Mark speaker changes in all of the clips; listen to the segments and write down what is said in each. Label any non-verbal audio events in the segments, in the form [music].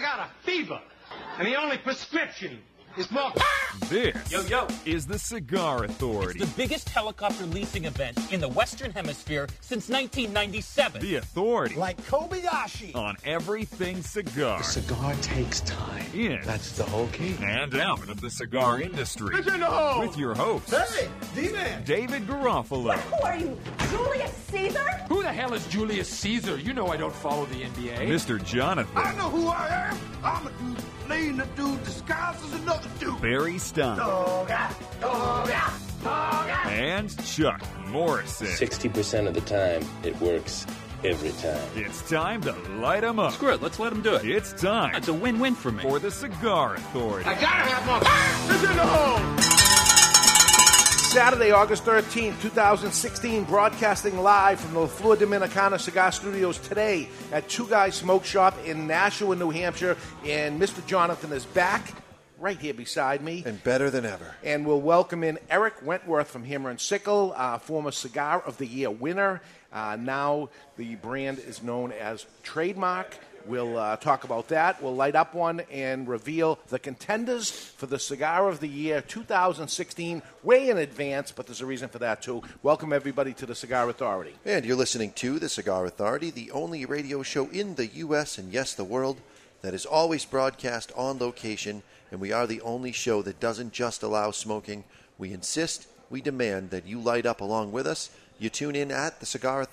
Speaker 1: got a fever, and the only prescription is more.
Speaker 2: This
Speaker 1: Yo, yo.
Speaker 2: is the Cigar Authority,
Speaker 3: The biggest helicopter leasing event in the Western Hemisphere since 1997.
Speaker 2: the authority
Speaker 4: Like Kobayashi.
Speaker 2: on everything cigar
Speaker 5: Cigar takes time.
Speaker 2: in
Speaker 5: That's the whole key.
Speaker 2: and out of the cigar industry.
Speaker 1: in the hole.
Speaker 2: With your host,
Speaker 4: Hey, D-Man.
Speaker 2: David Garofalo.
Speaker 6: Who are you, Julius Caesar?
Speaker 7: Who the hell is Julius Caesar? You know I don't follow the NBA.
Speaker 2: Mr. Jonathan
Speaker 8: know who I am. I'm a dude playing a dude disguised as another dude.
Speaker 2: Barry
Speaker 1: Oh.
Speaker 2: Stein and Chuck Morrison.
Speaker 9: 60% of the time, it works every time.
Speaker 2: It's time to light 'em up.
Speaker 10: Screw it, let's let him do it.
Speaker 2: It's time
Speaker 10: It's a win win for me.
Speaker 2: for the Cigar Authority.
Speaker 1: I gotta have more. It's in the hole.
Speaker 8: Saturday, August 13th, 2016, broadcasting live from the Flor Dominicana Cigar Studios today at Two Guys Smoke Shop in Nashua, New Hampshire. And Mr. Jonathan is back right here beside me.
Speaker 5: And better than ever.
Speaker 8: And we'll welcome in Eric Wentworth from Hammer and Sickle, uh, former Cigar of the Year winner. Uh, now the brand is known as Trademark. We'll uh, talk about that. We'll light up one and reveal the contenders for the Cigar of the Year 2016, way in advance, but there's a reason for that too. Welcome everybody to the Cigar Authority.
Speaker 5: And you're listening to The Cigar Authority, the only radio show in the U.S. and yes, the world that is always broadcast on location. And we are the only show that doesn't just allow smoking. We insist, we demand that you light up along with us. You tune in at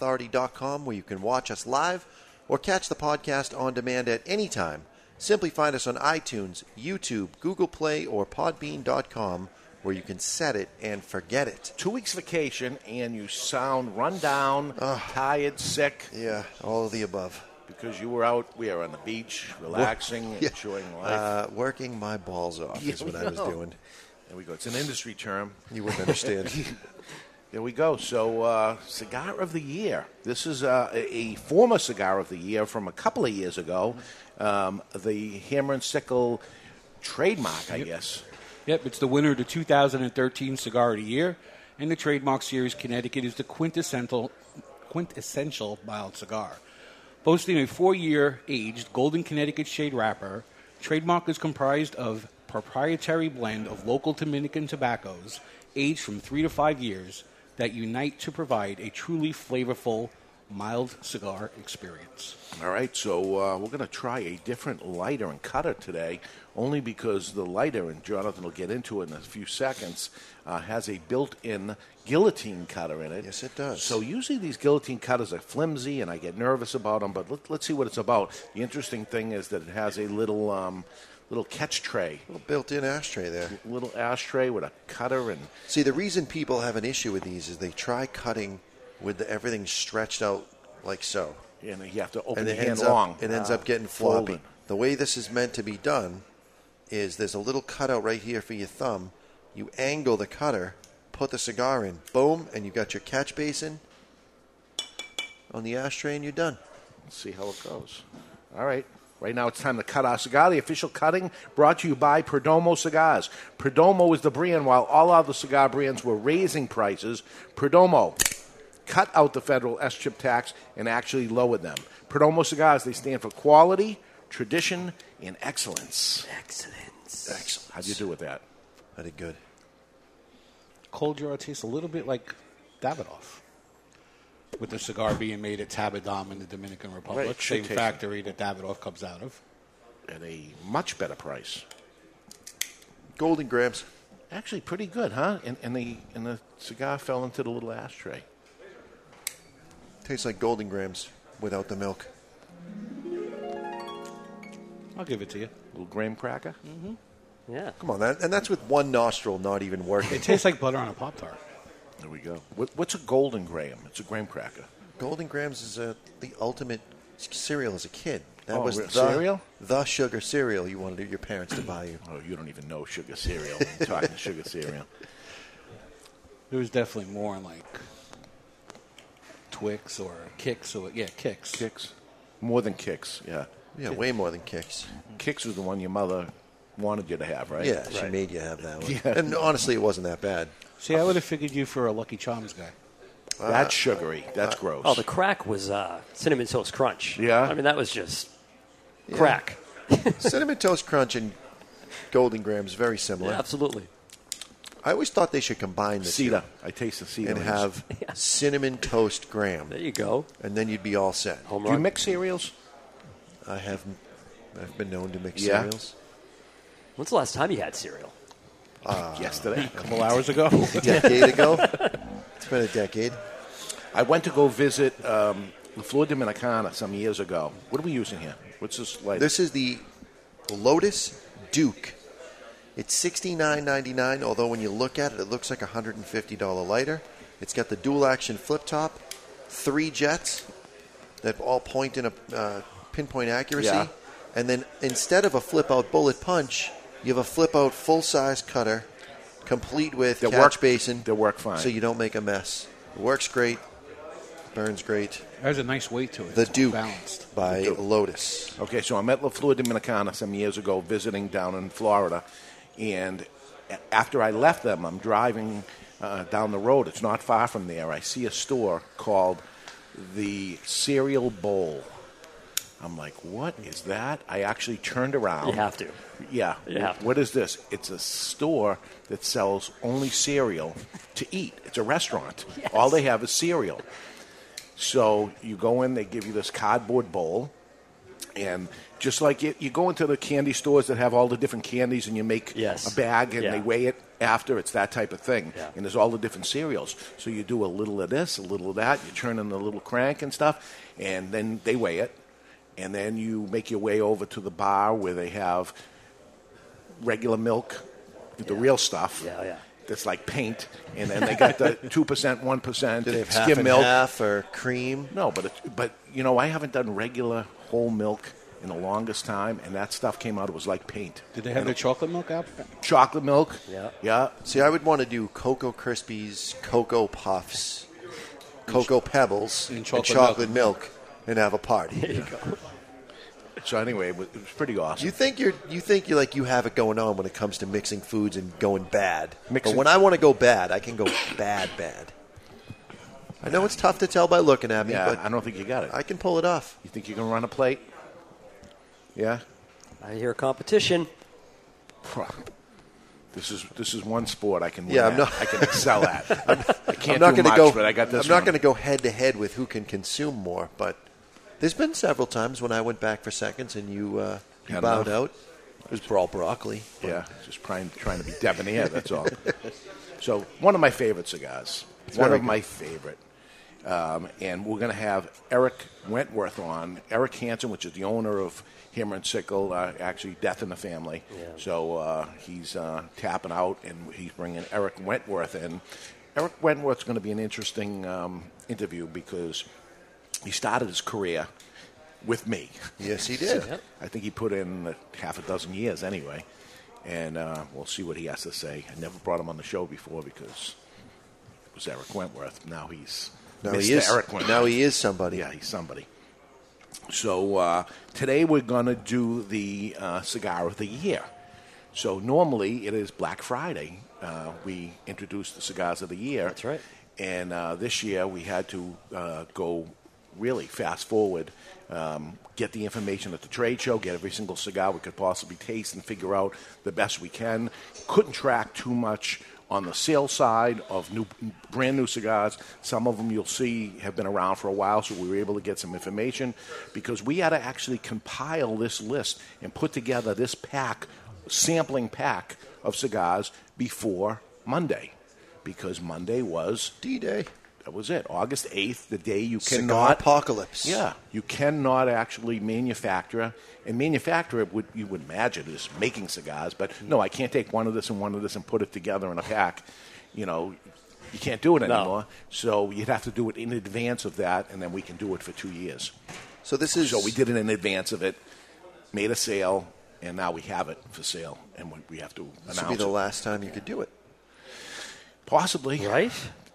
Speaker 5: thecigarauthority.com where you can watch us live or catch the podcast on demand at any time. Simply find us on iTunes, YouTube, Google Play, or podbean.com where you can set it and forget it.
Speaker 8: Two weeks vacation, and you sound run down, tired, sick,
Speaker 5: Ah. Yeah, all of the above.
Speaker 8: because you were out. We are on the beach, relaxing,
Speaker 5: [laughs] Yeah.
Speaker 8: enjoying life.
Speaker 5: Uh, working my
Speaker 8: [laughs]
Speaker 5: balls off
Speaker 8: Yeah,
Speaker 5: is what
Speaker 8: we
Speaker 5: [laughs] I was
Speaker 8: know.
Speaker 5: doing.
Speaker 8: There we go. It's an industry term.
Speaker 5: You wouldn't understand.
Speaker 8: [laughs] There we go. So, uh, cigar of the year. This is uh, a, a former cigar of the year from a couple of years ago. Um, the Hammer and Sickle trademark, I guess.
Speaker 11: Yep, it's the winner of the 2013 Cigar of the Year, and the trademark series Connecticut is the quintessential, quintessential mild cigar. Boasting a four-year aged golden Connecticut shade wrapper, trademark is comprised of proprietary blend of local Dominican tobaccos, aged from three to five years, that unite to provide a truly flavorful mild cigar experience.
Speaker 8: All right. So, uh, we're going to try a different lighter and cutter today, only because the lighter, and Jonathan will get into it in a few seconds, uh, has a built in guillotine cutter in it.
Speaker 5: Yes, it does.
Speaker 8: So, usually these guillotine cutters are flimsy and I get nervous about them, but let, let's see what it's about. The interesting thing is that it has a little. Um, Little catch tray
Speaker 5: Little built-in ashtray there.
Speaker 8: little ashtray with a cutter and
Speaker 5: See, the reason people have an issue with these is they try cutting with the, everything stretched out like so,
Speaker 8: and you have to open
Speaker 5: and
Speaker 8: the
Speaker 5: it
Speaker 8: hand
Speaker 5: ends
Speaker 8: long. Ah,
Speaker 5: up it ends up getting floppy.
Speaker 8: folded.
Speaker 5: The way this is meant to be done is there's a little cutout right here for your thumb. You angle the cutter, put the cigar in, boom, and you got your catch basin on the ashtray, and you're done.
Speaker 8: Let's see how it goes. All right. Right now it's time to cut our cigar. The official cutting brought to you by Perdomo Cigars. Perdomo is the brand while all other cigar brands were raising prices. Perdomo cut out the federal S chip tax and actually lowered them. Perdomo Cigars, they stand for quality, tradition, and excellence.
Speaker 5: Excellent.
Speaker 8: How'd you do with that?
Speaker 5: I did good.
Speaker 11: cold draw tastes a little bit like Davidoff. With the cigar being made at Tabadam in the Dominican Republic,
Speaker 8: Right, it should
Speaker 11: same
Speaker 8: taste-
Speaker 11: factory that Davidoff comes out of.
Speaker 8: At a much better price.
Speaker 5: Golden grams.
Speaker 8: Actually, pretty good, huh? And, and the and the cigar fell into the little ashtray.
Speaker 5: Tastes like golden grams without the milk.
Speaker 11: I'll give it to you.
Speaker 8: Little graham cracker.
Speaker 5: Come on, that, and that's with one nostril not even working.
Speaker 11: It
Speaker 5: [laughs]
Speaker 11: tastes like butter on a pop tart.
Speaker 8: There we go. What, what's a golden graham? It's a graham cracker.
Speaker 5: golden grams is a, the ultimate c- cereal as a kid. That
Speaker 8: Oh,
Speaker 5: was
Speaker 8: real-
Speaker 5: the Uh,
Speaker 8: cereal?
Speaker 5: the sugar cereal you wanted your parents to buy you.
Speaker 8: Oh, you don't even know sugar cereal. I'm
Speaker 5: [laughs]
Speaker 8: talking sugar cereal.
Speaker 11: There was definitely more in like Twix or Kicks or yeah, Kicks.
Speaker 8: Kicks. More than kicks, yeah.
Speaker 5: Yeah, way more than kicks.
Speaker 8: Kicks was the one your mother wanted you to have, right?
Speaker 5: Yeah, she made you
Speaker 8: [laughs]
Speaker 5: have that one. And honestly, it wasn't that bad.
Speaker 11: See, I would have figured you for a Lucky Charms guy.
Speaker 8: That's sugary. That's gross.
Speaker 10: Oh, the crack was uh, cinnamon toast uh, crunch.
Speaker 8: Yeah?
Speaker 10: I mean that was just crack.
Speaker 5: [laughs] Cinnamon Toast Crunch and Golden Grams very similar.
Speaker 10: Absolutely.
Speaker 5: I always thought they should combine the
Speaker 8: Cedar.
Speaker 5: two.
Speaker 8: I taste the cedar.
Speaker 5: And
Speaker 8: leaves.
Speaker 5: have cinnamon toast graham. There
Speaker 10: you go.
Speaker 5: And then you'd be all set.
Speaker 8: Do you mix cereals?
Speaker 5: I have. I've been known to mix
Speaker 8: Yeah.
Speaker 5: cereals.
Speaker 10: When's the last time you had cereal?
Speaker 5: Uh,
Speaker 8: Yesterday. A
Speaker 5: [laughs]
Speaker 8: [laughs]
Speaker 11: couple hours ago.
Speaker 5: a decade ago. It's been a decade.
Speaker 8: I went to go visit um, La Flor Dominicana some years ago. What are we using here? What's this like?
Speaker 5: This is the Lotus Duke. It's sixty nine ninety nine. Although when you look at it, it looks like a hundred and fifty dollar lighter. It's got the dual action flip top, three jets that all point in a uh, pinpoint accuracy,
Speaker 8: Yeah.
Speaker 5: and then instead of a flip out bullet punch, you have a flip out full size cutter, complete with
Speaker 8: They
Speaker 5: catch
Speaker 8: work-
Speaker 5: basin.
Speaker 8: they work fine.
Speaker 5: so you don't make a mess. It works great, burns great.
Speaker 11: There's a nice weight to it.
Speaker 5: The
Speaker 11: It's
Speaker 5: Duke
Speaker 11: Balanced.
Speaker 5: by
Speaker 8: Duke.
Speaker 5: Lotus.
Speaker 8: Okay, so I'm at La Flor Dominicana some years ago visiting down in Florida, and a- after I left them, I'm driving uh, down the road. It's not far from there. I see a store called the Cereal Bowl. I'm like, what is that? I actually turned around.
Speaker 10: You have to.
Speaker 8: Yeah.
Speaker 10: You have to.
Speaker 8: What is this? It's a store that sells only cereal to eat. It's a restaurant. All they have is cereal. So you go in, they give you this cardboard bowl, and just like you, you go into the candy stores that have all the different candies, and you make
Speaker 10: Yes.
Speaker 8: a bag, and
Speaker 10: Yeah.
Speaker 8: they weigh it after. It's that type of thing.
Speaker 10: Yeah.
Speaker 8: And there's all the different cereals. So you do a little of this, a little of that. You turn in the little crank and stuff, and then they weigh it, and then you make your way over to the bar where they have regular milk, the real stuff.
Speaker 10: Yeah, yeah.
Speaker 8: That's like paint, and then they got the two percent, one percent,
Speaker 5: Do they have half
Speaker 8: skim
Speaker 5: and
Speaker 8: milk.
Speaker 5: half or cream?
Speaker 8: No, but it, but you know, I haven't done regular whole milk in the longest time, and that stuff came out. It was like paint.
Speaker 11: Did they have their chocolate milk out?
Speaker 8: chocolate milk?
Speaker 10: Yeah.
Speaker 8: yeah.
Speaker 5: Uh, See, I would want to do Cocoa Krispies, Cocoa Puffs, Cocoa Pebbles,
Speaker 11: and
Speaker 5: and chocolate,
Speaker 11: chocolate
Speaker 5: milk. and have a party.
Speaker 8: So anyway, it was, it was pretty awesome.
Speaker 5: you think you're you think you like you have it going on when it comes to mixing foods and going bad.
Speaker 8: Mixing-
Speaker 5: But when I want to go bad, I can go bad, bad. I know it's tough to tell by looking at me,
Speaker 8: yeah,
Speaker 5: but
Speaker 8: I don't think you got it.
Speaker 5: I can pull it off.
Speaker 8: you think you can run a plate? Yeah.
Speaker 10: I hear competition.
Speaker 8: This is this is one sport I can. Win
Speaker 5: Yeah, I'm
Speaker 8: at.
Speaker 5: not-
Speaker 8: I can excel
Speaker 5: [laughs]
Speaker 8: at. I'm, I can't
Speaker 5: I'm not
Speaker 8: do
Speaker 5: gonna
Speaker 8: much,
Speaker 5: go.
Speaker 8: but I got this.
Speaker 5: I'm not
Speaker 8: one.
Speaker 5: going to go head to head with who can consume more. But there's been several times when I went back for seconds and you uh, you
Speaker 8: Had
Speaker 5: bowed
Speaker 8: enough?
Speaker 5: out. It was brawl broccoli.
Speaker 8: Yeah, just trying trying to be debonair. That's
Speaker 5: [laughs]
Speaker 8: all. so one of my favorite cigars. one
Speaker 5: very
Speaker 8: of
Speaker 5: good.
Speaker 8: my favorite. Um, and we're going to have Eric Wentworth on. Eric Hansen, which is the owner of Hammer and Sickle, uh, actually Death in the Family. So uh, he's uh, tapping out, and he's bringing Eric Wentworth in. Eric Wentworth's going to be an interesting um, interview because he started his career with me.
Speaker 5: Yes, he did.
Speaker 8: I think he put in half a dozen years anyway, and uh, we'll see what he has to say. I never brought him on the show before because it was Eric Wentworth. Now he's
Speaker 5: Now
Speaker 8: Mr.
Speaker 5: he is.
Speaker 8: Eric Wentworth.
Speaker 5: Now he is somebody.
Speaker 8: yeah, he's somebody. So uh, today we're going to do the uh, cigar of the year. So normally it is Black Friday. Uh, we introduce the cigars of the year.
Speaker 10: That's right.
Speaker 8: And uh, this year we had to uh, go really fast forward, um, get the information at the trade show, get every single cigar we could possibly taste, and figure out the best we can. Couldn't track too much on the sale side of new, brand new cigars. Some of them you'll see have been around for a while, so we were able to get some information because we had to actually compile this list and put together this pack, sampling pack of cigars before Monday. Because Monday was
Speaker 5: D-Day.
Speaker 8: that was it. August 8th, the day you
Speaker 5: Cigar
Speaker 8: cannot.
Speaker 5: apocalypse.
Speaker 8: Yeah. You cannot actually manufacture. And manufacture, it would, you would imagine, is making cigars. But
Speaker 5: Hmm.
Speaker 8: no, I can't take one of this and one of this and put it together in a pack. You know, you can't do it anymore. So you'd have to do it in advance of that, and then we can do it for two years.
Speaker 5: So this is.
Speaker 8: So we did it in advance of it, made a sale, and now we have it for sale, and we, we have to
Speaker 5: This will
Speaker 8: announce
Speaker 5: be the
Speaker 8: it.
Speaker 5: last time you could do it.
Speaker 8: Possibly.
Speaker 10: Right?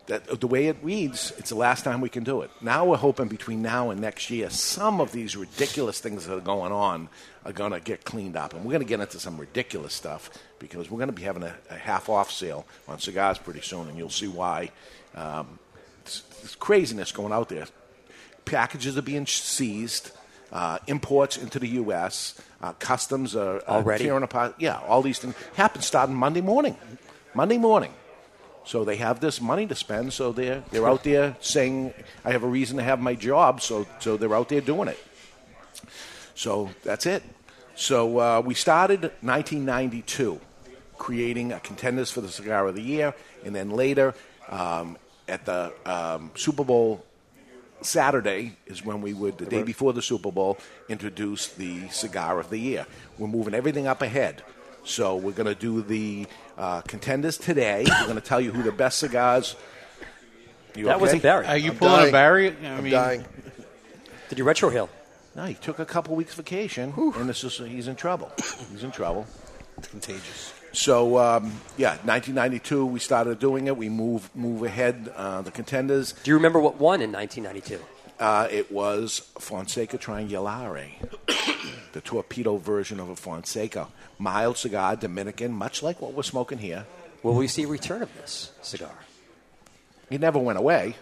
Speaker 8: That, the way it reads, it's the last time we can do it. Now we're hoping between now and next year, some of these ridiculous things that are going on are going to get cleaned up. And we're going to get into some ridiculous stuff because we're going to be having a, a half off sale on cigars pretty soon, and you'll see why. Um, it's, it's craziness going out there. Packages are being seized. uh, imports into the U.S. Uh, customs are, are
Speaker 10: Already?
Speaker 8: tearing apart. Yeah, all these things happen starting Monday morning. Monday morning. So they have this money to spend, so they're, they're out there saying, I have a reason to have my job, so, so they're out there doing it. So that's it. So uh, we started 1992, creating a contenders for the cigar of the year, and then later um, at the um, Super Bowl Saturday is when we would the day before the Super Bowl introduce the cigar of the year. We're moving everything up ahead, so we're going to do the uh, contenders today. we're going to tell you who the best cigars. You
Speaker 10: That
Speaker 8: okay?
Speaker 10: wasn't Barry.
Speaker 11: Are you pulling a Barry? I mean,
Speaker 10: Did you retro heal?
Speaker 8: No, he took a couple weeks vacation, and this is he's in trouble. He's in trouble.
Speaker 11: it's contagious.
Speaker 8: So um, yeah, 1992 we started doing it. We move move ahead uh, the contenders.
Speaker 10: Do you remember what won in 1992?
Speaker 8: Uh, it was Fonseca Triangulare, [coughs] the torpedo version of a Fonseca, mild cigar, Dominican, much like what we're smoking here.
Speaker 10: Will we see a return of this cigar?
Speaker 8: It never went away.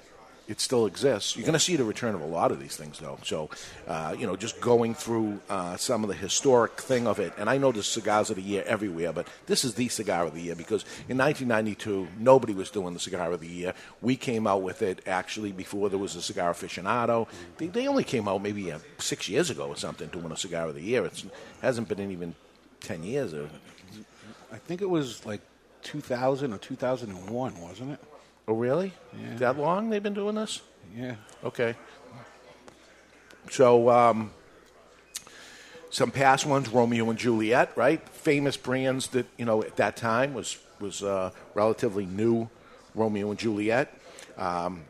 Speaker 8: It still exists. You're going to see the return of a lot of these things, though. So, uh, you know, just going through uh, some of the historic thing of it. And I know there's cigars of the year everywhere, but this is the cigar of the year because in 1992, nobody was doing the cigar of the year. We came out with it actually before there was a cigar aficionado. They, they only came out maybe uh, six years ago or something doing a cigar of the year. It hasn't been in even 10 years or
Speaker 11: I think it was like 2000 or 2001, wasn't it?
Speaker 8: Oh, really? That long they've been doing this?
Speaker 11: Yeah.
Speaker 8: Okay. So, um, some past ones, Romeo and Juliet, right? Famous brands that you know at that time was was uh, relatively new. Romeo and Juliet. Um,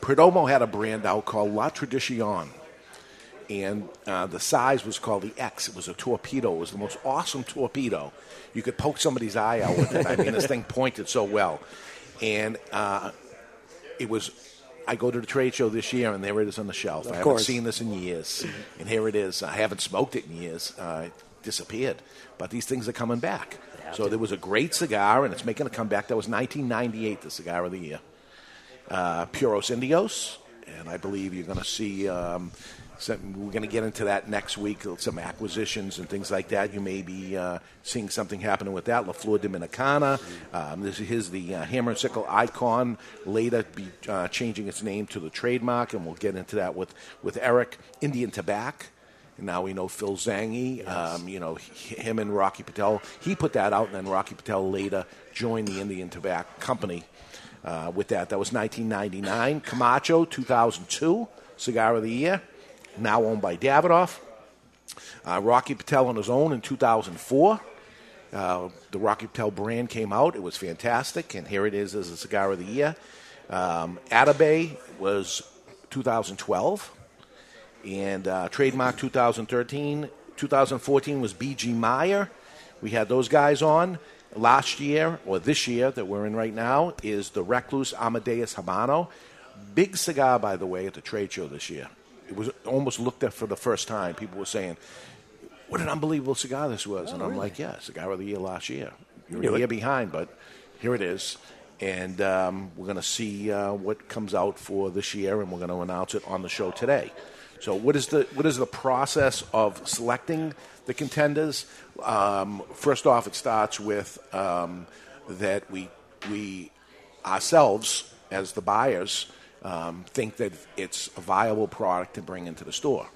Speaker 8: Perdomo had a brand out called La Tradicion, and uh, the size was called the X. It was a torpedo. It was the most awesome torpedo. You could poke somebody's eye out with it. I mean, this thing pointed so well, and uh, it was. I go to the trade show this year, and there it is on the shelf. I haven't
Speaker 10: course.
Speaker 8: seen this in years, and here it is. I haven't smoked it in years. Uh, it disappeared, but these things are coming back.
Speaker 10: Yeah,
Speaker 8: so
Speaker 10: dude.
Speaker 8: there was a great cigar, and it's making a comeback. That was 1998, the cigar of the year uh, Puros Indios, and I believe you're going to see. Um, some, we're going to get into that next week. Some acquisitions and things like that. You may be uh, seeing something happening with that. La Flor Dominicana. Um, this is the uh, hammer and sickle icon. Later, be uh, changing its name to the trademark, and we'll get into that with with Eric. Indian Tobacco. And now we know Phil Zangi, um, you know, h- him and Rocky Patel. He put that out, and then Rocky Patel later joined the Indian Tobacco Company uh, with that. That was 1999. Camacho, 2002, Cigar of the Year, now owned by Davidoff. Uh, Rocky Patel on his own in 2004. Uh, the Rocky Patel brand came out. It was fantastic, and here it is as a cigar of the year. Um, Atabey was 2012 and uh, trademark 2013. 2014 was BG Meyer. We had those guys on last year or this year that we're in right now is the Recluse Amadeus Habano. Big cigar, by the way, at the trade show this year. It was almost looked at for the first time. People were saying, "What an unbelievable cigar this was!" and I'm like, "Yeah, cigar of the year last year. You're a year behind, but here it is." And um, we're going to see uh, what comes out for this year, and we're going to announce it on the show today. So, what is the what is the process of selecting the contenders? Um, first off, it starts with um, that we we ourselves as the buyers um, think that it's a viable product to bring into the store.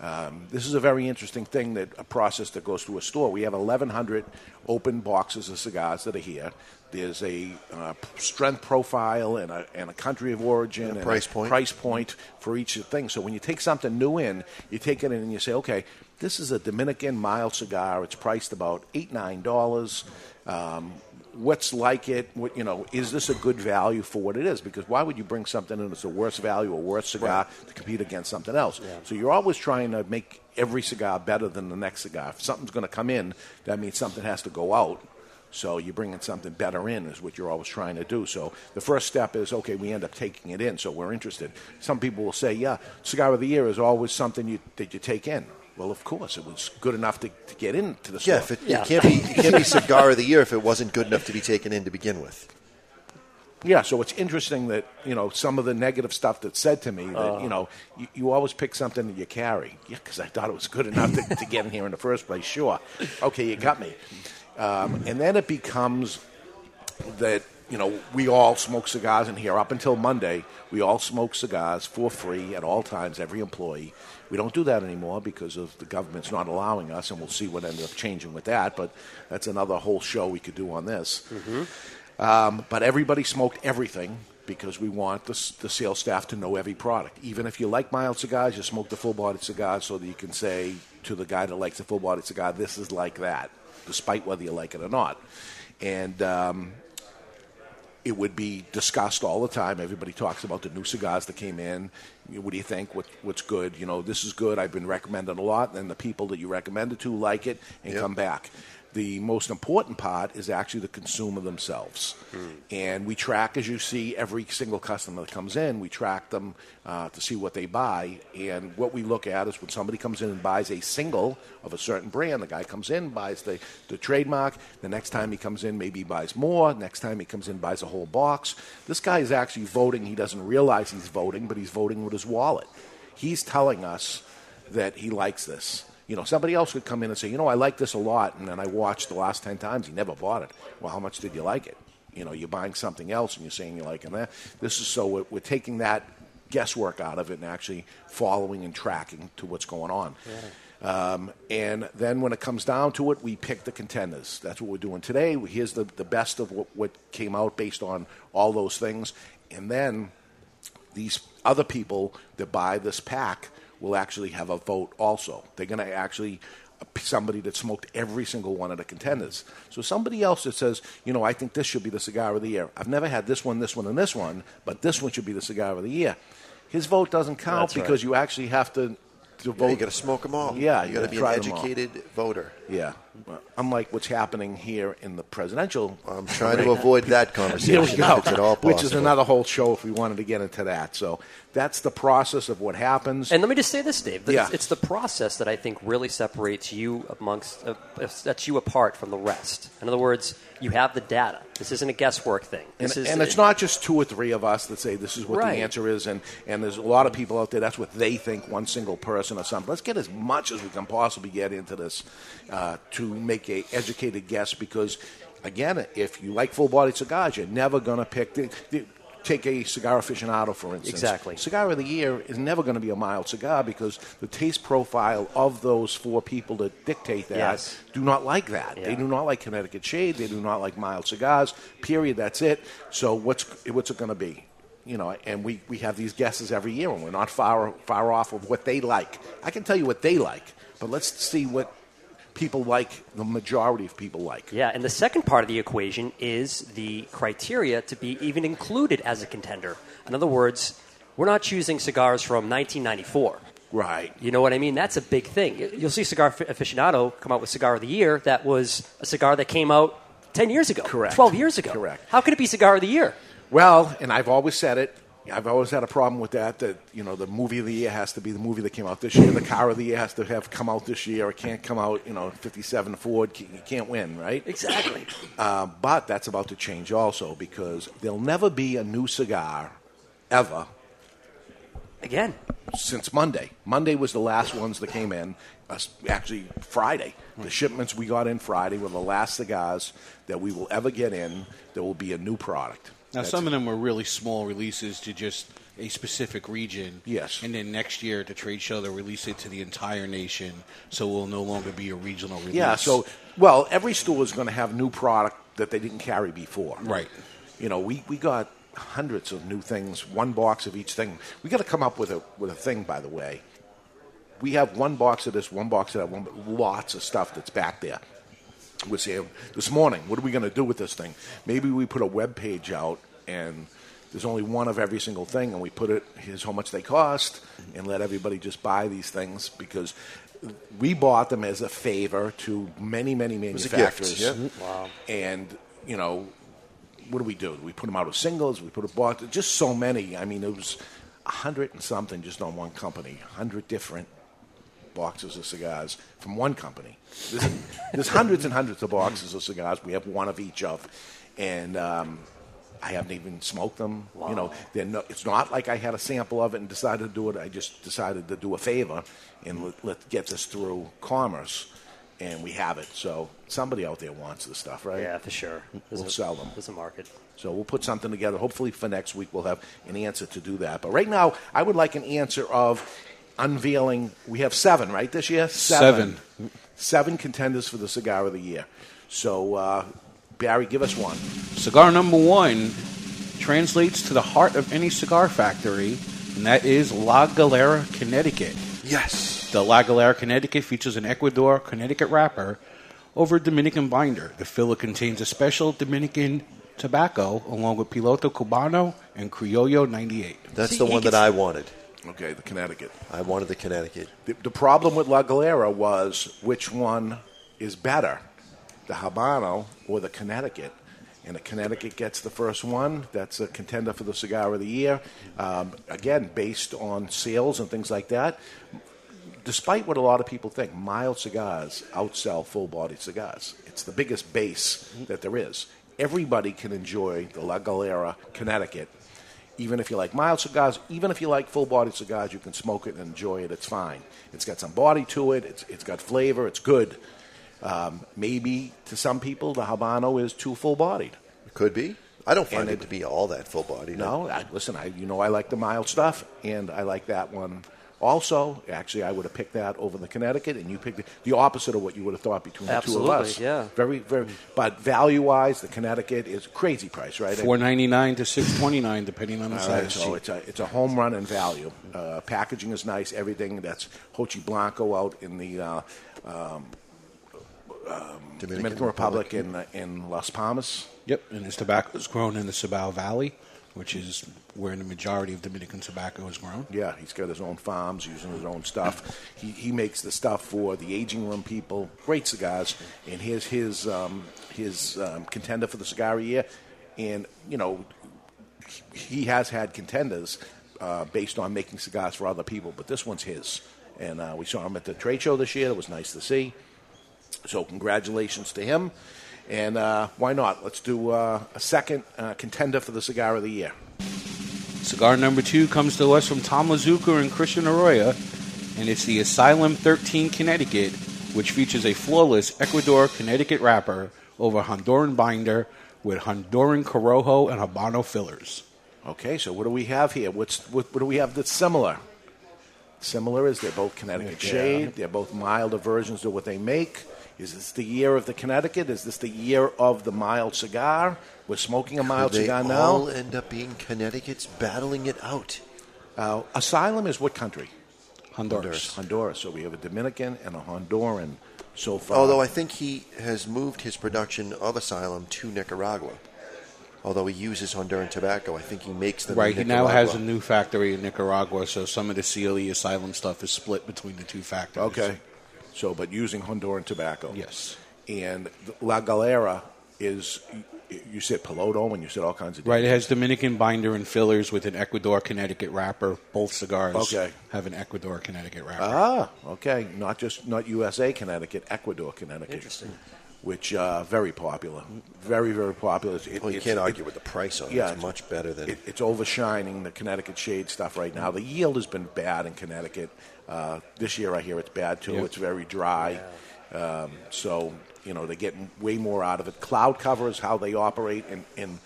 Speaker 8: Um, this is a very interesting thing that a process that goes through a store. We have 1,100 open boxes of cigars that are here. There's a uh, p- strength profile and a, and a country of origin and,
Speaker 5: price point.
Speaker 8: price point for each thing. So when you take something new in, you take it in and you say, okay, this is a Dominican mild cigar. It's priced about eight nine dollars. Um, what's like it? What you know? Is this a good value for what it is? Because why would you bring something in that's the worst value or worst cigar to compete against something else? So you're always trying to make every cigar better than the next cigar. If something's going to come in, that means something has to go out. So you're bringing something better in is what you're always trying to do. So the first step is okay. We end up taking it in, so we're interested. Some people will say, "Yeah, cigar of the year is always something you, that you take in." Well, of course, it was good enough to, to get into the store.
Speaker 5: Yeah, if it,
Speaker 8: [laughs]
Speaker 10: Yeah.
Speaker 5: it can't be it can't be cigar of the year if it wasn't good enough to be taken in to begin with.
Speaker 8: Yeah, so it's interesting that you know some of the negative stuff that's said to me. That
Speaker 12: Uh.
Speaker 8: you know, you, you always pick something that you carry. Yeah, because I thought it was good enough to, to get in here in the first place. Sure, okay, you got me. Um, and then it becomes that you know we all smoke cigars in here. Up until Monday, we all smoke cigars for free at all times. Every employee. We don't do that anymore because of the government's not allowing us, and we'll see what ends up changing with that. But that's another whole show we could do on this.
Speaker 13: Mm-hmm.
Speaker 8: Um, but everybody smoked everything because we want the, s- the sales staff to know every product. Even if you like mild cigars, you smoke the full bodied cigar so that you can say to the guy that likes the full bodied cigar, this is like that, despite whether you like it or not. And um, it would be discussed all the time. Everybody talks about the new cigars that came in. You know, What do you think? What, what's good? You know, this is good. I've been recommended a lot. And the people that you recommend it to like it and come back. The most important part is actually the consumer themselves. And we track, as you see, every single customer that comes in, we track them uh, to see what they buy. And what we look at is when somebody comes in and buys a single of a certain brand, the guy comes in, buys the, the trademark. The next time he comes in, maybe he buys more. Next time he comes in, buys a whole box. This guy is actually voting. He doesn't realize he's voting, but he's voting with his wallet. He's telling us that he likes this. You know, somebody else could come in and say, you know, I like this a lot, and then I watched the last 10 times, he never bought it. Well, how much did you like it? You know, you're buying something else and you're saying you like it. Eh, This is so we're, we're taking that guesswork out of it and actually following and tracking to what's going on. Um, and then when it comes down to it, we pick the contenders. That's what we're doing today. Here's the, the best of what, what came out based on all those things. And then these other people that buy this pack will actually have a vote also. They're going to actually uh, somebody that smoked every single one of the contenders. So somebody else that says, you know, I think this should be the cigar of the year. I've never had this one, this one, and this one, but this one should be the cigar of the year. His vote doesn't count
Speaker 5: That's right.
Speaker 8: because you actually have to, to vote.
Speaker 5: you got to smoke them all.
Speaker 8: Yeah,
Speaker 5: you got to be an
Speaker 8: try them all.
Speaker 5: educated voter.
Speaker 8: Yeah, unlike what's happening here in the presidential. I'm
Speaker 5: trying to avoid that
Speaker 8: [laughs]
Speaker 5: conversation
Speaker 8: we go.
Speaker 5: if it's at all
Speaker 8: Which is
Speaker 5: possible.
Speaker 8: another whole show if we wanted to get into that. So that's the process of what happens.
Speaker 10: And let me just say this, Dave. that
Speaker 8: Yeah.
Speaker 10: [laughs] It's, it's the process that I think really separates you amongst uh, uh, sets you apart from the rest. In other words, you have the data. This isn't a guesswork thing.
Speaker 8: And,
Speaker 10: This is
Speaker 8: and it's not just two or three of us that say this is what
Speaker 10: Right.
Speaker 8: the answer is, and, and there's a lot of people out there. That's what they think, one single person or something. Let's get as much as we can possibly get into this uh, to make a educated guess. Because again, if you like full bodied cigars, you're never going to pick. The, the, take a cigar aficionado for instance.
Speaker 10: Exactly.
Speaker 8: Cigar of the year is never going to be a mild cigar because the taste profile of those four people that dictate that
Speaker 10: Yes.
Speaker 8: do not like that. They do not like Connecticut shade. They do not like mild cigars. Period. That's it. So what's what's it going to be? You know, and we, we have these guesses every year, and we're not far far off of what they like. I can tell you what they like, but let's see what people like. The majority of people like.
Speaker 10: Yeah, and the second part of the equation is the criteria to be even included as a contender. In other words, we're not choosing cigars from 1994.
Speaker 8: Right.
Speaker 10: You know what I mean? That's a big thing. You- You'll see Cigar Aficionado come out with Cigar of the Year that was a cigar that came out 10 years ago,
Speaker 8: Correct.
Speaker 10: 12 years ago.
Speaker 8: Correct.
Speaker 10: How could it be Cigar of the Year?
Speaker 8: Well, and I've always said it. I've always had a problem with that. That you know, the movie of the year has to be the movie that came out this year. The car of the year has to have come out this year. It can't come out, you know, '57 Ford. c- You can't win, right?
Speaker 10: Exactly.
Speaker 8: Uh, but that's about to change also because there'll never be a new cigar ever
Speaker 10: again
Speaker 8: since Monday. Monday was the last ones that came in. uh, s- actually, Friday. The shipments we got in Friday were the last cigars that we will ever get in. There will be a new product.
Speaker 11: Now,
Speaker 8: That's
Speaker 11: some of them were really small releases to just a specific region. Yes. And then next year at the trade show, they'll release it to the entire nation, so it will no longer be a regional release.
Speaker 8: Yeah, so well, every store is going to have new product that they didn't carry before. Right. You know, we, we got hundreds of new things, one box of each thing. We got to come up with a with a thing, by the way. We have one box of this, one box of that, one, but lots of stuff that's back there. We say this morning, what are we going to do with this thing? Maybe we put a web page out and there's only one of every single thing, and we put it here's how much they cost, and let everybody just buy these things because we bought them as a favor to many, many
Speaker 5: was a gift,
Speaker 8: manufacturers.
Speaker 5: yeah. Wow.
Speaker 8: And you know, what do we do? We put them out as singles. We put a box. Just so many. I mean, it was a hundred and something just on one company. A hundred different boxes of cigars from one company. There's, there's hundreds and hundreds of boxes of cigars. We have one of each of, and um, I haven't even smoked them. You know, they're no, it's not like I had a sample of it and decided to do it. I just decided to do a favor and let, let get this through commerce, and we have it. So somebody out there wants this stuff, right?
Speaker 10: Yeah, for sure. There's
Speaker 8: we'll
Speaker 10: a-
Speaker 8: sell them.
Speaker 10: There's a market.
Speaker 8: So we'll put something together. Hopefully for next week we'll have an answer to do that. But right now, I would like an answer of unveiling. We have seven, right, this year? Seven, Seven contenders for the cigar of the year. So uh, Barry, give us one.
Speaker 11: Cigar number one translates to the heart of any cigar factory, and that is La Galera, Connecticut.
Speaker 5: Yes.
Speaker 11: The La Galera, Connecticut features an Ecuador, Connecticut wrapper over a Dominican binder. The filler contains a special Dominican tobacco along with Piloto Cubano and Criollo 98.
Speaker 5: That's the one that I wanted.
Speaker 8: Okay, the Connecticut.
Speaker 5: I wanted the Connecticut.
Speaker 8: The, the problem with La Galera was which one is better, the Habano or the Connecticut. And the Connecticut gets the first one. That's a contender for the cigar of the year. Um, again, based on sales and things like that. Despite what a lot of people think, mild cigars outsell full bodied cigars. It's the biggest base that there is. Everybody can enjoy the La Galera Connecticut even if you like mild cigars, even if you like full bodied cigars, you can smoke it and enjoy it. It's fine. It's got some body to it, it's, it's got flavor, it's good. Um, maybe to some people, the Habano is too full bodied.
Speaker 5: Could be. I don't find it to be all that full bodied.
Speaker 8: No, I, listen, I, you know I like the mild stuff, and I like that one also. Actually, I would have picked that over the Connecticut, and you picked the, the opposite of what you would have thought between the two of
Speaker 10: Absolutely,
Speaker 8: us.
Speaker 10: yeah.
Speaker 8: Very, very. But value wise, the Connecticut is crazy price, right?
Speaker 11: Four ninety nine to six twenty nine, depending on the
Speaker 8: All
Speaker 11: size.
Speaker 8: right, so Uh, it's a, it's a home run in value. Uh, packaging is nice, everything. That's Hochi Blanco out in the uh, um, um, Dominican, Republic, in, in Las Palmas.
Speaker 11: Yep, and this tobacco is grown in the Cibao Valley, which is where the majority of Dominican tobacco is grown.
Speaker 8: Yeah, he's got his own farms, using his own stuff. He, he makes the stuff for the aging room people. Great cigars. And here's his, um, his um, contender for the cigar of the year. And, you know, he has had contenders uh, based on making cigars for other people, but this one's his. And uh, we saw him at the trade show this year. It was nice to see. So congratulations to him. And uh, why not? Let's do uh, a second uh, contender for the cigar of the year.
Speaker 11: Cigar number two comes to us from Tom Lazuka and Christian Arroyo, and it's the Asylum 13 Connecticut, which features a flawless Ecuador Connecticut wrapper over Honduran binder with Honduran Corojo and Habano fillers.
Speaker 8: Okay, so what do we have here? What's what, what do we have that's similar? Similar is they're both Connecticut
Speaker 11: Yeah.
Speaker 8: shade. They're both milder versions of what they make. Is this the year of the Connecticut? Is this the year of the mild cigar? We're smoking a mild
Speaker 5: they
Speaker 8: cigar now.
Speaker 5: all end up being Connecticut's battling it out.
Speaker 8: Uh, asylum is what country?
Speaker 11: Honduras.
Speaker 8: Honduras. So we have a Dominican and a Honduran so far.
Speaker 5: Although I think he has moved his production of Asylum to Nicaragua. Although he uses Honduran tobacco, I think he makes them. in
Speaker 11: Right, he now
Speaker 5: Nicaragua.
Speaker 11: has a new factory in Nicaragua, so some of the CLE Asylum stuff is split between the two factories.
Speaker 8: Okay. So, but using Honduran tobacco.
Speaker 11: Yes.
Speaker 8: And the La Galera is, you, you said Peloto and you said all kinds of
Speaker 11: Right, it has Dominican binder and fillers with an Ecuador Connecticut wrapper. Both cigars
Speaker 8: Okay.
Speaker 11: have an Ecuador Connecticut wrapper.
Speaker 8: Ah, okay. Not just not USA, Connecticut, Ecuador, Connecticut. Interesting. Which uh, very popular, very very popular. It-
Speaker 5: Well, you
Speaker 8: it's-
Speaker 5: can't
Speaker 8: it-
Speaker 5: argue with the price on it.
Speaker 8: yeah,
Speaker 5: it's
Speaker 8: it's-
Speaker 5: much better than.
Speaker 8: It, it's overshining the Connecticut shade stuff right now. The yield has been bad in Connecticut. Uh, this year, I hear it's bad too.
Speaker 11: Yeah.
Speaker 8: It's very dry. Um, so, you know, they're getting way more out of it. Cloud cover is how they operate in, in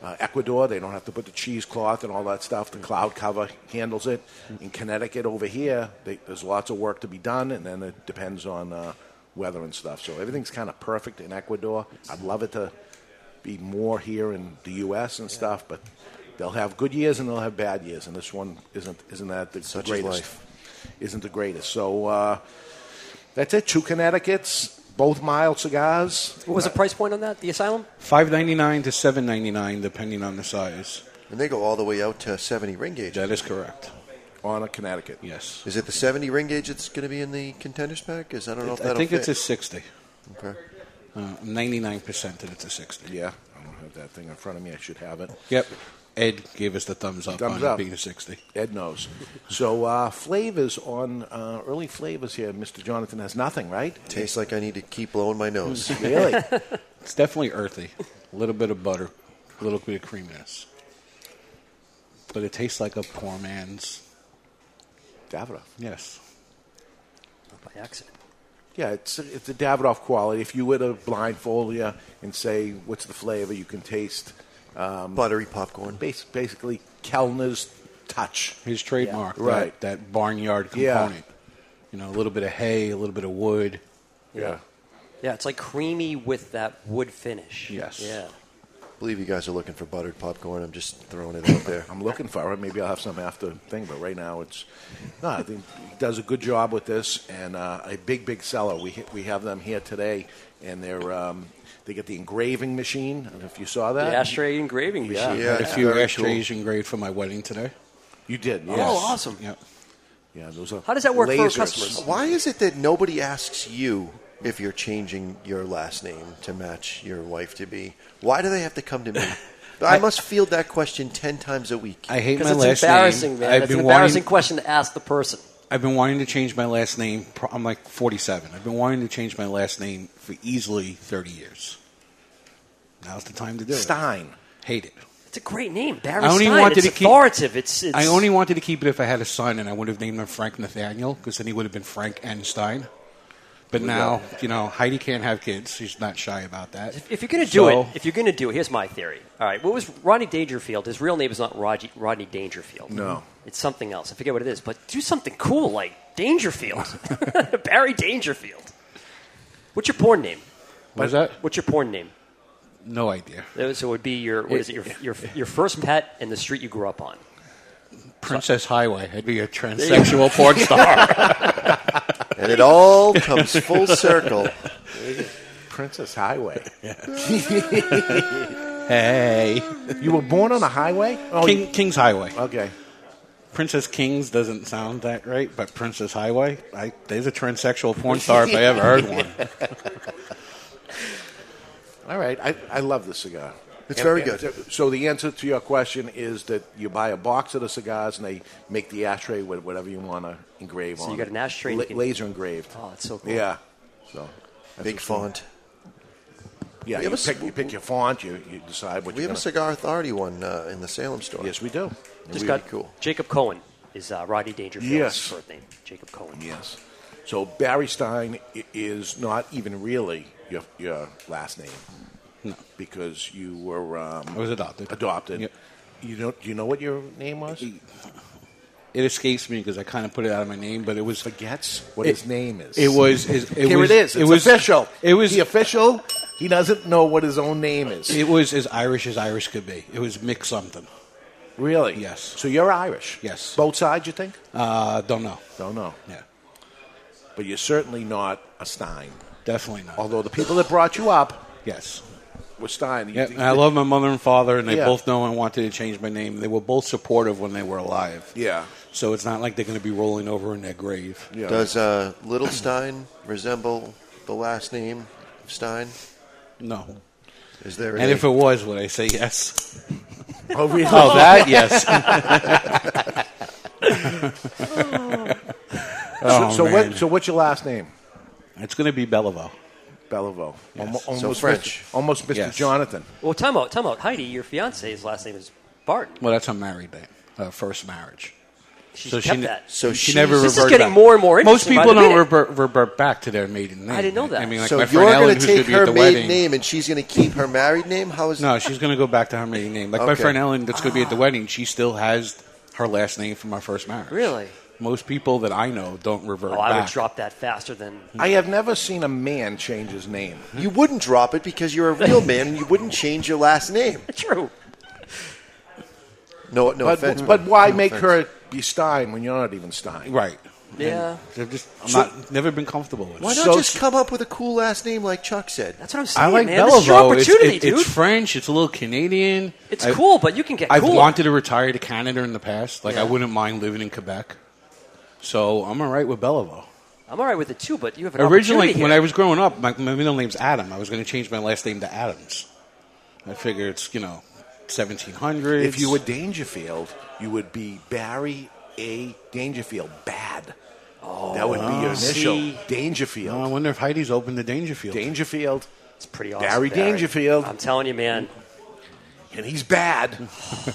Speaker 8: uh, Ecuador. They don't have to put the cheesecloth and all that stuff. The cloud cover handles it. In Connecticut over here, they, there's lots of work to be done, and then it depends on uh, weather and stuff. So everything's kind of perfect in Ecuador. I'd love it to be more here in the U.S. and stuff, but they'll have good years and they'll have bad years, and this one isn't isn't that the
Speaker 5: Such is
Speaker 8: greatest?
Speaker 5: life.
Speaker 8: Isn't the greatest? So uh, that's it. Two Connecticut's, both mild cigars.
Speaker 10: What was the price point on that? The Asylum?
Speaker 11: Five ninety nine to seven ninety nine, depending on the size.
Speaker 5: and they go all the way out to 70 ring gauge.
Speaker 11: That is correct.
Speaker 8: on a Connecticut.
Speaker 11: Yes,
Speaker 5: Is it the 70 ring gauge that's going to be in the contenders pack? Is I don't know if
Speaker 11: I
Speaker 5: that'll
Speaker 11: think
Speaker 5: fit.
Speaker 11: it's a sixty.
Speaker 5: Okay.
Speaker 11: Ninety nine percent that it's a sixty.
Speaker 8: Yeah, I don't have that thing in front of me. I should have it.
Speaker 11: Yep. Ed gave us the thumbs up
Speaker 8: Thumbs
Speaker 11: on
Speaker 8: up.
Speaker 11: it being a sixty.
Speaker 8: Ed knows. So uh, flavors on uh, early flavors here. Mr. Jonathan has nothing, right?
Speaker 5: Tastes like I need to keep blowing my nose. [laughs]
Speaker 8: Really?
Speaker 11: It's definitely earthy. A little bit of butter. a little bit of creaminess. But it tastes like a poor man's
Speaker 8: Davidoff.
Speaker 11: Yes.
Speaker 10: By accident.
Speaker 8: Yeah, it's a, it's a Davidoff quality. If you were to blindfold you and say, "What's the flavor?" you can taste um,
Speaker 5: buttery popcorn.
Speaker 8: Bas- basically, Kellner's touch.
Speaker 11: His trademark,
Speaker 8: Yeah. Right.
Speaker 11: That, that barnyard
Speaker 8: Yeah.
Speaker 11: component. You know, a little bit of hay, a little bit of wood.
Speaker 8: Yeah.
Speaker 10: Yeah, it's like creamy with that wood finish.
Speaker 8: Yes.
Speaker 10: Yeah.
Speaker 5: believe you guys are looking for buttered popcorn. I'm just throwing it out there.
Speaker 8: [laughs] I'm looking for it. Maybe I'll have some after thing, but right now it's. No, I think he does a good job with this, and uh, a big, big seller. We ha- we have them here today, and they're um, they get the engraving machine. I don't know if you saw that.
Speaker 10: The ashtray engraving machine.
Speaker 11: I had a few
Speaker 8: very
Speaker 11: ashtrays engraved for my wedding today.
Speaker 8: You did.
Speaker 11: Oh,
Speaker 8: yes.
Speaker 10: awesome.
Speaker 11: Yep.
Speaker 8: Yeah, those are.
Speaker 10: How does that work for our
Speaker 8: lasers.
Speaker 10: customers?
Speaker 5: Why is it that nobody asks you if you're changing your last name to match your wife to be? Why do they have to come
Speaker 8: [laughs]
Speaker 5: to me? I must field that question ten times a week.
Speaker 11: I hate my
Speaker 10: Because it's
Speaker 11: last
Speaker 10: embarrassing,
Speaker 11: name.
Speaker 10: man.
Speaker 11: I've
Speaker 10: it's
Speaker 11: been
Speaker 10: an embarrassing
Speaker 11: wanting,
Speaker 10: question to ask the person.
Speaker 11: I've been wanting to change my last name. pro- I'm like 47. I've been wanting to change my last name for easily 30 years. Now's the time to do
Speaker 8: Stein.
Speaker 11: it. Hate it.
Speaker 10: It's a great name, Barry
Speaker 11: I only
Speaker 10: Stein.
Speaker 11: wanted
Speaker 10: it's
Speaker 11: to keep-
Speaker 10: authoritative. It's, it's
Speaker 11: I only wanted to keep it if I had a son, and I would have named him Frank Nathaniel because then he would have been Frank and Stein. But now, you know, Heidi can't have kids. She's not shy about that.
Speaker 10: If, if you're going to do
Speaker 11: So-
Speaker 10: it, if you're going to do it, here's my theory. All right, what was Rodney Dangerfield? His real name is not Rodney, Rodney Dangerfield.
Speaker 8: No.
Speaker 10: it's something else. I forget what it is, but do something cool like
Speaker 11: [laughs]
Speaker 10: Dangerfield, [laughs] Barry Dangerfield. What's your porn name?
Speaker 11: what is that?
Speaker 10: What's your porn name?
Speaker 11: No idea.
Speaker 10: That- So it would be your what is it? Your your, your first pet and the street you grew up on.
Speaker 11: Princess Highway. I'd be a
Speaker 5: [laughs]
Speaker 11: transsexual porn star.
Speaker 5: And it all comes full circle.
Speaker 8: Princess Highway.
Speaker 11: [laughs] hey,
Speaker 8: you were born on a highway? Oh, you-
Speaker 11: King, King's Highway.
Speaker 8: okay.
Speaker 11: Princess Kings doesn't sound that right, but Princess Highway. I, there's a transsexual [laughs] porn star if I ever heard one.
Speaker 8: All right. I, I love the cigar.
Speaker 5: It's very good.
Speaker 8: So the answer to your question is that you buy a box of the cigars and they make the ashtray with whatever you want to engrave
Speaker 10: So
Speaker 8: on.
Speaker 10: you got an
Speaker 8: it.
Speaker 10: ashtray and
Speaker 8: La-
Speaker 10: you can-
Speaker 8: laser engraved.
Speaker 10: Oh, it's so cool.
Speaker 8: Yeah. So that's
Speaker 5: Big
Speaker 8: what's-
Speaker 5: font.
Speaker 8: Yeah.
Speaker 5: We
Speaker 8: You
Speaker 5: have a
Speaker 8: pick,
Speaker 5: c-
Speaker 8: you pick your font. You, you decide what
Speaker 5: We
Speaker 8: you're
Speaker 5: have
Speaker 8: gonna-
Speaker 5: a cigar authority one uh, in the Salem store.
Speaker 8: Yes, we do. And
Speaker 10: Just
Speaker 8: we-
Speaker 10: got
Speaker 5: cool.
Speaker 10: Jacob Cohen is uh, Rodney Dangerfield's
Speaker 8: Yes.
Speaker 10: birth name. Jacob Cohen.
Speaker 8: Yes. So Barry Stein i- is not even really your, your last name. No. Because you were. Um,
Speaker 11: I was adopted.
Speaker 8: Adopted.
Speaker 11: Yep.
Speaker 8: You don't. Do you know what your name was?
Speaker 11: It escapes me because I kind of put it out of my name, but it was
Speaker 8: Forgets what
Speaker 11: It-
Speaker 8: his name is.
Speaker 11: It was. It, it
Speaker 8: Here
Speaker 11: was,
Speaker 8: it is. It's
Speaker 11: it was
Speaker 8: official.
Speaker 11: It was.
Speaker 8: the official. He doesn't know what his own name is.
Speaker 11: It was as Irish as Irish could be. It was mixed something.
Speaker 8: really?
Speaker 11: Yes.
Speaker 8: So you're Irish.
Speaker 11: Yes.
Speaker 8: Both sides, you think?
Speaker 11: Uh, don't know.
Speaker 8: Don't know.
Speaker 11: Yeah,
Speaker 8: But you're certainly not a Stein.
Speaker 11: definitely not.
Speaker 8: Although the people that brought you up
Speaker 11: yes.
Speaker 8: were Stein. You
Speaker 11: Yeah,
Speaker 8: think-
Speaker 11: and I love my mother and father, and they
Speaker 8: Yeah.
Speaker 11: both know I wanted to change my name. They were both supportive when they were alive.
Speaker 8: Yeah.
Speaker 11: So it's not like they're going to be rolling over in their grave.
Speaker 8: Yeah.
Speaker 5: Does uh, Little Stein resemble the last name of Stein?
Speaker 11: No.
Speaker 5: Is there?
Speaker 11: And
Speaker 5: a-
Speaker 11: if it was, would I say yes?
Speaker 8: Oh, really?
Speaker 11: [laughs] Oh, that
Speaker 8: [laughs]
Speaker 11: yes.
Speaker 8: so,
Speaker 11: oh,
Speaker 8: so
Speaker 11: man.
Speaker 8: what? So what's your last name?
Speaker 11: It's going to be Belleville.
Speaker 8: Beliveau. Almo-
Speaker 11: So
Speaker 8: Almost
Speaker 5: French.
Speaker 8: Mr. Almost Mr.
Speaker 11: Yes.
Speaker 8: Jonathan.
Speaker 10: Well, time out, time out. Heidi, your fiance's last name is Barton.
Speaker 11: Well, that's her married name, her first marriage.
Speaker 10: She's
Speaker 11: so
Speaker 10: kept
Speaker 11: she, ne-
Speaker 10: that.
Speaker 5: So
Speaker 11: she
Speaker 5: she's-
Speaker 11: never
Speaker 5: This
Speaker 10: is
Speaker 11: reverted
Speaker 10: getting
Speaker 11: back.
Speaker 10: more and more
Speaker 11: Most
Speaker 10: interesting by
Speaker 11: people
Speaker 10: the
Speaker 11: don't
Speaker 10: minute.
Speaker 11: revert, revert back to their maiden name.
Speaker 10: I didn't know that.
Speaker 11: I mean, like
Speaker 5: so
Speaker 11: my
Speaker 5: you're
Speaker 11: friend Ellen,
Speaker 5: going
Speaker 11: who's
Speaker 5: to
Speaker 11: going
Speaker 5: take
Speaker 11: to be at
Speaker 5: her
Speaker 11: the
Speaker 5: maiden
Speaker 11: wedding.
Speaker 5: name, and she's going to keep her married name. How is
Speaker 11: No, she's going to go back to her maiden name. Like my
Speaker 5: Okay.
Speaker 11: friend Ellen, that's going to be
Speaker 10: Ah.
Speaker 11: at the wedding. She still has her last name from our first marriage.
Speaker 10: Really?
Speaker 11: Most people that I know don't revert
Speaker 10: Oh,
Speaker 11: back.
Speaker 10: I would drop that faster than.
Speaker 8: I have never seen a man change his name.
Speaker 5: You wouldn't drop it because you're a real man, and you wouldn't change your last name.
Speaker 10: [laughs] True.
Speaker 5: No, no
Speaker 8: but,
Speaker 5: offense.
Speaker 8: but why
Speaker 5: No
Speaker 8: make
Speaker 5: offense.
Speaker 8: her be Stein when you're not even Stein?
Speaker 11: Right?
Speaker 10: Yeah.
Speaker 11: And they're just I'm
Speaker 5: So-
Speaker 11: not never been comfortable with.
Speaker 5: Why
Speaker 11: it.
Speaker 5: not
Speaker 8: So
Speaker 5: just come up with a cool last name like Chuck said?
Speaker 10: That's what I'm saying,
Speaker 11: I like
Speaker 10: man. This is your
Speaker 11: Belleville. It's,
Speaker 10: opportunity,
Speaker 11: it-
Speaker 10: dude.
Speaker 11: it's French. It's a little Canadian.
Speaker 10: It's
Speaker 11: I-
Speaker 10: cool, but you can get
Speaker 11: I've
Speaker 10: cool.
Speaker 11: wanted to retire to Canada in the past. Like
Speaker 10: Yeah.
Speaker 11: I wouldn't mind living in Quebec. So I'm all right with Belleville.
Speaker 10: I'm all right with it too, but you have an
Speaker 11: Originally,
Speaker 10: opportunity
Speaker 11: when I
Speaker 10: here.
Speaker 11: was growing up, my, my middle name's Adam. I was going to change my last name to Adams. I figure it's you know, seventeen hundred.
Speaker 8: If you were Dangerfield, you would be Barry A. Dangerfield. Bad. Oh, that would be your initial.
Speaker 10: see.
Speaker 8: Dangerfield.
Speaker 11: I wonder if Heidi's opened the Dangerfield.
Speaker 8: Dangerfield.
Speaker 10: Oh, it's pretty awesome.
Speaker 8: Barry Dangerfield.
Speaker 10: I'm telling you, man.
Speaker 8: and
Speaker 11: [laughs]
Speaker 8: he's bad.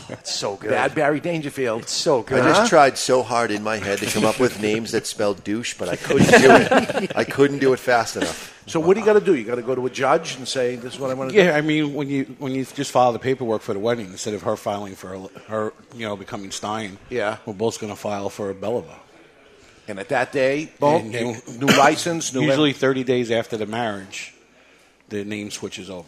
Speaker 10: That's so good.
Speaker 8: Bad Barry Dangerfield. It's
Speaker 10: so
Speaker 14: I
Speaker 11: Uh-huh.
Speaker 14: just tried so hard in my head to come up
Speaker 11: [laughs]
Speaker 14: with names that spell douche, but I couldn't do it. I couldn't do it fast enough.
Speaker 8: So what do you got to do? You got to go to a judge and say, "This is what I want
Speaker 11: [laughs]
Speaker 8: to
Speaker 11: Yeah, I mean, when you when you just file the paperwork for the wedding instead of her filing for her, her you know becoming Stein.
Speaker 8: Yeah.
Speaker 11: we're both going to file for Belova.
Speaker 8: do." And at that day, boom,
Speaker 11: And [coughs]
Speaker 8: new, license, new
Speaker 11: Usually, thirty days after the marriage, the name switches over.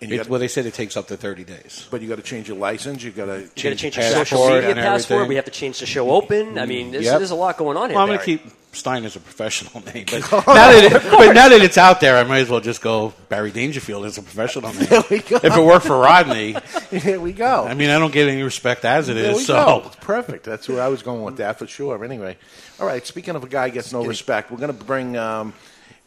Speaker 8: And you
Speaker 11: It-
Speaker 8: gotta-
Speaker 11: well, they said it takes up to thirty days.
Speaker 8: But you got to change your license. You got to
Speaker 10: You got to change your social media password. We have to change the show open. I mean, there's,
Speaker 11: Yep.
Speaker 10: there's a lot going on here.
Speaker 11: Well, I'm going to
Speaker 10: Barry.
Speaker 11: keep Stein as a professional name,
Speaker 8: [laughs]
Speaker 11: but now, that it, but now that it's out there, I might as well just go Barry Dangerfield as a professional name.
Speaker 8: There we go.
Speaker 11: If it worked for Rodney,
Speaker 8: [laughs] Here we go.
Speaker 11: I mean, I don't get any respect as it is.
Speaker 8: There we
Speaker 11: so
Speaker 8: go. It's perfect. That's where I was going with that for sure. Anyway, all right. Speaking of a guy gets no respect, we're going to bring um,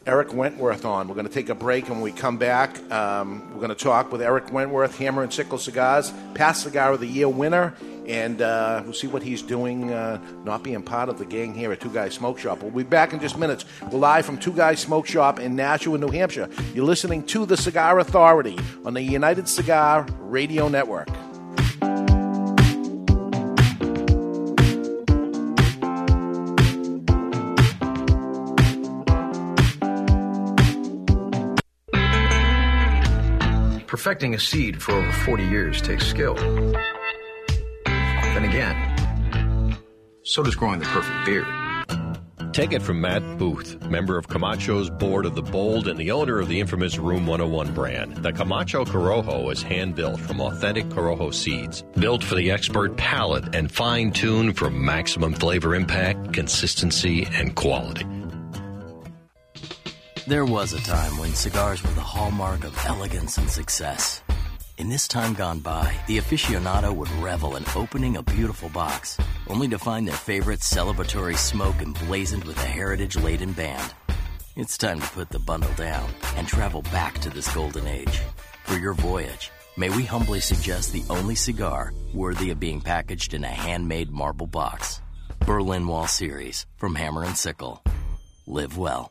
Speaker 8: Eric Wentworth on. We're going to take a break, and when we come back, um, we're going to talk with Eric Wentworth, Hammer and Sickle Cigars, past cigar of the year winner, and uh, we'll see what he's doing, uh, not being part of the gang here at Two Guys Smoke Shop. We'll be back in just minutes. We're live from Two Guys Smoke Shop in Nashua, New Hampshire. You're listening to the Cigar Authority on the United Cigar Radio Network.
Speaker 15: Perfecting a seed for over 40 years takes skill. Then again, so does growing the perfect beer.
Speaker 16: Take it from Matt Booth, member of Camacho's board of the Bold and the owner of the infamous Room 101 brand. The Camacho Corojo is hand built from authentic Corojo seeds, built for the expert palate and fine tuned for maximum flavor impact, consistency, and quality.
Speaker 17: There was a time when cigars were the hallmark of elegance and success. In this time gone by, the aficionado would revel in opening a beautiful box, only to find their favorite celebratory smoke emblazoned with a heritage laden band. It's time to put the bundle down and travel back to this golden age. For your voyage, may we humbly suggest the only cigar worthy of being packaged in a handmade marble box Berlin Wall Series from Hammer and Sickle. Live well.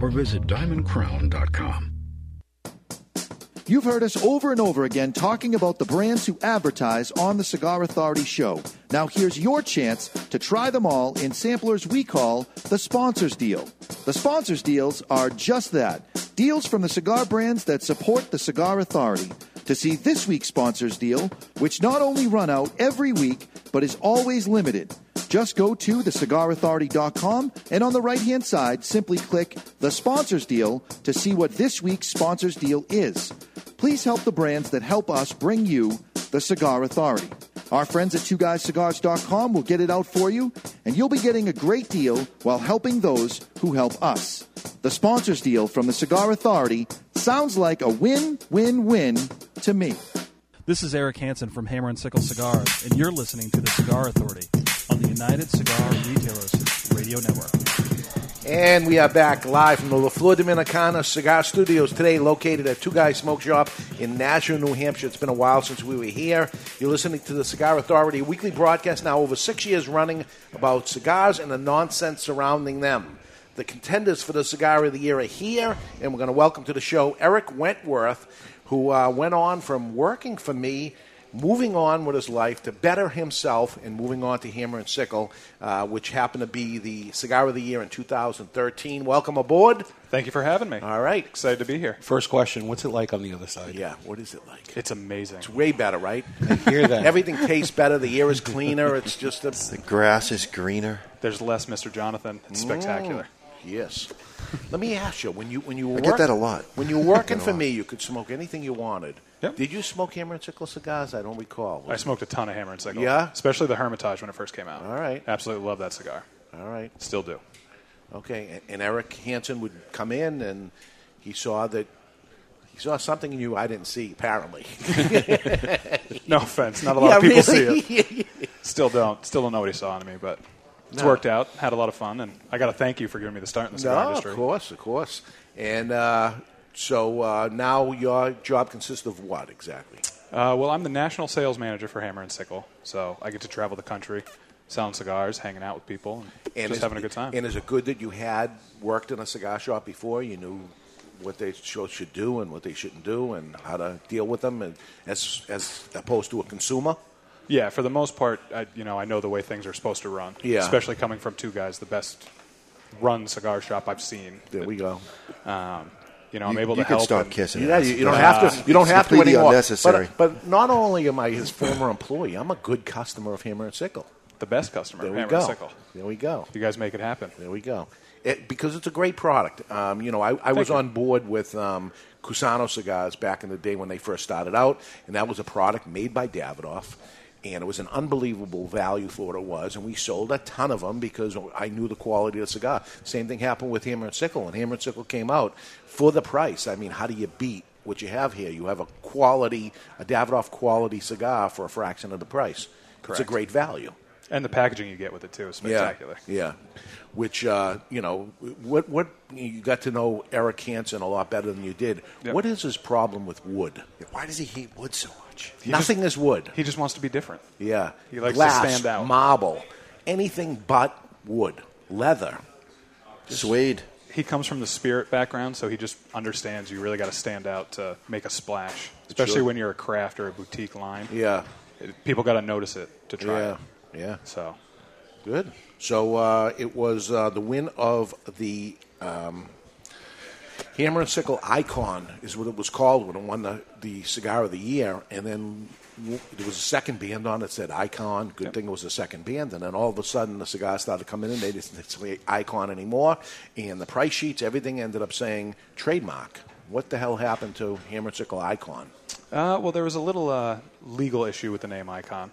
Speaker 18: or visit diamondcrown.com.
Speaker 5: You've heard us over and over again talking about the brands who advertise on the Cigar Authority show. Now here's your chance to try them all in samplers we call the sponsors deal. The sponsors deals are just that deals from the cigar brands that support the Cigar Authority. To see this week's sponsors deal, which not only run out every week, but is always limited, just go to thecigarauthority.com and on the right hand side, simply click the sponsors deal to see what this week's sponsors deal is. Please help the brands that help us bring you the Cigar Authority. Our friends at twoguyscigars.com will get it out for you, and you'll be getting a great deal while helping those who help us. The sponsors deal from the Cigar Authority sounds like a win win win to me.
Speaker 19: This is Eric Hansen from Hammer and Sickle Cigars, and you're listening to the Cigar Authority on the United Cigar Retailers Radio Network.
Speaker 8: And we are back live from the La Flor Dominicana Cigar Studios today, located at Two Guys Smoke Shop in Nashua, New Hampshire. It's been a while since we were here. You're listening to the Cigar Authority weekly broadcast now over six years running about cigars and the nonsense surrounding them. The contenders for the Cigar of the Year are here, and we're going to welcome to the show Eric Wentworth, who uh, went on from working for me moving on with his life to better himself and moving on to Hammer and Sickle, uh, which happened to be the cigar of the year in 2013. Welcome aboard.
Speaker 20: Thank you for having me.
Speaker 8: All right.
Speaker 20: Excited to be here.
Speaker 11: First question What's it like on the other side?
Speaker 8: Yeah, what is it like?
Speaker 20: It's amazing. It's
Speaker 8: way better, right?
Speaker 11: hear that.
Speaker 8: Everything tastes better. The air is cleaner. It's just a. The
Speaker 5: grass is greener.
Speaker 20: There's less Mr. Jonathan. It's spectacular.
Speaker 8: Mm, yes. Let me ask you when you when you
Speaker 5: I
Speaker 8: were
Speaker 5: get that a lot.
Speaker 8: when you were
Speaker 5: I [laughs] get
Speaker 8: working
Speaker 5: that a
Speaker 8: for
Speaker 5: lot.
Speaker 8: me, you could smoke anything you wanted. Did you smoke Hammer and Sickle cigars? I don't recall.
Speaker 20: I smoked a ton of Hammer and Sickle.
Speaker 8: Yeah?
Speaker 20: Especially the
Speaker 8: [laughs]
Speaker 20: Hermitage when it first came out. All
Speaker 8: right.
Speaker 20: Absolutely love that cigar.
Speaker 8: All right.
Speaker 20: Still do.
Speaker 8: Okay, and- and Eric Hansen would come in, and he saw that he saw something in you I didn't see. Apparently,
Speaker 20: [laughs] no offense. Not a lot of
Speaker 8: Yeah,
Speaker 20: people
Speaker 8: really.
Speaker 20: see
Speaker 8: [laughs]
Speaker 20: it. Still don't. Still don't know what he saw in me, but it's
Speaker 8: No.
Speaker 20: worked out. Had a lot of fun, and I got to thank you for giving me the start in the cigar
Speaker 8: no,
Speaker 20: industry.
Speaker 8: of course, of course. And uh, so uh, now your job consists of what exactly?
Speaker 20: Uh, well, I'm the national sales manager for Hammer and Sickle, so I get to travel the country, selling cigars, hanging out with people, and, just
Speaker 8: is-
Speaker 20: having a good time.
Speaker 8: And is it good that you had worked in a cigar shop before? You knew what they sho- should do and what they shouldn't do, and how to deal with them, and as as opposed to a consumer.
Speaker 20: Yeah, for the most part, I, you know, I know the way things are supposed to run.
Speaker 8: Yeah.
Speaker 20: Especially coming from two guys, the best run cigar shop I've seen.
Speaker 8: There we go.
Speaker 20: Um, you know,
Speaker 5: You-
Speaker 20: I'm able
Speaker 5: you
Speaker 20: to
Speaker 5: can
Speaker 20: help.
Speaker 5: stop
Speaker 20: and-
Speaker 5: kissing
Speaker 8: Yeah, you, you don't have to. You don't
Speaker 5: It's
Speaker 8: have to
Speaker 5: completely
Speaker 8: anymore.
Speaker 5: unnecessary.
Speaker 8: But, but not only am I his former employee, I'm a good customer of Hammer and Sickle.
Speaker 20: The best customer.
Speaker 8: There
Speaker 20: of
Speaker 8: we
Speaker 20: Hammer
Speaker 8: go.
Speaker 20: and Sickle.
Speaker 8: There we go.
Speaker 20: You guys make it happen.
Speaker 8: There we go. It, because it's a great product. Um, you know, I, I was
Speaker 20: you.
Speaker 8: on board with um, Cusano cigars back in the day when they first started out, and that was a product made by Davidoff. And it was an unbelievable value for what it was, and we sold a ton of them because I knew the quality of the cigar. Same thing happened with Hammer and Sickle. When Hammer and Sickle came out, for the price, I mean, how do you beat what you have here? You have a quality, a Davidoff quality cigar for a fraction of the price. uh, It's a
Speaker 20: Correct.
Speaker 8: great value.
Speaker 20: And the packaging you get with it too is spectacular.
Speaker 8: Yeah, yeah. which uh, you know, what what you got to know Eric Hansen a lot better than you did. What is his problem with wood?
Speaker 5: Why does he hate wood so much?
Speaker 8: Nothing is wood.
Speaker 20: He just wants to be different.
Speaker 8: Yeah,
Speaker 20: He likes to
Speaker 8: Glass,
Speaker 20: stand out.
Speaker 8: Marble, anything but wood, leather.
Speaker 5: Suede.
Speaker 20: He comes from the spirit background, so he just understands you really got to stand out to make a splash, especially
Speaker 8: Sure.
Speaker 20: when you're a craft or a boutique line.
Speaker 8: Yeah.
Speaker 20: It- people got to notice it to try
Speaker 8: Yeah,
Speaker 20: it.
Speaker 8: Yeah.
Speaker 20: So
Speaker 8: Good. So uh, it was uh, the win of the um, Hammer and Sickle Icon is what it was called when it won the, the cigar of the year, and then w- there was a second band on it said Icon. Good thing it was a second band, and then all of a sudden the cigars started coming in. They didn't say Icon anymore, and the price sheets, everything ended up saying trademark. What the hell happened to Hammer and Sickle Icon?
Speaker 20: Uh, well, there was a little uh, legal issue with the name Icon.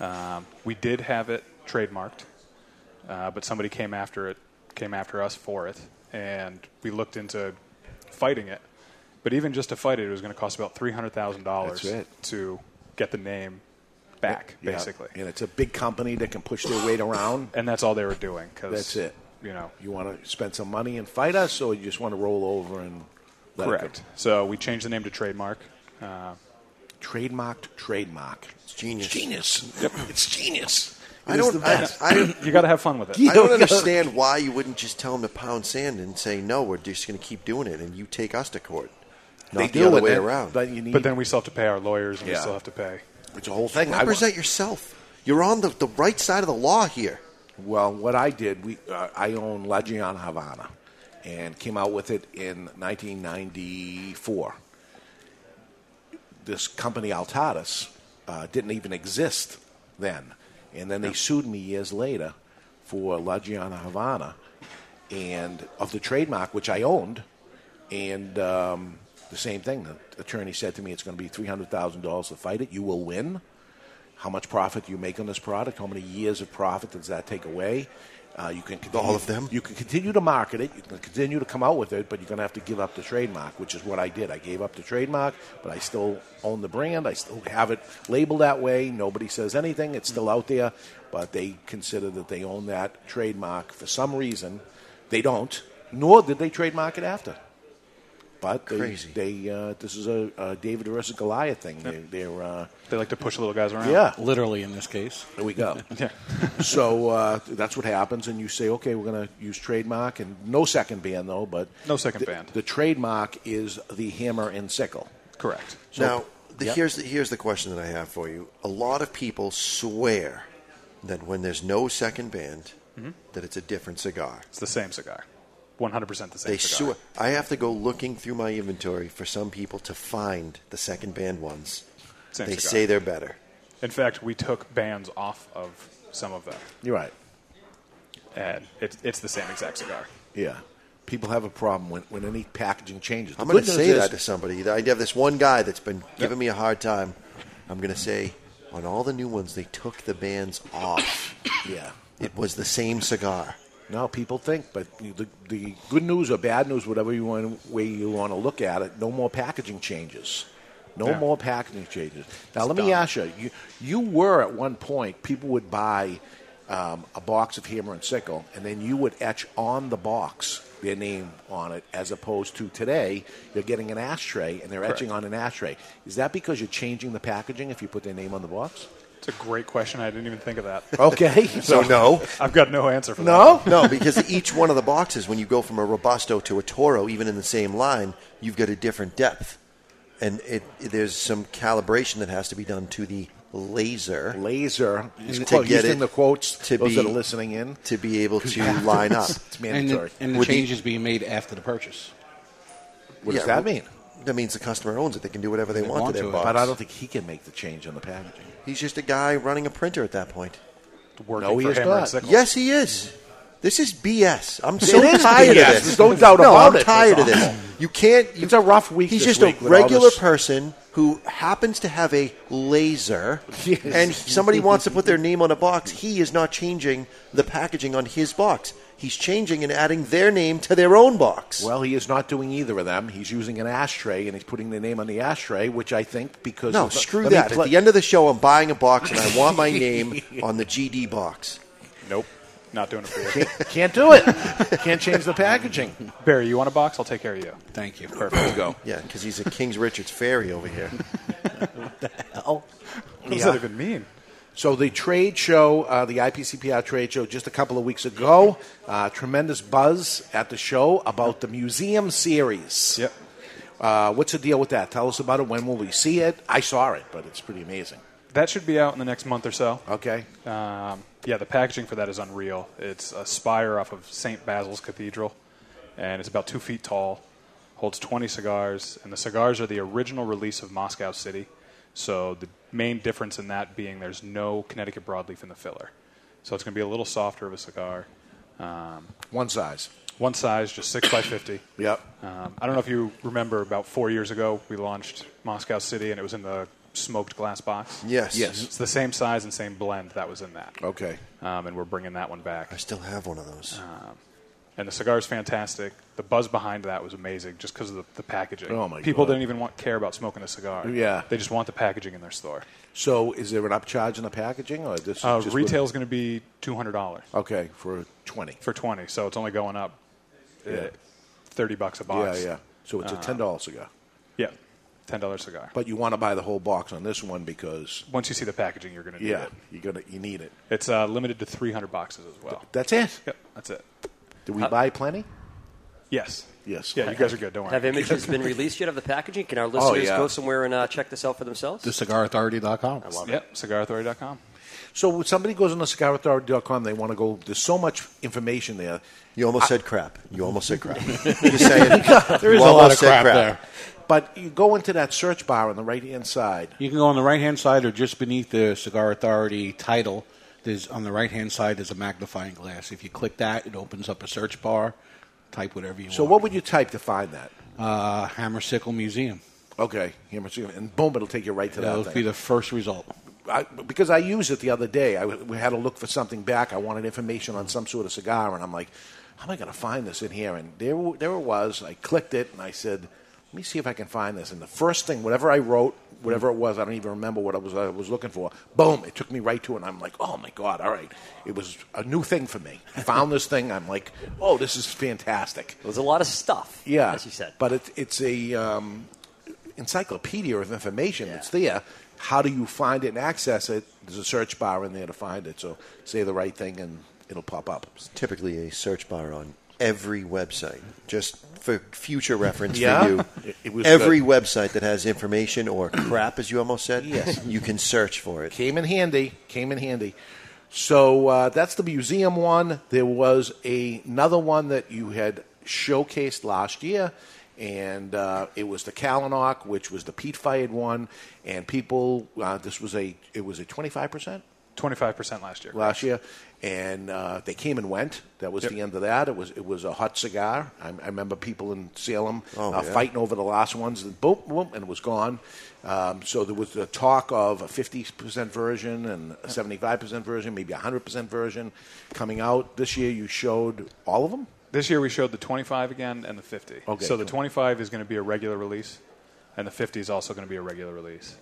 Speaker 20: Um, we did have it trademarked, uh, but somebody came after it, came after us for it, and we looked into fighting it. But even just to fight it, it was going to cost about three hundred thousand
Speaker 8: That's
Speaker 20: dollars
Speaker 8: it.
Speaker 20: to get the name back,
Speaker 8: Yeah.
Speaker 20: basically.
Speaker 8: And it's a big company that can push their weight around.
Speaker 20: And that's all they were doing. 'cause,
Speaker 8: That's it.
Speaker 20: You know,
Speaker 8: you want to spend some money and fight us, or you just want to roll over and let it go?
Speaker 20: Correct. So we changed the name to trademark. Uh,
Speaker 8: Trademarked, trademark. It's
Speaker 5: genius.
Speaker 8: Genius. It's genius.
Speaker 5: I don't. I, I,
Speaker 20: you got to have fun with it.
Speaker 5: I don't understand why you wouldn't just tell him to pound sand and say no. We're just going to keep doing it, and you take us to court. Not
Speaker 20: They
Speaker 5: the
Speaker 20: do,
Speaker 5: other
Speaker 20: and
Speaker 5: way
Speaker 20: then-
Speaker 5: around.
Speaker 20: but you But need- then we still have to pay our lawyers, and we Yeah. still have to pay.
Speaker 8: It's a whole thing. I
Speaker 5: Represent yourself. You're on the, the right side of the law here.
Speaker 8: Well, what I did, we uh, I own La Giana Havana, and came out with it in 1994. This company Altadas uh, didn't even exist then, and then they sued me years later for La Giana Havana, and of the trademark which I owned, and um, the same thing. The attorney said to me, "It's going to be three hundred thousand dollars to fight it. You will win." how much profit you make on this product, how many years of profit does that take away. Uh, you can continue, all of them. You can continue to market it. You can continue to come out with it, but you're going to have to give up the trademark, which is what I did. I gave up the trademark, but I still own the brand. I still have it labeled that way. Nobody says anything. It's still out there, but they consider that they own that trademark for some reason. They don't. Nor did they trademark it after. But they,
Speaker 20: Crazy.
Speaker 8: they uh, this is a, a David versus Goliath thing. They, they're uh,
Speaker 20: They like to push little guys around.
Speaker 8: Yeah,
Speaker 11: literally in this case.
Speaker 8: There
Speaker 20: [laughs]
Speaker 8: we go. [laughs] so uh, that's what happens, and you say, okay, we're going to use trademark and no second band though, but
Speaker 20: No second
Speaker 8: the,
Speaker 20: band.
Speaker 8: The trademark is the hammer and sickle.
Speaker 20: Correct.
Speaker 5: now, the, here's the, here's the question that I have for you. A lot of people swear that when there's no second band,
Speaker 20: Mhm.
Speaker 5: that it's a different cigar.
Speaker 20: It's the same cigar. 100% the same
Speaker 5: They
Speaker 20: cigar.
Speaker 5: swear. I have to go looking through my inventory for some people to find the second band ones.
Speaker 20: Same
Speaker 5: they
Speaker 20: cigar.
Speaker 5: say they're better.
Speaker 20: In fact, we took bands off of some of them.
Speaker 8: You're right.
Speaker 20: And it's, it's the same exact cigar.
Speaker 8: Yeah. People have a problem when, when any packaging changes.
Speaker 5: I'm
Speaker 8: The
Speaker 5: going
Speaker 8: good
Speaker 5: to
Speaker 8: news
Speaker 5: say
Speaker 8: is-
Speaker 5: that to somebody. I have this one guy that's been giving me a hard time. I'm going to say, on all the new ones, they took the bands off.
Speaker 8: yeah.
Speaker 5: It was the same cigar.
Speaker 8: No, people think, but the, the good news or bad news, whatever you want, way you want to look at it, no more packaging changes. No
Speaker 20: Yeah.
Speaker 8: more packaging changes. Now,
Speaker 20: It's
Speaker 8: let me ask you, you, you were at one point, people would buy um, a box of Hammer and Sickle, and then you would etch on the box their name on it, as opposed to today, you're getting an ashtray, and they're
Speaker 20: Correct.
Speaker 8: etching on an ashtray. Is that because you're changing the packaging if you put their name on the box?
Speaker 20: It's a great question. I didn't even think of that. [laughs]
Speaker 8: Okay. So no.
Speaker 20: I've got no answer for that.
Speaker 5: No, because each one of the boxes, when you go from a Robusto to a Toro, even in the same line, you've got a different depth. And it, there's some calibration that has to be done to the laser.
Speaker 8: Laser. He's
Speaker 5: to
Speaker 8: quote- he's
Speaker 5: get it
Speaker 8: in the quotes,
Speaker 5: to
Speaker 8: those
Speaker 5: be,
Speaker 8: that are listening in.
Speaker 5: To be able to
Speaker 8: Yeah.
Speaker 5: line up.
Speaker 8: It's mandatory.
Speaker 11: And the, and the
Speaker 5: With
Speaker 11: change is being made after the purchase.
Speaker 8: What does that mean?
Speaker 5: That means the customer owns it. They can do whatever they, want, to their box.
Speaker 8: But I don't think he can make the change on the packaging.
Speaker 5: He's just a guy running a printer at that point.
Speaker 20: Working No, he for is Hammer and not. Sickle.
Speaker 5: Yes, he is. This is BS. I'm so
Speaker 8: It is
Speaker 5: tired
Speaker 8: BS.
Speaker 5: of this.
Speaker 8: There's no doubt about
Speaker 5: I'm
Speaker 8: it.
Speaker 5: tired
Speaker 8: It's
Speaker 5: of this.
Speaker 8: awful.
Speaker 5: You can't. You,
Speaker 8: It's a rough week
Speaker 5: He's
Speaker 8: this
Speaker 5: just
Speaker 8: week
Speaker 5: a
Speaker 8: with all
Speaker 5: regular
Speaker 8: this-
Speaker 5: person who happens to have a laser,
Speaker 8: [laughs] Yes.
Speaker 5: and somebody wants to put their name on a box. He is not changing the packaging on his box. He's changing and adding their name to their own box.
Speaker 8: Well, he is not doing either of them. He's using an ashtray and he's putting the name on the ashtray, which I think because
Speaker 5: No,
Speaker 8: of the-
Speaker 5: screw
Speaker 8: let me
Speaker 5: that.
Speaker 8: pl-
Speaker 5: At the end of the show, I'm buying a box, and [laughs] I want my name on the
Speaker 8: [laughs]
Speaker 5: GD box.
Speaker 20: Nope. Not doing it for you.
Speaker 8: Can't, can't do it. Can't change the packaging.
Speaker 20: Barry, you want a box? I'll take care of you.
Speaker 11: Thank you.
Speaker 20: Perfect. There you go.
Speaker 5: Yeah, because he's a King's Richard's fairy over here.
Speaker 8: what the hell?
Speaker 20: What does that even mean?
Speaker 8: Oh. So the trade show, uh, the IPCPR trade show, just a couple of weeks ago, uh, tremendous buzz at the show about the museum series.
Speaker 20: Yep.
Speaker 8: Uh, what's the deal with that? Tell us about it. When will we see it? I saw it, but it's pretty amazing.
Speaker 20: That should be out in the next month or so.
Speaker 8: Okay.
Speaker 20: Um, yeah, the packaging for that is unreal. It's a spire off of St. Basil's Cathedral, and it's about two feet tall, holds 20 cigars, and the cigars are the original release of Moscow City. So the main difference in that being there's no Connecticut broadleaf in the filler. So it's going to be a little softer of a cigar. Um,
Speaker 8: one size.
Speaker 20: One size, just 6 by 50
Speaker 8: Yep.
Speaker 20: Um, I don't know if you remember about four years ago, we launched Moscow City, and it was in the smoked glass box.
Speaker 5: Yes. Yes.
Speaker 20: It's the same size and same blend that was in that.
Speaker 8: Okay.
Speaker 20: Um, and we're bringing that one back. I
Speaker 5: still have one of those.
Speaker 20: Um, and the cigar's fantastic. The buzz behind that was amazing just because of the, the packaging.
Speaker 8: Oh, my
Speaker 20: People
Speaker 8: God.
Speaker 20: didn't even want care about smoking a cigar.
Speaker 8: Yeah.
Speaker 20: They just want the packaging in their store.
Speaker 8: So is there an upcharge in the packaging, or this is
Speaker 20: Uh,
Speaker 8: just
Speaker 20: retail's going to be $200.
Speaker 8: Okay, for 20.
Speaker 20: For 20, so it's only going up uh,
Speaker 8: Yeah.
Speaker 20: 30 bucks a
Speaker 8: What,
Speaker 20: box.
Speaker 8: yeah, yeah. So it's a
Speaker 20: Uh,
Speaker 8: ten dollar cigar,
Speaker 20: Yeah, $10 cigar.
Speaker 8: but you want to buy the whole box on this one because
Speaker 20: Once you see the packaging, you're going to need
Speaker 8: yeah,
Speaker 20: it.
Speaker 8: you're gonna you need it.
Speaker 20: It's uh, limited to 300 boxes as well.
Speaker 8: That's it.
Speaker 20: Yep, that's it.
Speaker 8: Did we
Speaker 20: Uh,
Speaker 8: buy plenty?
Speaker 20: Yes.
Speaker 8: Yes.
Speaker 20: Yeah, you guys are good. Don't worry.
Speaker 10: Have
Speaker 20: [laughs]
Speaker 10: images been released yet of the packaging? Can our
Speaker 11: Oh,
Speaker 10: listeners
Speaker 11: yeah.
Speaker 10: go somewhere and uh, check this out for themselves?
Speaker 11: The cigarauthority.com.
Speaker 10: I love it.
Speaker 20: Yep, cigarauthority.com.
Speaker 8: So when somebody goes on the cigarauthority.com, they want to go. There's so much information there.
Speaker 5: You almost said crap. You almost
Speaker 8: [laughs]
Speaker 5: said crap.
Speaker 8: Just
Speaker 5: saying. There is You a lot almost of said crap crap. there.
Speaker 8: But you go into that search bar on the right hand side.
Speaker 11: You can go on the right hand side or just beneath the Cigar Authority title. There's on the right hand side there's a magnifying glass. If you click that, it opens up a search bar. Type whatever you
Speaker 8: So
Speaker 11: want.
Speaker 8: what would you type to find that?
Speaker 11: Uh, Hammer Sickle Museum.
Speaker 8: Okay, Hammer Sickle, and boom, it'll take you right to that.
Speaker 11: That would
Speaker 8: thing.
Speaker 11: be the first result.
Speaker 8: I, because I used it the other day. I w- we had to look for something back. I wanted information on some sort of cigar, and I'm like, how am I going to find this in here? And there, w- there it was. I clicked it, and I said, let me see if I can find this. And the first thing, whatever I wrote, whatever it was, I don't even remember what I was, I was looking for. Boom! It took me right to it. And I'm like, oh my god! All right, it was a new thing for me. I found this thing. I'm like, oh, this is fantastic.
Speaker 10: There's a lot of stuff.
Speaker 8: Yeah,
Speaker 10: as you said.
Speaker 8: But it, it's a um, encyclopedia of information that's there. How do you find it and access it? There's a search bar in there to find it. So say the right thing and it'll pop up.
Speaker 5: Typically a search bar on every website, just for future reference
Speaker 8: Yeah?
Speaker 5: for you.
Speaker 8: It- it was
Speaker 5: every
Speaker 8: good.
Speaker 5: website that has information
Speaker 8: [clears throat]
Speaker 5: or crap, as you almost said,
Speaker 8: Yes.
Speaker 5: you can search for it.
Speaker 8: Came in handy. Came in handy. So uh, that's the museum one. There was a, another one that you had showcased last year, and uh, it was the Kalanock, which was the peat fired one. And people, uh, this was a it was a twenty five percent.
Speaker 20: Twenty five percent last year.
Speaker 8: Last year, and uh, they came and went. That was the end of that. It was it was a hot cigar. I, I remember people in Salem
Speaker 5: Oh,
Speaker 8: uh,
Speaker 5: yeah.
Speaker 8: fighting over the last ones, and boom, boom, and it was gone. Um, so there was the talk of a 50% version and a 75% version, maybe a 100% version coming out. This year you showed all of them?
Speaker 20: This year we showed the 25 again and the 50.
Speaker 8: Okay,
Speaker 20: so the
Speaker 8: cool.
Speaker 20: 25 is going to be a regular release, and the 50 is also going to be a regular release.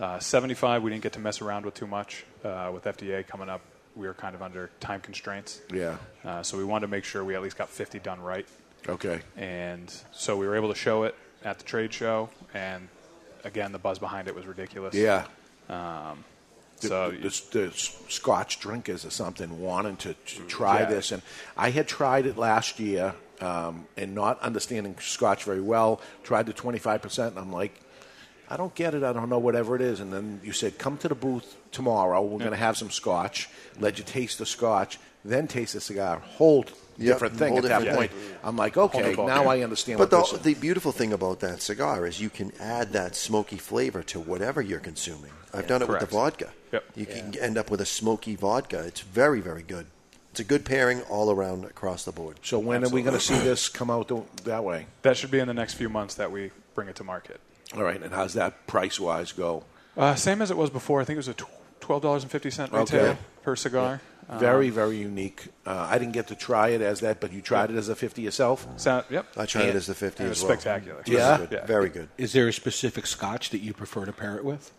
Speaker 20: Uh, 75 we didn't get to mess around with too much. Uh, with FDA coming up, we were kind of under time constraints.
Speaker 8: Yeah.
Speaker 20: Uh, so we wanted to make sure we at least got 50 done right.
Speaker 8: Okay.
Speaker 20: And so we were able to show it at the trade show, and again, the buzz behind it was ridiculous.
Speaker 8: Yeah.
Speaker 20: Um,
Speaker 8: the,
Speaker 20: so
Speaker 8: the, the, the Scotch drinkers or something wanting to, to try
Speaker 20: Mm, Yeah.
Speaker 8: this, and I had tried it last year, um, and not understanding Scotch very well, tried the twenty five percent, and I'm like, I don't get it. I don't know whatever it is. And then you said, come to the booth tomorrow. We're going to have some Scotch. Let you taste the Scotch, then taste the cigar. Whole
Speaker 5: Yep,
Speaker 8: different thing
Speaker 5: whole
Speaker 8: at that
Speaker 5: different
Speaker 8: point.
Speaker 5: thing.
Speaker 8: I'm like, okay, now I understand.
Speaker 5: But
Speaker 8: what
Speaker 5: the,
Speaker 8: this
Speaker 5: the beautiful thing about that cigar is you can add that smoky flavor to whatever you're consuming. I've
Speaker 8: Yeah.
Speaker 5: done it with
Speaker 8: Correct.
Speaker 5: the vodka.
Speaker 8: Yep.
Speaker 5: You can end up with a smoky vodka. It's very, very good. It's a good pairing all around across the board.
Speaker 8: So when are we going to see
Speaker 5: [clears throat]
Speaker 8: this come out th- that way?
Speaker 20: that should be in the next few months that we bring it to market.
Speaker 8: All right, and how's that price wise go?
Speaker 20: Uh, same as it was before. I think it was a tw- twelve dollars and fifty cent retail
Speaker 8: Okay.
Speaker 20: per cigar. Um,
Speaker 8: Yeah. Very, very unique. Uh, I didn't get to try it as that, but you tried it as a 50 yourself?
Speaker 20: So, yep.
Speaker 5: I tried it as the
Speaker 20: It
Speaker 5: 50 as
Speaker 20: was
Speaker 5: well.
Speaker 20: spectacular.
Speaker 5: Really
Speaker 8: Yeah?
Speaker 5: good.
Speaker 20: Yeah.
Speaker 5: Very good.
Speaker 11: Is there a specific scotch that you prefer to pair it with?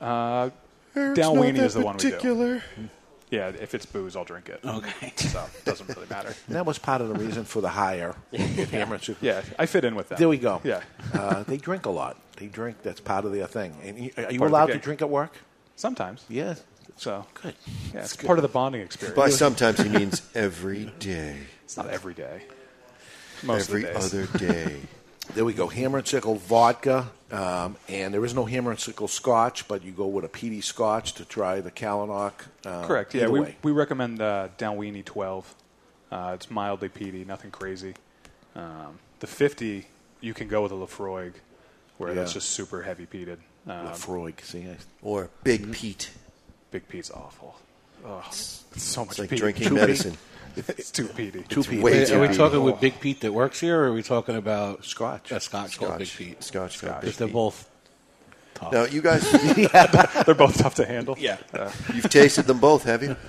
Speaker 20: Uh,
Speaker 11: Eric's
Speaker 20: Down
Speaker 11: not
Speaker 20: Weenie
Speaker 11: that
Speaker 20: is the one
Speaker 11: particular.
Speaker 20: we do. Yeah, if it's booze, I'll drink it.
Speaker 11: Okay.
Speaker 20: So it doesn't really
Speaker 8: [laughs]
Speaker 20: matter.
Speaker 8: And that was part of the reason for the hire. yeah.
Speaker 20: Yeah, I fit in with that.
Speaker 8: There we go.
Speaker 20: Yeah.
Speaker 8: uh, they drink a lot. They drink. That's part of their thing. And you, are you
Speaker 20: Part of the
Speaker 8: allowed to
Speaker 20: gig.
Speaker 8: drink at work?
Speaker 20: Sometimes.
Speaker 8: Yeah.
Speaker 20: So good. Yeah,
Speaker 8: That's
Speaker 20: it's
Speaker 8: good.
Speaker 20: part of the bonding experience.
Speaker 5: By sometimes he means every day.
Speaker 20: it's not every day. Most of the
Speaker 5: every
Speaker 20: days.
Speaker 5: other day.
Speaker 8: There we go. Hammer and sickle vodka, um, and there is no hammer and sickle scotch, but you go with a peaty scotch to try the Kalanock. Uh,
Speaker 20: Correct. Yeah,
Speaker 8: either
Speaker 20: we,
Speaker 8: way.
Speaker 20: we recommend uh, Dalwini 12. Uh, it's mildly peaty, nothing crazy. Um, the 50, you can go with a Lafroig, where that's
Speaker 8: Yeah.
Speaker 20: just super heavy peated. Um,
Speaker 8: Lafroig, see, I- [laughs]
Speaker 5: or
Speaker 11: Mm-hmm.
Speaker 5: Big Pete.
Speaker 20: Big Pete's awful. Ugh, it's so much
Speaker 5: It's like
Speaker 20: peat.
Speaker 5: drinking
Speaker 20: Too
Speaker 5: medicine.
Speaker 20: peat. it's too peaty.
Speaker 8: Too
Speaker 20: It's
Speaker 8: peaty.
Speaker 20: way
Speaker 11: Wait,
Speaker 20: too
Speaker 11: are we
Speaker 20: peaty.
Speaker 11: talking with Big Pete that works here, or are we talking about
Speaker 8: Scotch?
Speaker 11: A Scotch, called Big
Speaker 5: Scotch.
Speaker 11: Pete.
Speaker 5: Scotch called Big
Speaker 11: Because they're
Speaker 5: Pete.
Speaker 11: both tough.
Speaker 5: Now,
Speaker 11: [laughs]
Speaker 5: you guys-
Speaker 20: They're both tough to handle.
Speaker 11: Yeah.
Speaker 5: Uh, You've tasted them both, have you?
Speaker 11: [laughs]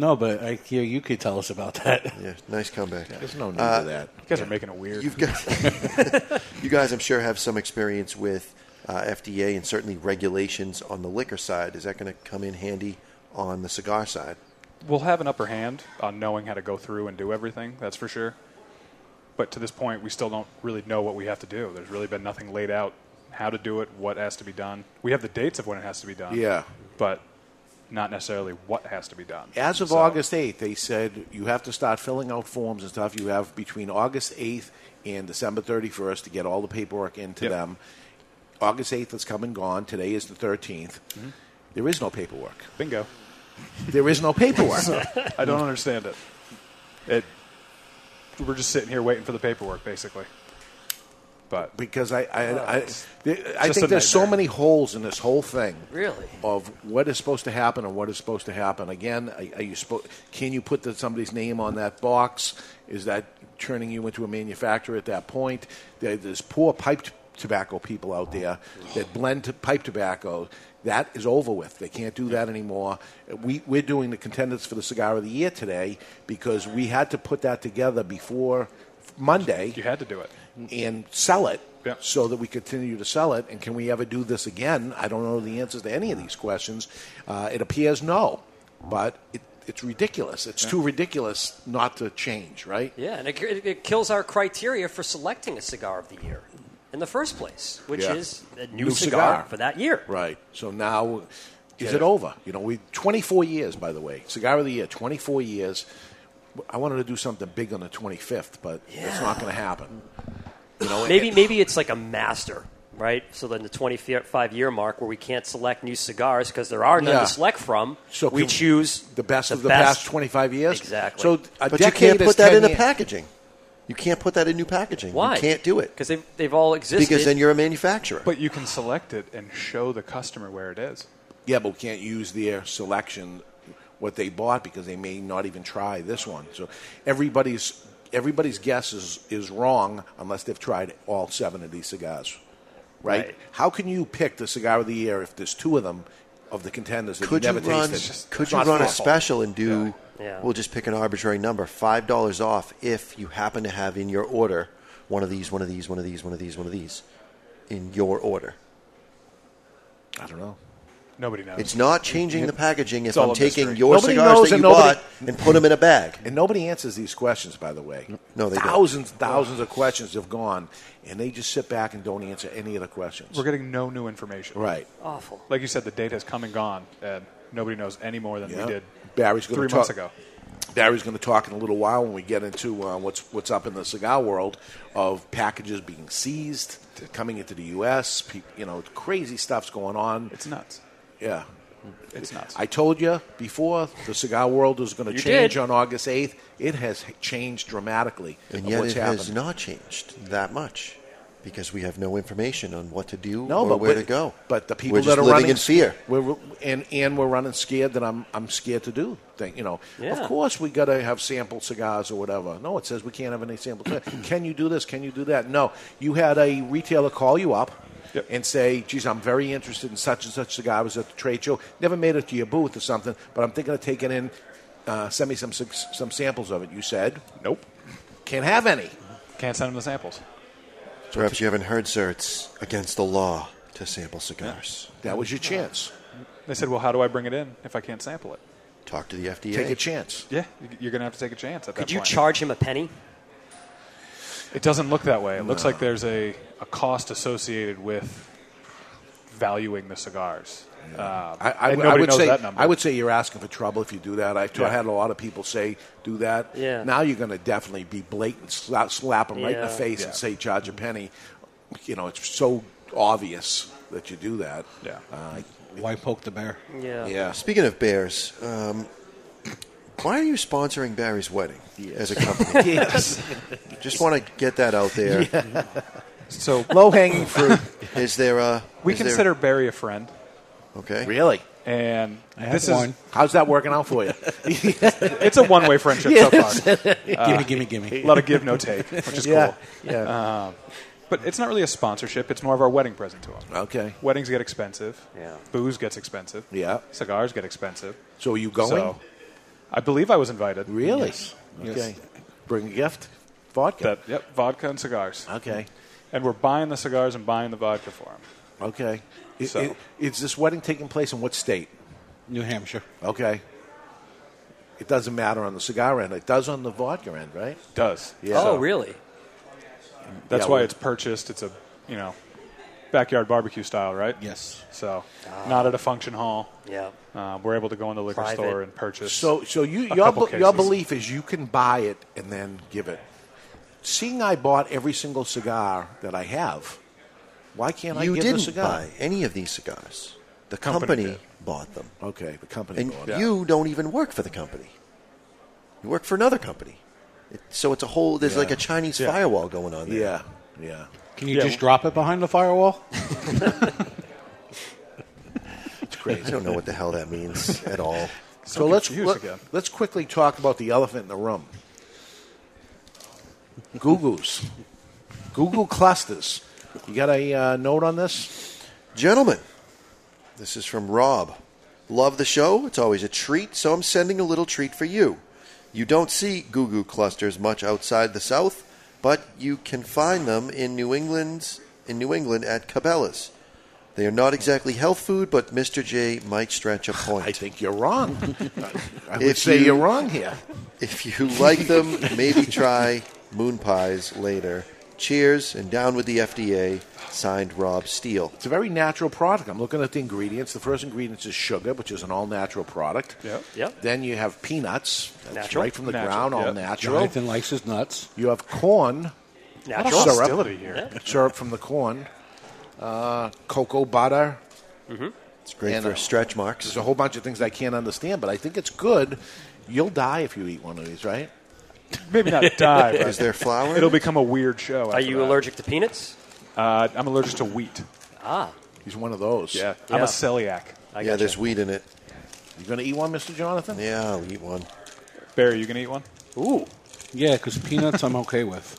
Speaker 11: No, but I hear you could tell us about that.
Speaker 5: Yeah, nice comeback.
Speaker 8: There's no need
Speaker 5: Uh,
Speaker 8: for that.
Speaker 20: You guys are making it weird.
Speaker 5: You've got, [laughs] you guys, I'm sure, have some experience with uh, FDA and certainly regulations on the liquor side. Is that going to come in handy on the cigar side?
Speaker 20: We'll have an upper hand on knowing how to go through and do everything, that's for sure. But to this point, we still don't really know what we have to do. There's really been nothing laid out how to do it, what has to be done. We have the dates of when it has to be done.
Speaker 8: Yeah.
Speaker 20: But not necessarily what has to be done.
Speaker 8: As of August 8th, they said you have to start filling out forms and stuff. You have between August 8th and December 31st to get all the paperwork into
Speaker 20: Yep.
Speaker 8: them. August 8th has come and gone. Today is the 13th.
Speaker 20: mm-hmm.
Speaker 8: There is no paperwork.
Speaker 20: Bingo.
Speaker 8: There is no paperwork.
Speaker 20: [laughs] So, I don't understand it. It. We're just sitting here waiting for the paperwork, basically. But
Speaker 8: because I, I, I,
Speaker 20: Oh,
Speaker 8: I
Speaker 20: it's
Speaker 8: think
Speaker 20: just a
Speaker 8: there's so many holes in this whole thing.
Speaker 10: Really?
Speaker 8: Of what is supposed to happen and what is supposed to happen. Again, are, are you spo- can you put the, somebody's name on that box? Is that turning you into a manufacturer at that point? There, there's poor pipe tobacco people out there that blend to pipe tobacco. That is over with. They can't do that anymore. We, we're doing the contenders for the cigar of the year today because we had to put that together before Monday
Speaker 20: You had to do it.
Speaker 8: and sell it so that we continue to sell it. And can we ever do this again? I don't know the answers to any of these questions. Uh, it appears no, but it, it's ridiculous. It's too ridiculous not to change, right?
Speaker 10: Yeah, and it, it, it kills our criteria for selecting a cigar of the year in the first place, which
Speaker 8: Yeah.
Speaker 10: is a new, cigar. for that year.
Speaker 8: Right. So now, is
Speaker 10: Yeah.
Speaker 8: it over? You know, we 24 years, by the way, cigar of the year, 24 years. I wanted to do something big on the 25th, but it's not going to happen. You know,
Speaker 10: Maybe maybe it's like a master, right? So then the 25 year mark where we can't select new cigars because there are none
Speaker 8: Yeah.
Speaker 10: to select from.
Speaker 8: So
Speaker 10: we
Speaker 8: can-
Speaker 10: choose
Speaker 8: the best of the past 25 years.
Speaker 10: Exactly.
Speaker 8: So uh, a
Speaker 5: But you can't put that in the packaging. You can't put that in new packaging.
Speaker 10: Why?
Speaker 5: You can't do it.
Speaker 10: Because they've, they've all existed.
Speaker 5: Because then you're a manufacturer.
Speaker 20: But you can select it and show the customer where it is.
Speaker 8: Yeah, but we can't use their selection, what they bought, because they may not even try this one. So everybody's everybody's guess is, is wrong unless they've tried all seven of these cigars, right?
Speaker 5: Right.
Speaker 8: How can you pick the cigar of the year if there's two of them of the contenders that
Speaker 5: could you
Speaker 8: you've never
Speaker 5: run?
Speaker 8: tasted? It's
Speaker 5: Could you
Speaker 8: not
Speaker 5: run a
Speaker 8: thoughtful.
Speaker 5: special and do?
Speaker 8: Yeah.
Speaker 5: We'll just pick an arbitrary number, five dollars off if you happen to have in your order one of these, one of these, one of these, one of these, one of these, in your order.
Speaker 8: I don't know.
Speaker 20: Nobody knows.
Speaker 5: It's not changing the packaging if
Speaker 8: It's all
Speaker 5: I'm
Speaker 8: a
Speaker 5: taking
Speaker 8: mystery.
Speaker 5: your
Speaker 8: Nobody
Speaker 5: cigars
Speaker 8: knows
Speaker 5: that you
Speaker 8: and nobody-
Speaker 5: bought and put them in a bag.
Speaker 8: And nobody answers these questions, by the way.
Speaker 5: No, they don't.
Speaker 8: thousands, thousands of questions have gone, and they just sit back and don't answer any of the questions.
Speaker 20: We're getting no new information.
Speaker 8: Right.
Speaker 10: Awful.
Speaker 20: Like you said, the date has come and gone, and nobody knows any more than
Speaker 8: Yeah.
Speaker 20: we did
Speaker 8: Barry's gonna
Speaker 20: three
Speaker 8: talk-
Speaker 20: months ago.
Speaker 8: Barry's going to talk in a little while when we get into uh, what's what's up in the cigar world of packages being seized, coming into the U.S. Pe- you know, crazy stuff's going on. It's
Speaker 20: nuts.
Speaker 8: Yeah,
Speaker 20: It's nuts.
Speaker 8: I told you before the cigar world was going to
Speaker 5: You
Speaker 8: change
Speaker 5: did.
Speaker 8: on August eighth. It has changed dramatically.
Speaker 5: And
Speaker 8: of
Speaker 5: yet
Speaker 8: what's
Speaker 5: it
Speaker 8: happened.
Speaker 5: has not changed that much because we have no information on what to do
Speaker 8: No,
Speaker 5: or
Speaker 8: but
Speaker 5: where
Speaker 8: we-
Speaker 5: to go.
Speaker 8: But the people
Speaker 5: we're just
Speaker 8: that are
Speaker 5: living
Speaker 8: running
Speaker 5: in fear.
Speaker 8: we're, and and we're running scared that I'm I'm scared to do thing. You know,
Speaker 5: Yeah.
Speaker 8: of course we got to have sample cigars or whatever. No, it says we can't have any sample.
Speaker 5: [clears throat]
Speaker 8: cigars. Can you do this? Can you do that? No, you had a retailer call you up. And say, geez, I'm very interested in such and such cigar. I was at the trade show, never made it to your booth or something, but I'm thinking of taking in. Uh, send me some some samples of it. You said,
Speaker 20: nope,
Speaker 8: can't have any.
Speaker 20: Can't send them the samples.
Speaker 5: Perhaps you haven't heard, sir. It's against the law to sample cigars.
Speaker 8: That was your chance.
Speaker 20: They said, "Well, how do I bring it in if I can't sample it?"
Speaker 5: Talk to the FDA.
Speaker 20: Take a
Speaker 8: chance.
Speaker 20: Yeah, you- you're going to have to take a chance at that.
Speaker 10: Could you
Speaker 20: point.
Speaker 10: charge him a penny?
Speaker 20: It doesn't look that way. It looks
Speaker 10: No.
Speaker 20: like there's a, a cost associated with valuing the cigars. Um,
Speaker 8: I, I,
Speaker 20: and
Speaker 8: w- I
Speaker 20: nobody
Speaker 8: would
Speaker 20: knows
Speaker 8: say
Speaker 20: that number.
Speaker 8: I would say you're asking for trouble if you do that. I've t-
Speaker 20: Yeah.
Speaker 8: had a lot of people say do that.
Speaker 20: Yeah.
Speaker 8: Now you're going to definitely be blatant, slap, slap them right in the
Speaker 20: Yeah.
Speaker 8: face
Speaker 20: Yeah.
Speaker 8: and say charge a penny. You know, it's so obvious that you do that.
Speaker 20: Yeah.
Speaker 8: Uh,
Speaker 11: Why poke the bear?
Speaker 10: Yeah.
Speaker 5: Speaking of bears, um, [clears throat] why are you sponsoring Barry's wedding as a company?
Speaker 8: [laughs] Yes.
Speaker 5: Just want to get that out there.
Speaker 8: Yeah.
Speaker 20: So
Speaker 8: low hanging fruit.
Speaker 5: Is there a?
Speaker 20: [laughs] we
Speaker 5: is there-
Speaker 20: consider Barry a friend.
Speaker 5: Okay.
Speaker 8: Really?
Speaker 20: And
Speaker 8: had
Speaker 20: this
Speaker 8: one.
Speaker 20: is
Speaker 8: How's that working out for you?
Speaker 20: [laughs] it's a one way friendship
Speaker 8: [laughs] Yes.
Speaker 20: so far. Uh,
Speaker 8: Gimme, gimme, gimme.
Speaker 20: A lot of give no take, which is
Speaker 8: [laughs] Yeah,
Speaker 20: cool. Yeah. Um, but it's not really a sponsorship. It's more of our wedding present to him.
Speaker 8: Okay.
Speaker 20: Weddings get expensive. Yeah. Booze gets expensive.
Speaker 8: Yeah.
Speaker 20: Cigars get expensive.
Speaker 8: So are you going?
Speaker 20: So, I believe I was invited.
Speaker 8: Really?
Speaker 20: Yes.
Speaker 8: Okay.
Speaker 20: Yes.
Speaker 8: Bring a gift. Vodka.
Speaker 20: That, yep, vodka and cigars.
Speaker 8: Okay.
Speaker 20: And we're buying the cigars and buying the vodka for him.
Speaker 8: Okay. I-
Speaker 20: So-
Speaker 8: i- is this wedding taking place in what state?
Speaker 11: New Hampshire.
Speaker 8: Okay. It doesn't matter on the cigar end. It does on the vodka end, right?
Speaker 20: Does.
Speaker 8: Yeah.
Speaker 20: So-
Speaker 10: Oh, really?
Speaker 20: That's
Speaker 8: Yeah,
Speaker 20: why
Speaker 8: we-
Speaker 20: it's purchased. It's a, you know, backyard barbecue style, right? Yes. So, not at a function hall.
Speaker 10: Ah. Yeah.
Speaker 20: Um, we're able to go in the liquor
Speaker 10: Private.
Speaker 20: store and purchase.
Speaker 8: So, so you,
Speaker 20: a
Speaker 8: your,
Speaker 20: couple
Speaker 8: be- your
Speaker 20: cases.
Speaker 8: belief is you can buy it and then give it. Seeing I bought every single cigar that I have, why can't
Speaker 5: you
Speaker 8: I give
Speaker 5: didn't
Speaker 8: the cigar?
Speaker 5: buy any of these cigars. The company,
Speaker 8: Company
Speaker 5: bought them.
Speaker 8: Okay, the company
Speaker 5: And
Speaker 8: bought it.
Speaker 5: you don't even work for the company. You work for another company. It, so it's a whole. There's
Speaker 11: Yeah.
Speaker 5: like a Chinese
Speaker 11: Yeah.
Speaker 5: firewall going on there.
Speaker 8: Yeah. Yeah.
Speaker 11: [laughs] Can you
Speaker 5: Yeah.
Speaker 11: just drop it behind the
Speaker 5: [laughs]
Speaker 11: firewall?
Speaker 8: It's crazy.
Speaker 5: I don't know what the hell
Speaker 8: [laughs]
Speaker 5: that means at all.
Speaker 8: So, let's let, us quickly talk about the elephant in the room. Google's, Google clusters. You got a uh, note on [laughs] this,
Speaker 5: gentlemen? This is from Rob. Love the show. It's always a treat, so I'm sending a little treat for you. You don't see goo goo clusters much outside the South, but you can find them in New England's in New England at Cabela's. They are not exactly health food, but Mr. J might stretch
Speaker 8: [laughs]
Speaker 5: a point. I
Speaker 8: think you're wrong. I would say you're wrong here.
Speaker 5: If you like them, maybe try moon pies later. Cheers and down with the FDA. Signed Rob Steele.
Speaker 8: It's a very natural product. I'm looking at the ingredients. The first ingredients is sugar, which is an all natural product.
Speaker 11: Yep.
Speaker 10: Yep.
Speaker 8: Then you have peanuts. That's
Speaker 11: Natural.
Speaker 8: right from the
Speaker 11: Natural,
Speaker 8: ground, all
Speaker 11: yep.
Speaker 8: natural.
Speaker 11: Jonathan likes his nuts.
Speaker 8: You have corn.
Speaker 11: Natural.
Speaker 8: Syrup.
Speaker 11: Hostility here. Yeah.
Speaker 8: syrup from the corn. Uh, cocoa butter.
Speaker 10: Mm-hmm.
Speaker 5: It's great
Speaker 8: And,
Speaker 5: for
Speaker 8: uh,
Speaker 5: stretch marks.
Speaker 8: There's a whole bunch of things I can't understand, but I think it's good. You'll die if you eat one of these, right?
Speaker 20: Maybe [laughs] not die. but
Speaker 5: Is there flour?
Speaker 20: It'll become a weird show.
Speaker 10: Are you allergic to peanuts?
Speaker 20: Uh, I'm allergic to wheat.
Speaker 10: Ah.
Speaker 8: He's one of those.
Speaker 20: Yeah, I'm
Speaker 8: Yeah.
Speaker 20: a celiac.
Speaker 5: yeah, there's wheat in it.
Speaker 8: You gonna eat one, Mr. Jonathan?
Speaker 5: Yeah, I'll eat one.
Speaker 20: Barry, you gonna eat one?
Speaker 10: Ooh.
Speaker 11: Yeah, because peanuts I'm okay with.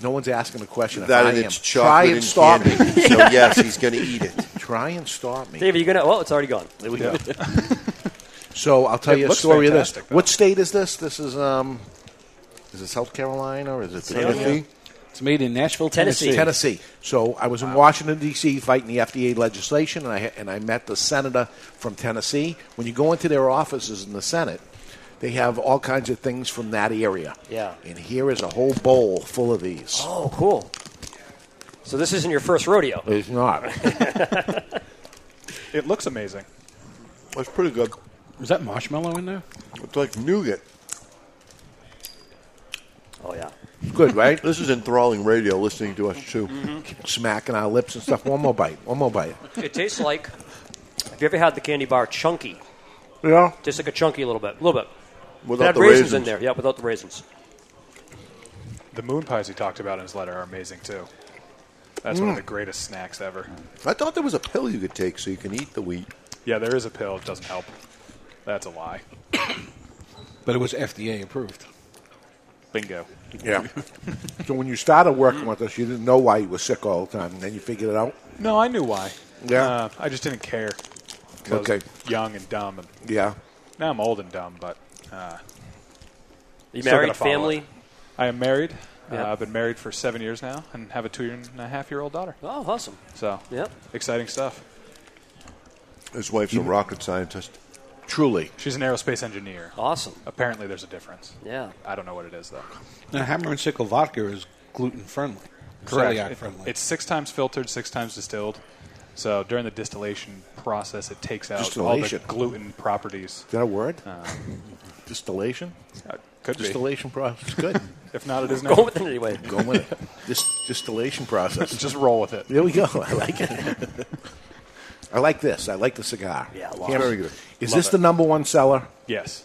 Speaker 8: No one's asking a question. If
Speaker 11: That
Speaker 8: I
Speaker 11: and
Speaker 8: am.
Speaker 11: it's
Speaker 8: Try
Speaker 11: chocolate
Speaker 8: and
Speaker 11: and
Speaker 8: stop me.
Speaker 11: candy. So, yes, he's gonna eat
Speaker 5: it.
Speaker 8: Try and stop me.
Speaker 10: Dave, are you gonna? Well, it's already gone. There we
Speaker 8: Yeah. [laughs]
Speaker 10: go.
Speaker 8: So I'll tell
Speaker 10: It
Speaker 8: you a
Speaker 10: looks
Speaker 8: story of this.
Speaker 10: fantastic,
Speaker 8: What state is this? This is um, is it South Carolina or is it
Speaker 11: Tennessee. It's made in Nashville, Tennessee.
Speaker 8: Tennessee. So I was in Washington D.C. fighting the FDA legislation, and I and I met the senator from Tennessee. When you go into their offices in the Senate, they have all kinds of things from that area.
Speaker 10: Yeah.
Speaker 8: And here is a whole bowl full of these.
Speaker 10: Oh, cool. So this isn't your
Speaker 8: [laughs]
Speaker 10: first rodeo.
Speaker 8: It's not.
Speaker 20: It looks amazing.
Speaker 5: That's pretty good.
Speaker 11: Was that marshmallow in there?
Speaker 5: It's like nougat.
Speaker 10: Oh yeah.
Speaker 8: Good, [laughs] right?
Speaker 5: this is enthralling radio. Listening to us too,
Speaker 20: Mm-hmm.
Speaker 8: smacking our lips and stuff. One more bite. One more bite.
Speaker 10: It tastes like. Have you ever had the candy bar chunky?
Speaker 8: Yeah.
Speaker 10: Tastes like a chunky a little bit, a little bit.
Speaker 20: Without
Speaker 10: It had
Speaker 20: the
Speaker 10: raisins, in
Speaker 20: raisins.
Speaker 10: there. Yeah, without the raisins.
Speaker 20: The moon pies he talked about in his letter are amazing too. That's one
Speaker 5: Mm.
Speaker 20: of the greatest snacks ever.
Speaker 5: I thought there was a pill you could take so you can eat the wheat.
Speaker 20: Yeah, there is a pill. It doesn't help. That's a lie.
Speaker 11: But it was FDA approved.
Speaker 20: Bingo.
Speaker 8: Yeah. [laughs] so when you started working with us, you didn't know why you were sick all the time, and then you figured it out.
Speaker 20: No, I knew why.
Speaker 8: Yeah.
Speaker 20: Uh, I just didn't care. 'Cause I was
Speaker 8: Okay.
Speaker 20: young and dumb. And
Speaker 8: Yeah.
Speaker 20: Now I'm old and dumb, but. Uh,
Speaker 10: You
Speaker 20: still gotta
Speaker 10: married,
Speaker 20: follow
Speaker 10: family?
Speaker 20: it. I am married.
Speaker 10: Yeah.
Speaker 20: Uh, I've been married for seven years now and have a two and a half year old daughter.
Speaker 10: Oh, awesome.
Speaker 20: So,
Speaker 10: yeah.
Speaker 20: exciting stuff.
Speaker 5: His wife's a rocket scientist.
Speaker 8: Truly.
Speaker 20: She's an aerospace engineer.
Speaker 10: Awesome.
Speaker 20: Apparently, there's a difference.
Speaker 10: Yeah.
Speaker 20: I don't know what it is, though.
Speaker 11: Now, hammer and sickle vodka is gluten friendly,
Speaker 20: Correct.
Speaker 11: celiac
Speaker 20: It-
Speaker 11: friendly.
Speaker 20: it's six times filtered, six times distilled. So during the distillation process, it takes out
Speaker 8: Distillation.
Speaker 20: all the gluten properties.
Speaker 8: Is that a word? Uh, Distillation?
Speaker 20: Uh, could be.
Speaker 8: Distillation process. Good.
Speaker 20: [laughs] If not, it is
Speaker 8: Go
Speaker 20: now.
Speaker 8: with it anyway. Go with it. Dis- distillation process.
Speaker 20: [laughs] Just roll with it.
Speaker 8: There we go. I like it. [laughs] I like this. I like the cigar.
Speaker 20: Yeah, I love
Speaker 8: Can't-
Speaker 20: it. Very good.
Speaker 8: Is
Speaker 20: Love
Speaker 8: this
Speaker 20: it.
Speaker 8: the number one seller?
Speaker 20: Yes.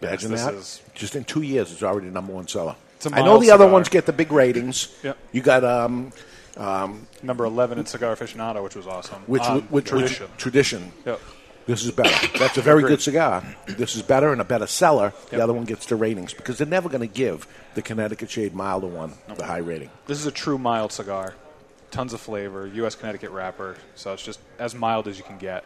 Speaker 8: Imagine
Speaker 20: Yes, this
Speaker 8: that.
Speaker 20: is-
Speaker 8: Just in two years, it's already the number one seller.
Speaker 20: It's a
Speaker 8: I know
Speaker 20: mild
Speaker 8: the other
Speaker 20: cigar.
Speaker 8: ones get the big ratings.
Speaker 20: Yep.
Speaker 8: You got um, um,
Speaker 20: Number 11 in Cigar Aficionado, which was awesome.
Speaker 8: which
Speaker 20: On
Speaker 8: which
Speaker 20: Um, tradition.
Speaker 8: tradition.
Speaker 20: Yep.
Speaker 8: This
Speaker 20: [coughs]
Speaker 8: is better. That's a very
Speaker 20: Agreed.
Speaker 8: good cigar. This is better and a better seller. The other one gets the ratings because they're never going to give the Connecticut Shade Milder one the high rating.
Speaker 20: This is a true mild cigar. Tons of flavor, U.S. Connecticut wrapper. So it's just as mild as you can get.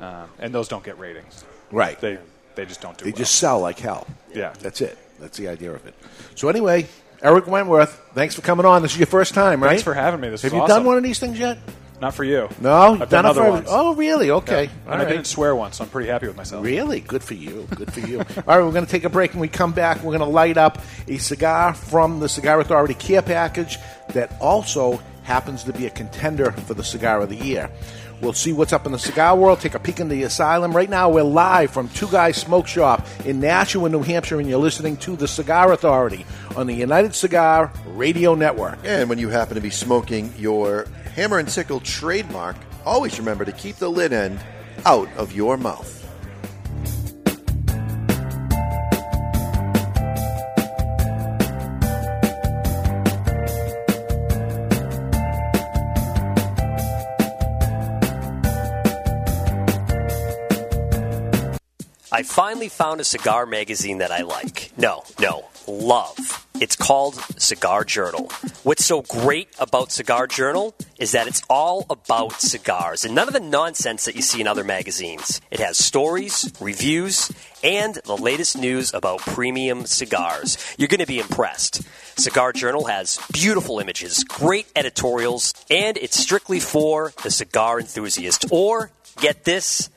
Speaker 20: Um, and those don't get ratings.
Speaker 8: Right.
Speaker 20: They, they just don't do
Speaker 8: They
Speaker 20: well.
Speaker 8: just sell like hell.
Speaker 20: Yeah.
Speaker 8: That's it. That's the idea of it. So anyway, Eric Wentworth, thanks for coming on. This is your first time, right?
Speaker 20: Thanks for having me. This
Speaker 8: Have
Speaker 20: was
Speaker 8: you
Speaker 20: awesome.
Speaker 8: done one of these things yet?
Speaker 20: Not for you.
Speaker 8: No,
Speaker 20: I've
Speaker 8: You've
Speaker 20: done,
Speaker 8: it
Speaker 20: other
Speaker 8: for-
Speaker 20: ones.
Speaker 8: Oh, really? Okay.
Speaker 20: Yeah.
Speaker 8: All
Speaker 20: And I
Speaker 8: right.
Speaker 20: didn't swear once, so I'm pretty happy with myself.
Speaker 8: Really? Good for you.
Speaker 20: [laughs]
Speaker 8: Good for you. All right, we're going to take a break. When we come back, we're going to light up a cigar from the Cigar Authority Care Package that also happens to be a contender for the Cigar of the Year. We'll see what's up in the cigar world, take a peek in the asylum. Right now, we're live from Two Guys Smoke Shop in Nashua, New Hampshire, and you're listening to the Cigar Authority on the United Cigar Radio Network.
Speaker 5: And when you happen to be smoking your hammer and sickle trademark, always remember to keep the lid end out of your mouth.
Speaker 10: I finally found a cigar magazine that I like. No, no, love. It's called Cigar Journal. What's so great about Cigar Journal is that it's all about cigars and none of the nonsense that you see in other magazines. It has stories, reviews, and the latest news about premium cigars. You're going to be impressed. Cigar Journal has beautiful images, great editorials, and it's strictly for the cigar enthusiast or, get this,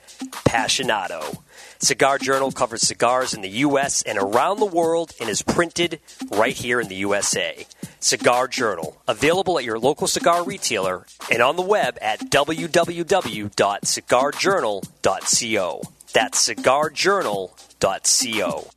Speaker 10: passionado. Cigar Journal covers cigars in the U.S. and around the world and is printed right here in the USA. Cigar Journal, available at your local cigar retailer and on the web at www.cigarjournal.co. That's cigarjournal.co.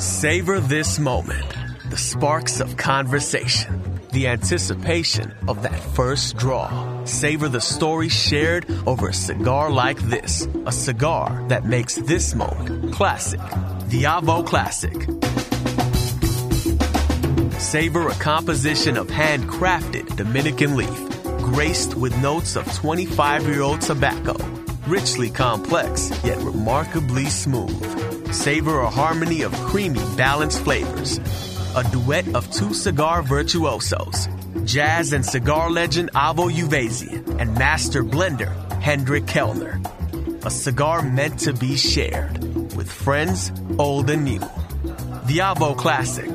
Speaker 21: Savor this moment. The sparks of conversation. The anticipation of that first draw. Savor the story shared over a cigar like this. A cigar that makes this moment classic. The Avo Classic. Savor a composition of handcrafted Dominican leaf, graced with notes of 25 year old tobacco, richly complex yet remarkably smooth. Savor a harmony of creamy, balanced flavors. A duet of two cigar virtuosos, jazz and cigar legend Avo Uvesian and master blender Hendrik Kellner. A cigar meant to be shared with friends old and new. The Avo Classic.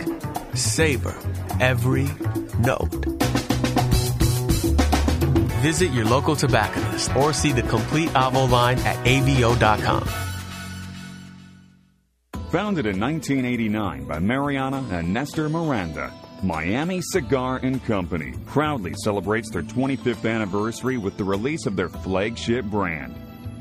Speaker 21: Savor every note. Visit your local tobacconist or see the complete Avo line at AVO.com.
Speaker 2: Founded in 1989 by Mariana and Nestor Miranda, Miami Cigar and Company proudly celebrates their 25th anniversary with the release of their flagship brand,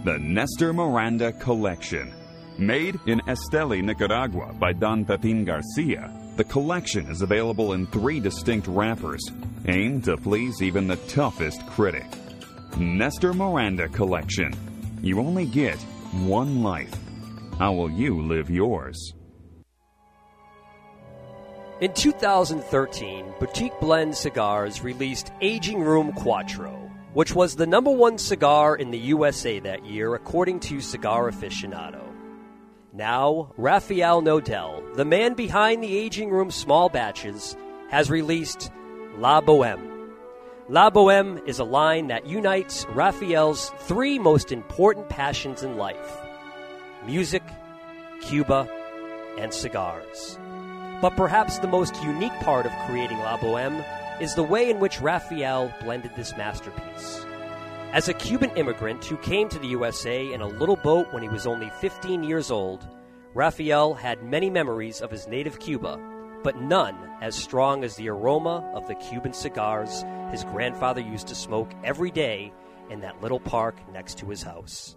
Speaker 2: the Nestor Miranda Collection. Made in Esteli, Nicaragua by Don Pepin Garcia, the collection is available in three distinct wrappers, aimed to please even the toughest critic. Nestor Miranda Collection. You only get one life. How will you live yours?
Speaker 10: In 2013, Boutique Blend Cigars released Aging Room Quattro, which was the number one cigar in the USA that year, according to Cigar Aficionado. Now, Rafael Nodell, the man behind the Aging Room small batches, has released La Boheme. La Boheme is a line that unites Rafael's three most important passions in life music, Cuba, and cigars. But perhaps the most unique part of creating La Boheme is the way in which Raphael blended this masterpiece. As a Cuban immigrant who came to the USA in a little boat when he was only 15 years old, Raphael had many memories of his native Cuba, but none as strong as the aroma of the Cuban cigars his grandfather used to smoke every day in that little park next to his house.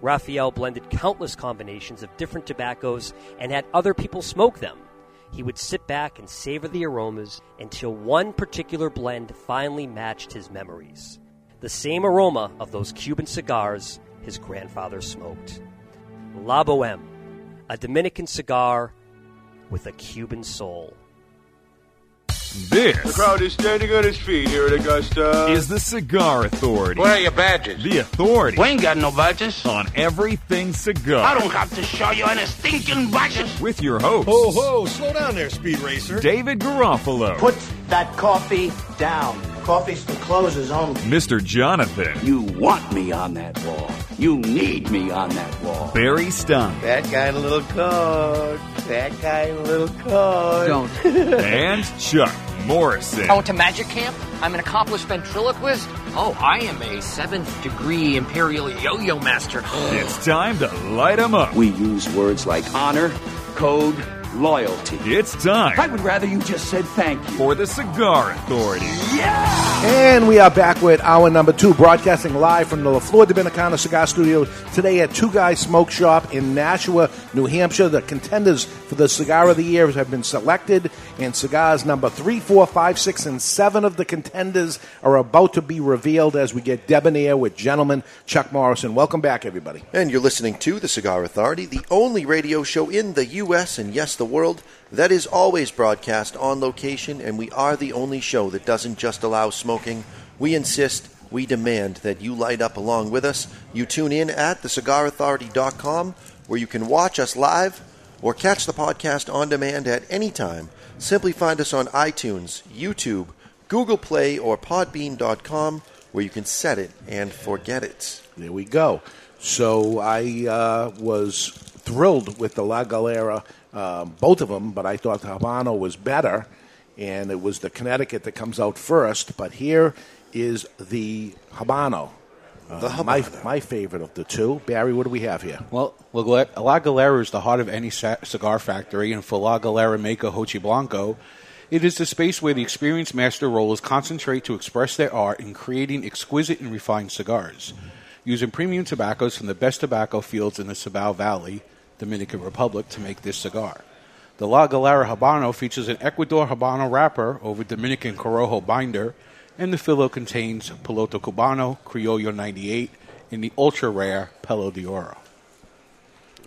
Speaker 10: Raphael blended countless combinations of different tobaccos and had other people smoke them. He would sit back and savor the aromas until one particular blend finally matched his memories. The same aroma of those Cuban cigars his grandfather smoked. La Boheme, a Dominican cigar with a Cuban soul.
Speaker 2: This
Speaker 13: The crowd is standing on its feet here at Augusta.
Speaker 2: is the Cigar Authority.
Speaker 13: Where are your badges?
Speaker 2: The authority.
Speaker 13: We ain't got no badges.
Speaker 2: On everything cigar.
Speaker 13: I don't have to show you any stinking badges.
Speaker 2: With your host.
Speaker 13: Ho, ho, slow down there, Speed Racer.
Speaker 2: David Garofalo.
Speaker 22: Put that coffee down. Coffee's for closers only.
Speaker 2: Mr. Jonathan.
Speaker 22: You want me on that wall. You need me on that wall.
Speaker 2: Barry Stein.
Speaker 22: That guy in a little coat. That guy in a little coat.
Speaker 2: [laughs] and Chuck Morrison.
Speaker 18: Oh, to Magic Camp? I'm an accomplished ventriloquist? Oh, I am a seventh degree imperial yo yo master. [gasps]
Speaker 2: It's time to light 'em up.
Speaker 22: We use words like honor, code, loyalty.
Speaker 2: It's time.
Speaker 22: I would rather you just said thank you.
Speaker 2: For the Cigar Authority.
Speaker 8: And we are back with hour number two, broadcasting live from the La Flor Dominicana Cigar Studio today at Two Guys Smoke Shop in Nashua, New Hampshire. The contenders for the Cigar of the Year have been selected, and cigars number three, four, five, six, and seven of the contenders are about to be revealed as we get debonair with gentleman Chuck Morrison. Welcome back, everybody.
Speaker 5: And you're listening to The Cigar Authority, the only radio show in the U.S. and yes, the world that is always broadcast on location, and we are the only show that doesn't just allow smoking. We insist, we demand that you light up along with us. You tune in at thecigarauthority.com, where you can watch us live or catch the podcast on demand at any time. Simply find us on iTunes, YouTube, Google Play, or Podbean.com, where you can set it and forget it.
Speaker 8: There we go. So I uh, was thrilled with the La Galera, um, both of them, but I thought the Habano was better, and it was the Connecticut that comes out first. But here is the Habano. Uh, my, my favorite of the two. Barry, what do we have here?
Speaker 11: Well, La Gal- La Galera is the heart of any sa- cigar factory, and for La Galera Maker Hochi Blanco, it is the space where the experienced master rollers concentrate to express their art in creating exquisite and refined cigars. Using premium tobaccos from the best tobacco fields in the Cibao Valley, Dominican Republic, to make this cigar. The La Galera Habano features an Ecuador Habano wrapper over Dominican Corojo binder, and the filo contains Piloto Cubano, Criollo 98, and the ultra rare Pelo de Oro.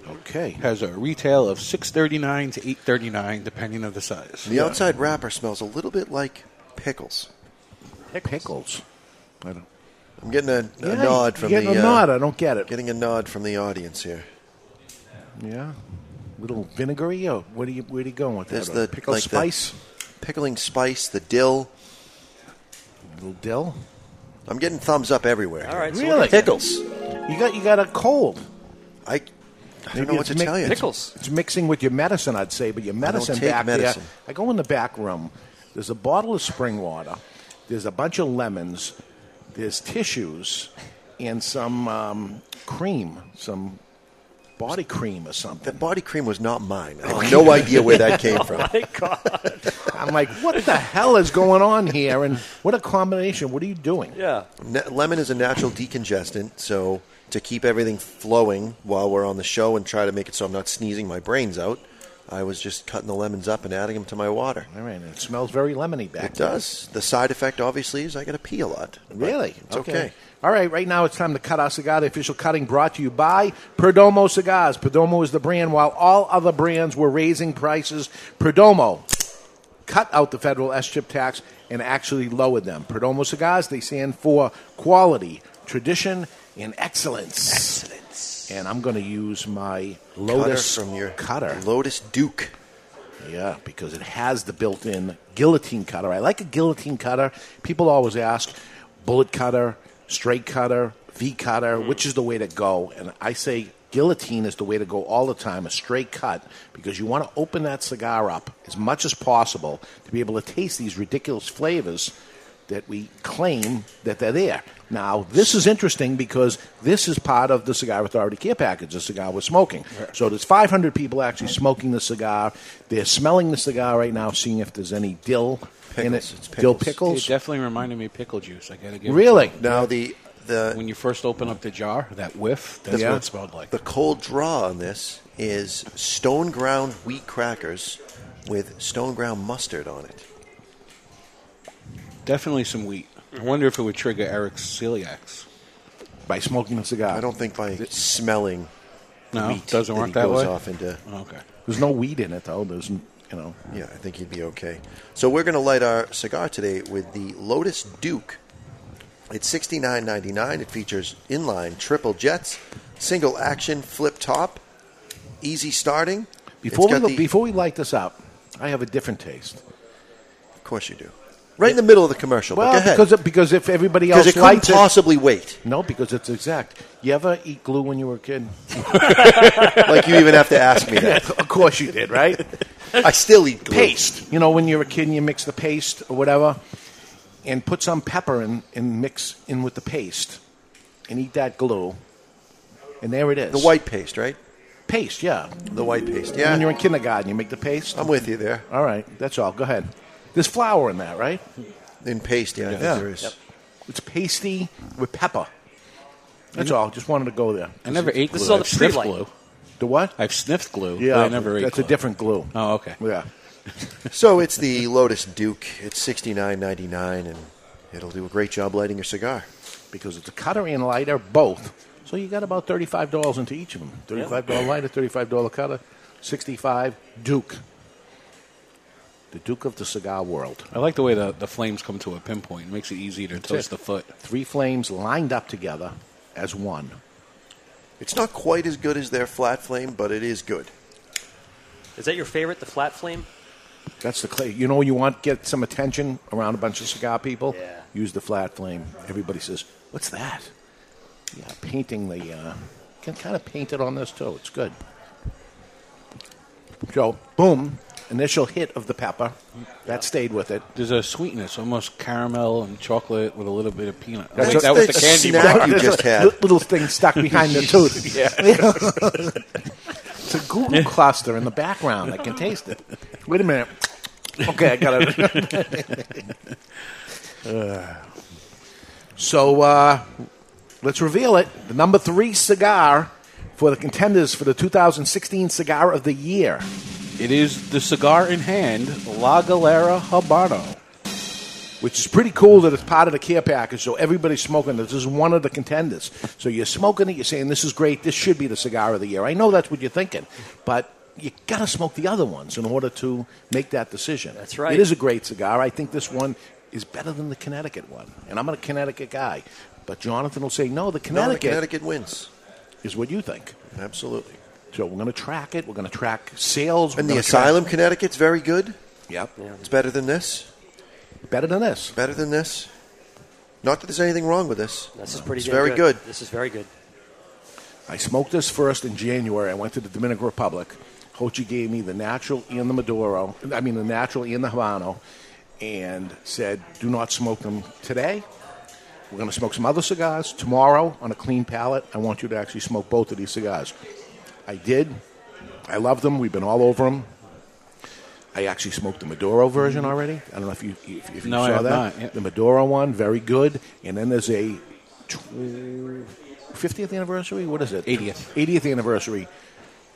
Speaker 8: Okay.
Speaker 11: Has a retail of 639 to 839 depending on the size.
Speaker 5: The outside wrapper smells a little bit like pickles.
Speaker 8: Pickles. I don't.
Speaker 5: I'm getting a, a
Speaker 8: Yeah,
Speaker 5: nod from
Speaker 8: you're getting
Speaker 5: the. uh,
Speaker 8: a nod. I don't get it.
Speaker 5: Getting a nod from the audience here.
Speaker 8: Yeah. Little vinegary? Or what are you, where are you going with
Speaker 5: There's
Speaker 8: that?
Speaker 5: the
Speaker 8: pickle
Speaker 5: like the
Speaker 8: spice?
Speaker 5: pickling spice, the dill.
Speaker 8: Little dill.
Speaker 5: I'm getting thumbs up everywhere.
Speaker 8: All right, so Really? what-
Speaker 5: pickles.
Speaker 8: You got you got a cold.
Speaker 5: I, I don't know what to tell you.
Speaker 8: It's mixing with your medicine, I'd say, but your medicine
Speaker 5: take
Speaker 8: back
Speaker 5: medicine.
Speaker 8: there. I go in the back room. There's a bottle of spring water. There's a bunch of lemons. There's tissues and some um, cream, some body cream or something. That
Speaker 5: body cream was not mine. I have no idea where
Speaker 8: [laughs]
Speaker 5: that came from.
Speaker 8: Oh my god! I'm like, what the hell is going on here? And what a combination! What are you doing?
Speaker 5: Yeah. Ne- lemon is a natural decongestant, so to keep everything flowing while we're on the show and try to make it so I'm not sneezing my brains out, I was just cutting the lemons up and adding them to my water.
Speaker 8: All right, and it smells very lemony back.
Speaker 5: It does. The side effect, obviously, is I got to pee a lot. But
Speaker 8: Really?
Speaker 5: It's okay.
Speaker 8: All right, right now it's time to cut our cigar. The official cutting brought to you by Perdomo Cigars. Perdomo is the brand. While all other brands were raising prices, Perdomo cut out the federal S chip tax and actually lowered them. Perdomo Cigars, they stand for quality, tradition, and excellence. Excellence. And I'm going to use my Lotus
Speaker 5: Cutter from your
Speaker 8: cutter.
Speaker 5: Lotus Duke.
Speaker 8: Yeah, because it has the built in guillotine cutter. I like a guillotine cutter. People always ask bullet cutter, straight cutter, V cutter, which is the way to go? And I say guillotine is the way to go all the time, a straight cut, because you want to open that cigar up as much as possible to be able to taste these ridiculous flavors that we claim that they're there. Now, this is interesting because this is part of the Cigar Authority care package, the cigar we're smoking. So there's 500 people actually smoking the cigar. They're smelling the cigar right now, seeing if there's any dill in it. Dill pickles.
Speaker 11: It definitely reminded me of pickle juice. I gotta give it-
Speaker 8: Really?
Speaker 5: Now the the
Speaker 11: when you first open up the jar, that whiff, that's what it smelled like.
Speaker 5: The cold draw on this is stone ground wheat crackers with stone ground mustard on it.
Speaker 11: Definitely some wheat. I wonder if it would trigger Eric's celiacs.
Speaker 8: By smoking a cigar.
Speaker 5: I don't think by smelling
Speaker 11: No,
Speaker 5: wheat
Speaker 11: doesn't work
Speaker 5: he
Speaker 11: that
Speaker 5: goes
Speaker 11: way?
Speaker 5: off into
Speaker 11: Okay.
Speaker 8: There's no weed in it, though. There's, you know.
Speaker 5: Yeah, I think he'd be okay. So we're going to light our cigar today with the Lotus Duke. It's sixty nine ninety nine. It features inline triple jets, single action flip top, easy starting.
Speaker 8: Before
Speaker 5: It's
Speaker 8: we,
Speaker 5: got
Speaker 8: look,
Speaker 5: the-
Speaker 8: before we light this up, I have a different taste.
Speaker 5: Of course you do. Right in the middle of the commercial. but
Speaker 8: Well,
Speaker 5: go ahead.
Speaker 8: because because if everybody else
Speaker 5: Because it couldn't
Speaker 8: likes
Speaker 5: possibly wait.
Speaker 8: No, because it's exact. You ever eat glue when you were a kid?
Speaker 5: [laughs] Like you even have to ask
Speaker 8: [laughs]
Speaker 5: me that.
Speaker 8: of course you did, right?
Speaker 5: [laughs] I still eat glue.
Speaker 8: paste. You know, when you're a kid and you mix the paste or whatever, and put some pepper in and mix in with the paste, and eat that glue, and there it is.
Speaker 5: The white paste, right?
Speaker 8: Paste, yeah.
Speaker 5: The white paste, yeah.
Speaker 8: When you're in kindergarten, you make the paste. I'm
Speaker 5: with you there.
Speaker 8: All right, that's all. Go ahead. There's flour in that, right?
Speaker 5: In paste, yeah, I think there is.
Speaker 8: It's pasty with pepper. That's all. Just wanted to go there.
Speaker 11: I never ate glue. I've sniffed glue.
Speaker 8: The what?
Speaker 11: I've sniffed glue.
Speaker 8: Yeah,
Speaker 11: but I never ate
Speaker 8: that's a
Speaker 11: glue.
Speaker 8: different glue.
Speaker 11: Oh, okay.
Speaker 8: Yeah.
Speaker 5: So it's the Lotus Duke. It's sixty nine ninety nine, and it'll do a great job lighting your cigar.
Speaker 8: Because it's a cutter and lighter, both. So you got about thirty-five dollars into each of them. Thirty-five dollar lighter, thirty-five dollar cutter, sixty-five Duke. The Duke of the cigar world.
Speaker 11: I like the way the, the flames come to a pinpoint. It makes it easier to toast the foot.
Speaker 8: Three flames lined up together as one.
Speaker 5: It's not quite as good as their flat flame, but it is good.
Speaker 10: Is that your favorite, the flat flame?
Speaker 8: That's the clay. You know, you want to get some attention around a bunch of cigar people. Yeah. Use the flat flame. Everybody says, "What's that?" Yeah, painting the. Uh, can kind of paint it on this too. It's good. So, boom, initial hit of the pepper. That stayed with it.
Speaker 11: There's a sweetness, almost caramel and chocolate with a little bit of peanut.
Speaker 8: That's
Speaker 11: Wait,
Speaker 8: just
Speaker 11: that was
Speaker 8: the
Speaker 11: the candy
Speaker 8: snack
Speaker 11: bar.
Speaker 8: you just had. Little thing stuck behind the tooth. [laughs]
Speaker 11: yeah.
Speaker 8: It's a Google cluster in the background. I can taste it. Wait a minute. Okay, I got it. Uh, [laughs] so uh, let's reveal it. The number three cigar for the contenders for the 2016 Cigar of the Year.
Speaker 11: It is the cigar in hand, La Galera Habano.
Speaker 8: Which is pretty cool that it's part of the care package, so everybody's smoking this. This is one of the contenders. So you're smoking it, you're saying, this is great, this should be the cigar of the year. I know that's what you're thinking, but you got to smoke the other ones in order to make that decision. That's
Speaker 10: right.
Speaker 8: It is a great cigar. I think this one is better than the Connecticut one, and I'm a Connecticut guy. But Jonathan will say, no, the Connecticut,
Speaker 5: Connecticut wins.
Speaker 8: is what you think.
Speaker 5: Absolutely.
Speaker 8: So we're going to track it. We're going to track sales. We're
Speaker 5: And the
Speaker 8: gonna track-
Speaker 5: Asylum, Connecticut's very good.
Speaker 8: Yep.
Speaker 5: It's better than this.
Speaker 8: Better than this.
Speaker 5: Better than this. Not that there's anything wrong with this.
Speaker 10: This is pretty
Speaker 5: It's
Speaker 10: damn
Speaker 5: very good.
Speaker 10: This is very good.
Speaker 8: I smoked this first in January. I went to the Dominican Republic. Hochi gave me the natural and the Maduro, I mean, the natural and the Habano, and said, do not smoke them today. We're going to smoke some other cigars tomorrow on a clean palate. I want you to actually smoke both of these cigars. I did. I love them. We've been all over them. I actually smoked the Maduro version already. I don't know if you if, if you
Speaker 11: No, I
Speaker 8: saw
Speaker 11: have
Speaker 8: that.
Speaker 11: not, yeah.
Speaker 8: The Maduro one, very good. And then there's a tw- 50th anniversary. What is it?
Speaker 11: 80th.
Speaker 8: 80th anniversary.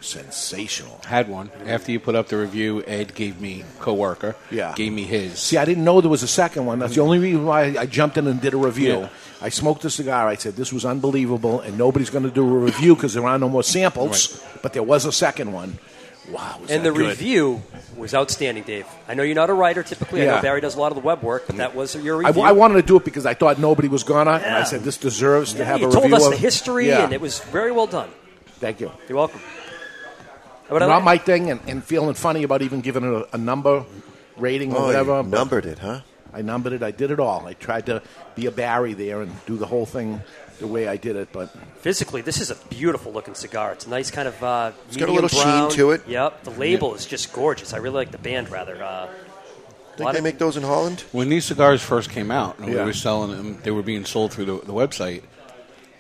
Speaker 8: Sensational.
Speaker 11: Had one. After you put up the review, Ed gave me, coworker,
Speaker 8: Yeah.
Speaker 11: gave me his.
Speaker 8: See, I didn't know there was a second one. That's the only reason why I jumped in and did a review.
Speaker 11: Yeah.
Speaker 8: I smoked a cigar. I said this was unbelievable, and nobody's going to do a review because there are no more samples. But there was a second one. Wow. was
Speaker 10: And
Speaker 8: that
Speaker 10: the
Speaker 8: good.
Speaker 10: review was outstanding, Dave. I know you're not a writer typically. I
Speaker 8: Yeah.
Speaker 10: know Barry does a lot of the web work, but that was your
Speaker 8: I,
Speaker 10: review.
Speaker 8: I wanted to do it because I thought nobody was gonna, and I
Speaker 10: Yeah.
Speaker 8: said this deserves to
Speaker 10: Yeah,
Speaker 8: have
Speaker 10: you
Speaker 8: a
Speaker 10: told
Speaker 8: review.
Speaker 10: us
Speaker 8: of-
Speaker 10: the history,
Speaker 8: Yeah.
Speaker 10: and it was very well done.
Speaker 8: Thank you.
Speaker 10: You're welcome. But I
Speaker 8: Not
Speaker 10: like-
Speaker 8: my thing, and, and feeling funny about even giving it a, a number rating
Speaker 5: Oh,
Speaker 8: or
Speaker 5: you
Speaker 8: whatever. but
Speaker 5: numbered it, huh?
Speaker 8: I numbered it. I did it all. I tried to be a Barry there and do the whole thing the way I did it, but
Speaker 10: Physically, this is a beautiful looking cigar. It's a nice kind of. Uh,
Speaker 8: It's got a
Speaker 10: medium
Speaker 8: little sheen
Speaker 10: brown.
Speaker 8: to it.
Speaker 10: Yep. The label is just gorgeous. I really like the band rather. Uh, lot of-
Speaker 5: those in Holland?
Speaker 11: When these cigars first came out and
Speaker 10: Yeah.
Speaker 11: we were selling them, they were being sold through the, the website.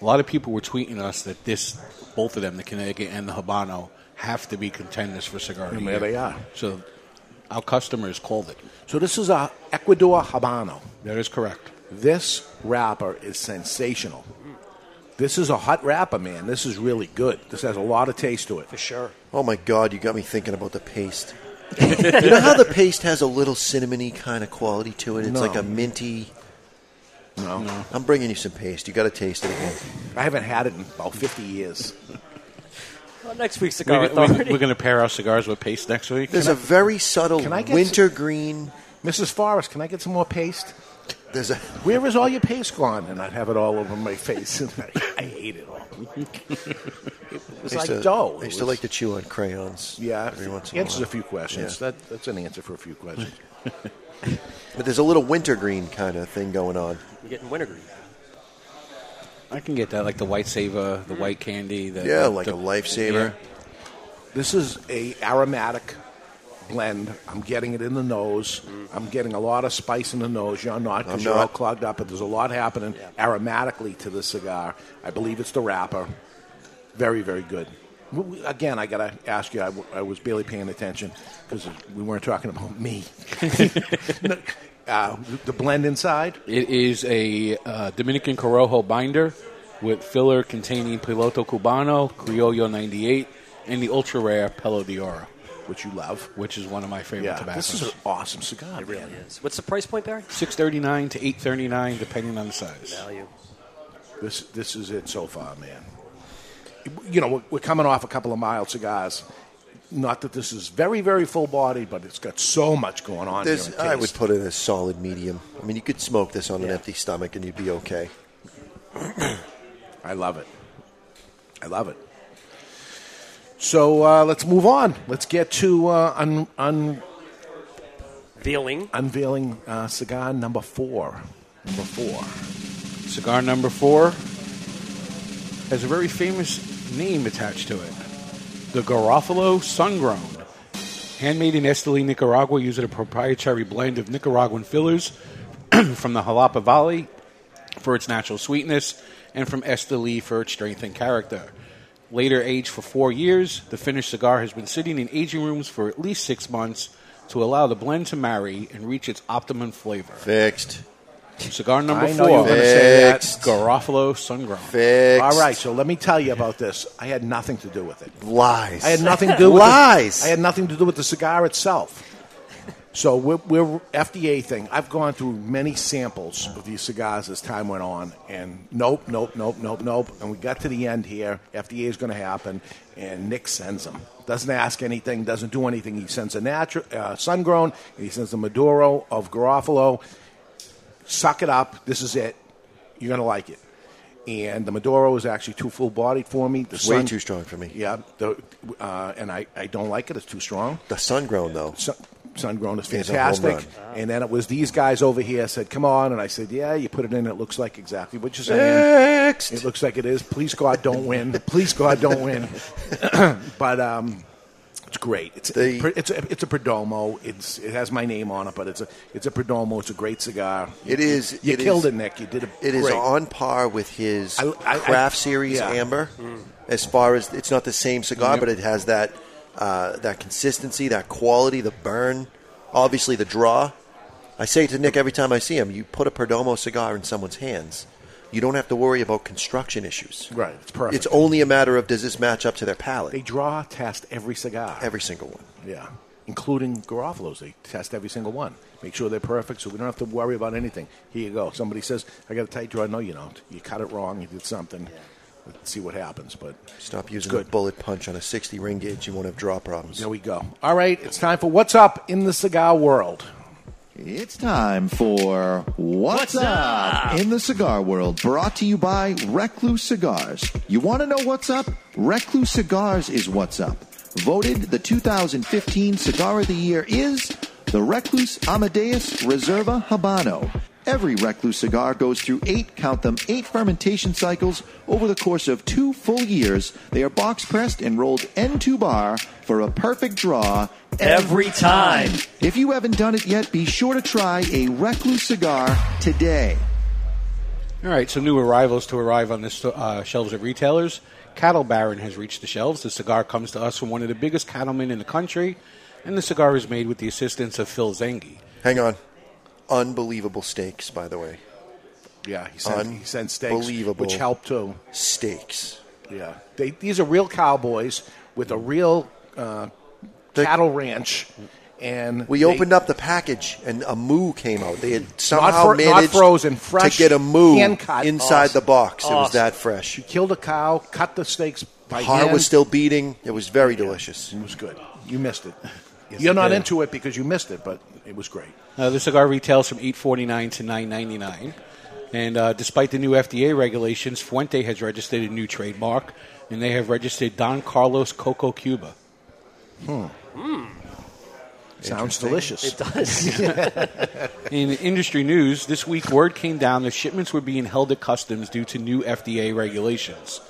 Speaker 11: A lot of people were tweeting us that this, both of them, the Connecticut and the Habano, have to be contenders for cigar. of
Speaker 8: And
Speaker 11: the
Speaker 8: there
Speaker 11: Year.
Speaker 8: they are.
Speaker 11: So our customers called it.
Speaker 8: So this is a Ecuador Habano.
Speaker 11: That is correct.
Speaker 8: This wrapper is sensational. This is a hot wrapper, man. This is really good. This has a lot of taste to it. For
Speaker 10: sure.
Speaker 5: Oh my God, you got me thinking about the paste. you know how the paste has a little cinnamony kind of quality to it? It's
Speaker 8: No.
Speaker 5: like a minty.
Speaker 8: No. No.
Speaker 5: I'm bringing you some paste. You got to taste it again.
Speaker 8: I haven't had it in about 50 years.
Speaker 10: well, next week's
Speaker 11: We,
Speaker 10: cigar
Speaker 11: are
Speaker 10: authority.
Speaker 11: going to pair our cigars with paste next week.
Speaker 5: There's a very subtle
Speaker 8: Can I get
Speaker 5: wintergreen.
Speaker 8: Mrs. Forrest, can I get some more paste?
Speaker 5: There's a
Speaker 8: Where is all your paste gone? And I'd have it all over my face. [laughs] And I, I hate [laughs] it all. it was
Speaker 5: I
Speaker 8: like
Speaker 5: used to-
Speaker 8: dough.
Speaker 5: I
Speaker 8: It
Speaker 5: used to
Speaker 8: was-
Speaker 5: like to chew on crayons.
Speaker 8: Yeah,
Speaker 5: every once in a
Speaker 8: answers a
Speaker 5: while.
Speaker 8: few questions.
Speaker 5: Yeah.
Speaker 8: That, that's an answer for a few questions.
Speaker 5: [laughs] But there's a little wintergreen kind of thing going on.
Speaker 10: You're getting wintergreen.
Speaker 11: I can get that, like the white saver, the white candy. The,
Speaker 5: Yeah,
Speaker 11: the-
Speaker 5: like
Speaker 11: the-
Speaker 5: a lifesaver.
Speaker 8: This is a aromatic blend. I'm getting it in the nose. I'm getting a lot of spice in the nose. You're not
Speaker 5: Mm. I'm
Speaker 8: because you're all
Speaker 5: not.
Speaker 8: clogged up, but there's a lot happening aromatically to this cigar. I believe it's the wrapper. Very, very good. W- w- Again, I gotta ask you. I, w- I was barely paying attention because we weren't talking about me. No, uh, the blend inside.
Speaker 11: It is a uh, Dominican Corojo binder with filler containing Piloto Cubano, Criollo 98, and the ultra rare Pelo de Oro.
Speaker 8: Which you love.
Speaker 11: Which is one of my favorite
Speaker 8: Yeah,
Speaker 11: tobaccos.
Speaker 8: this is an awesome cigar. It really
Speaker 10: is. What's the price point, Barry?
Speaker 11: 639 to 839 depending on the size.
Speaker 10: Value.
Speaker 8: This this is it so far, man. You know, we're, we're coming off a couple of mild cigars. Not that this is very very full bodied, but it's got so much going on. here
Speaker 5: There's,
Speaker 8: in
Speaker 5: I would
Speaker 8: taste.
Speaker 5: put it as solid medium. I mean, you could smoke this on an empty stomach and you'd be okay.
Speaker 8: I love it. I love it. So uh, let's move on. Let's get to uh, un, un,
Speaker 10: Vealing.
Speaker 8: unveiling uh, cigar number four. Number four.
Speaker 11: Cigar number four has a very famous name attached to it the Garofalo Sungrown. Handmade in Esteli, Nicaragua, using a proprietary blend of Nicaraguan fillers [clears throat] from the Jalapa Valley for its natural sweetness and from Esteli for its strength and character. Later aged for four years, the finished cigar has been sitting in aging rooms for at least six months to allow the blend to marry and reach its optimum flavor.
Speaker 5: Fixed.
Speaker 11: Cigar number
Speaker 8: I know you
Speaker 11: four.
Speaker 8: were gonna say that. Fixed.
Speaker 11: Garofalo Sungrown.
Speaker 5: Fixed.
Speaker 8: All right, so let me tell you about this. I had nothing to do with it.
Speaker 5: Lies.
Speaker 8: I had nothing to do with
Speaker 5: lies.
Speaker 8: The, I had nothing to do with the cigar itself. So we're, we're FDA thing. I've gone through many samples of these cigars as time went on, and nope, nope, nope, nope, nope. And we got to the end here. FDA is going to happen, and Nick sends them. Doesn't ask anything. Doesn't do anything. He sends a natural uh, sun grown. He sends a Maduro of Garofalo. Suck it up. This is it. You're going to like it. And the Maduro is actually too full bodied for me. The
Speaker 5: It's way
Speaker 8: Sun-
Speaker 5: too strong for me.
Speaker 8: Yeah, the, uh, and I, I don't like it. It's too strong.
Speaker 5: The sun grown though.
Speaker 8: Sun, sun grown is
Speaker 5: It's a home
Speaker 8: fantastic. And then it was these guys over here said, "Come on," and I said, "Yeah." You put it in. It looks like exactly what you're saying. It looks like it is. Please God, don't win. Please God, don't win. [coughs] but um, it's great. It's it's a, it's a Perdomo. It's it has my name on it, but it's a it's a Perdomo. It's a great cigar.
Speaker 5: It is.
Speaker 8: You
Speaker 5: it
Speaker 8: killed it,
Speaker 5: is-
Speaker 8: Nick. You did it.
Speaker 5: It is
Speaker 8: great.
Speaker 5: on par with his
Speaker 8: I- I- I-
Speaker 5: craft series
Speaker 8: yeah.
Speaker 5: amber.
Speaker 8: Mm.
Speaker 5: As far as it's not the same cigar,
Speaker 8: Yep.
Speaker 5: but it has that uh, that consistency, that quality, the burn, obviously the draw. I say to Nick every time I see him, you put a Perdomo cigar in someone's hands, you don't have to worry about construction issues.
Speaker 8: Right, it's perfect.
Speaker 5: It's only a matter of does this match up to their palate?
Speaker 8: They draw test every cigar.
Speaker 5: Every single one.
Speaker 8: Yeah, including Garofalo's. They test every single one, make sure they're perfect, so we don't have to worry about anything. Here you go. Somebody says, "I got a tight draw." No, you don't. You cut it wrong. You did something. Let's see what happens. But
Speaker 5: Stop using
Speaker 8: good.
Speaker 5: a bullet punch on a 60 ring gauge. You won't have draw problems.
Speaker 8: there we go. All right, it's time for what's up in the cigar world.
Speaker 23: It's time for What's, up? in the Cigar World, brought to you by Recluse Cigars. You want to know what's up? Recluse Cigars is what's up. Voted the 2015 Cigar of the Year is the Recluse Amadeus Reserva Habano. Every Recluse cigar goes through eight, count them, eight fermentation cycles over the course of two full years. They are box pressed and rolled end to bar for a perfect draw
Speaker 10: Every time.
Speaker 23: if you haven't done it yet, be sure to try a Recluse cigar today.
Speaker 11: All right, so new arrivals to arrive on the sto- uh, shelves of retailers. Cattle Baron has reached the shelves. The cigar comes to us from one of the biggest cattlemen in the country, and the cigar is made with the assistance of Phil Zengi.
Speaker 5: Hang on. Unbelievable steaks, by the way.
Speaker 8: Yeah, he sent, he sent steaks,
Speaker 5: Unbelievable.
Speaker 8: which helped too.
Speaker 5: Steaks.
Speaker 8: Yeah, they, these are real cowboys with a real uh, cattle ranch, and
Speaker 5: We
Speaker 8: they-
Speaker 5: opened up the package and a moo came out. They had somehow
Speaker 8: fro- not
Speaker 5: managed
Speaker 8: frozen, fresh,
Speaker 5: to get a moo
Speaker 8: hand-cut.
Speaker 5: inside
Speaker 8: Awesome.
Speaker 5: the box. It was
Speaker 8: Awesome.
Speaker 5: that fresh.
Speaker 8: He killed a cow, cut the steaks by
Speaker 5: Heart
Speaker 8: hand.
Speaker 5: was still beating. It was very delicious. It
Speaker 8: was good. You missed it. [laughs] You're not into it because you missed it, but it was great.
Speaker 11: Uh, the cigar retails from eight forty nine to nine ninety nine, and uh, despite the new FDA regulations, Fuente has registered a new trademark, and they have registered Don Carlos Coco Cuba.
Speaker 5: Hmm.
Speaker 8: Hmm. Sounds delicious.
Speaker 10: It
Speaker 8: [laughs]
Speaker 10: does.
Speaker 11: [laughs]
Speaker 18: [laughs]
Speaker 11: In industry news, this week word came down that shipments were being held at customs due to new FDA regulations.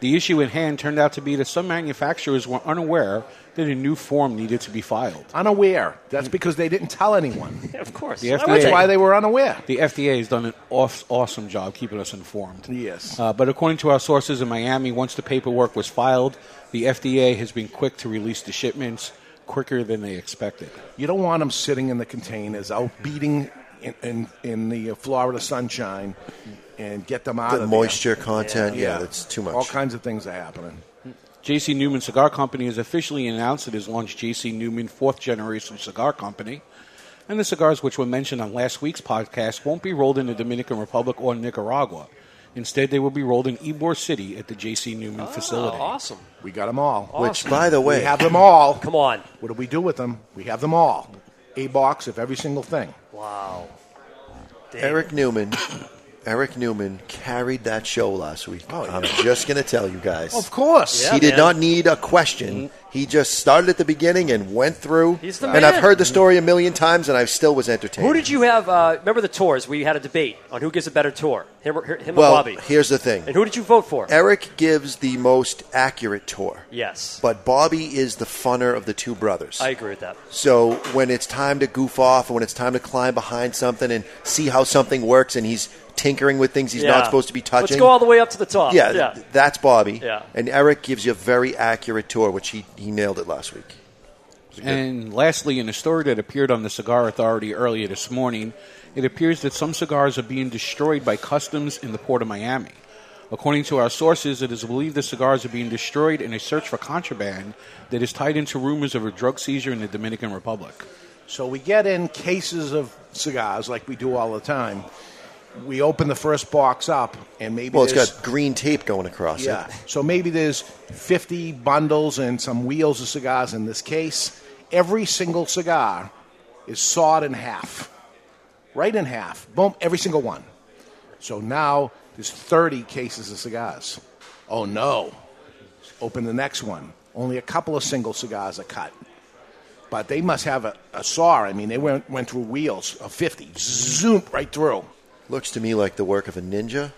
Speaker 11: The issue at hand turned out to be that some manufacturers were unaware that a new form needed to be filed.
Speaker 8: Unaware. That's because they didn't tell anyone.
Speaker 10: Mm. [laughs] of course.
Speaker 11: The FDA,
Speaker 8: That's why they were unaware.
Speaker 11: The FDA has done an off, awesome job keeping us informed.
Speaker 8: Yes.
Speaker 11: Uh, but according to our sources in Miami, once the paperwork was filed, the FDA has been quick to release the shipments quicker than they expected.
Speaker 8: You don't want them sitting in the containers out beating in, in, in the Florida sunshine and get them out
Speaker 5: The
Speaker 8: of there.
Speaker 5: moisture content, yeah, that's too much.
Speaker 8: All kinds of things are happening.
Speaker 11: J.C. Newman Cigar Company has officially announced it has launched J.C. Newman Fourth Generation Cigar Company. And the cigars which were mentioned on last week's podcast won't be rolled in the Dominican Republic or Nicaragua. Instead, they will be rolled in Ybor City at the J.C. Newman facility.
Speaker 10: Awesome.
Speaker 8: We got them all.
Speaker 11: Which, Awesome. by the way-
Speaker 8: we have them all.
Speaker 10: Come on.
Speaker 8: What do we do with them? We have them all. A box of every single thing.
Speaker 10: Wow.
Speaker 5: Eric Newman [coughs] Eric Newman carried that show last week.
Speaker 10: Oh,
Speaker 5: I'm just going to tell you guys.
Speaker 3: Of course. Yeah,
Speaker 5: he did
Speaker 3: man.
Speaker 5: not need a question. He just started at the beginning and went through.
Speaker 10: Mm-hmm. He's the
Speaker 5: and I've
Speaker 10: man.
Speaker 5: heard the story a million times, and I still was entertained.
Speaker 10: Who did you have? Uh, remember the tours? We had a debate on who gives a better tour, him or, him
Speaker 5: well,
Speaker 10: or Bobby.
Speaker 5: here's the thing.
Speaker 10: And who did you vote for?
Speaker 5: Eric gives the most accurate tour.
Speaker 10: Yes.
Speaker 5: But Bobby is the funner of the two brothers.
Speaker 10: I agree with that.
Speaker 5: So when it's time to goof off and when it's time to climb behind something and see how something works and he's tinkering with things he's
Speaker 10: Yeah.
Speaker 5: not supposed to be touching.
Speaker 10: Let's go all the way up to the top.
Speaker 5: Yeah,
Speaker 10: yeah.
Speaker 5: th- that's Bobby.
Speaker 10: Yeah.
Speaker 5: And Eric gives you a very accurate tour, which he, he nailed it last week.
Speaker 11: And lastly, in a story that appeared on the Cigar Authority earlier this morning, it appears that some cigars are being destroyed by customs in the port of Miami. According to our sources, it is believed the cigars are being destroyed in a search for contraband that is tied into rumors of a drug seizure in the Dominican Republic.
Speaker 8: So we get in cases of cigars like we do all the time. We open the first box up, and maybe
Speaker 5: Well, it's
Speaker 8: there's-
Speaker 5: got green tape going across
Speaker 8: yeah.
Speaker 5: it.
Speaker 8: So maybe there's 50 bundles and some wheels of cigars in this case. Every single cigar is sawed in half, right in half. Boom, every single one. So now there's 30 cases of cigars. Oh no. Open the next one. Only a couple of single cigars are cut. But they must have a, a saw. I mean, they went, went through wheels of 50, zoom right through.
Speaker 5: Looks to me like the work of a ninja.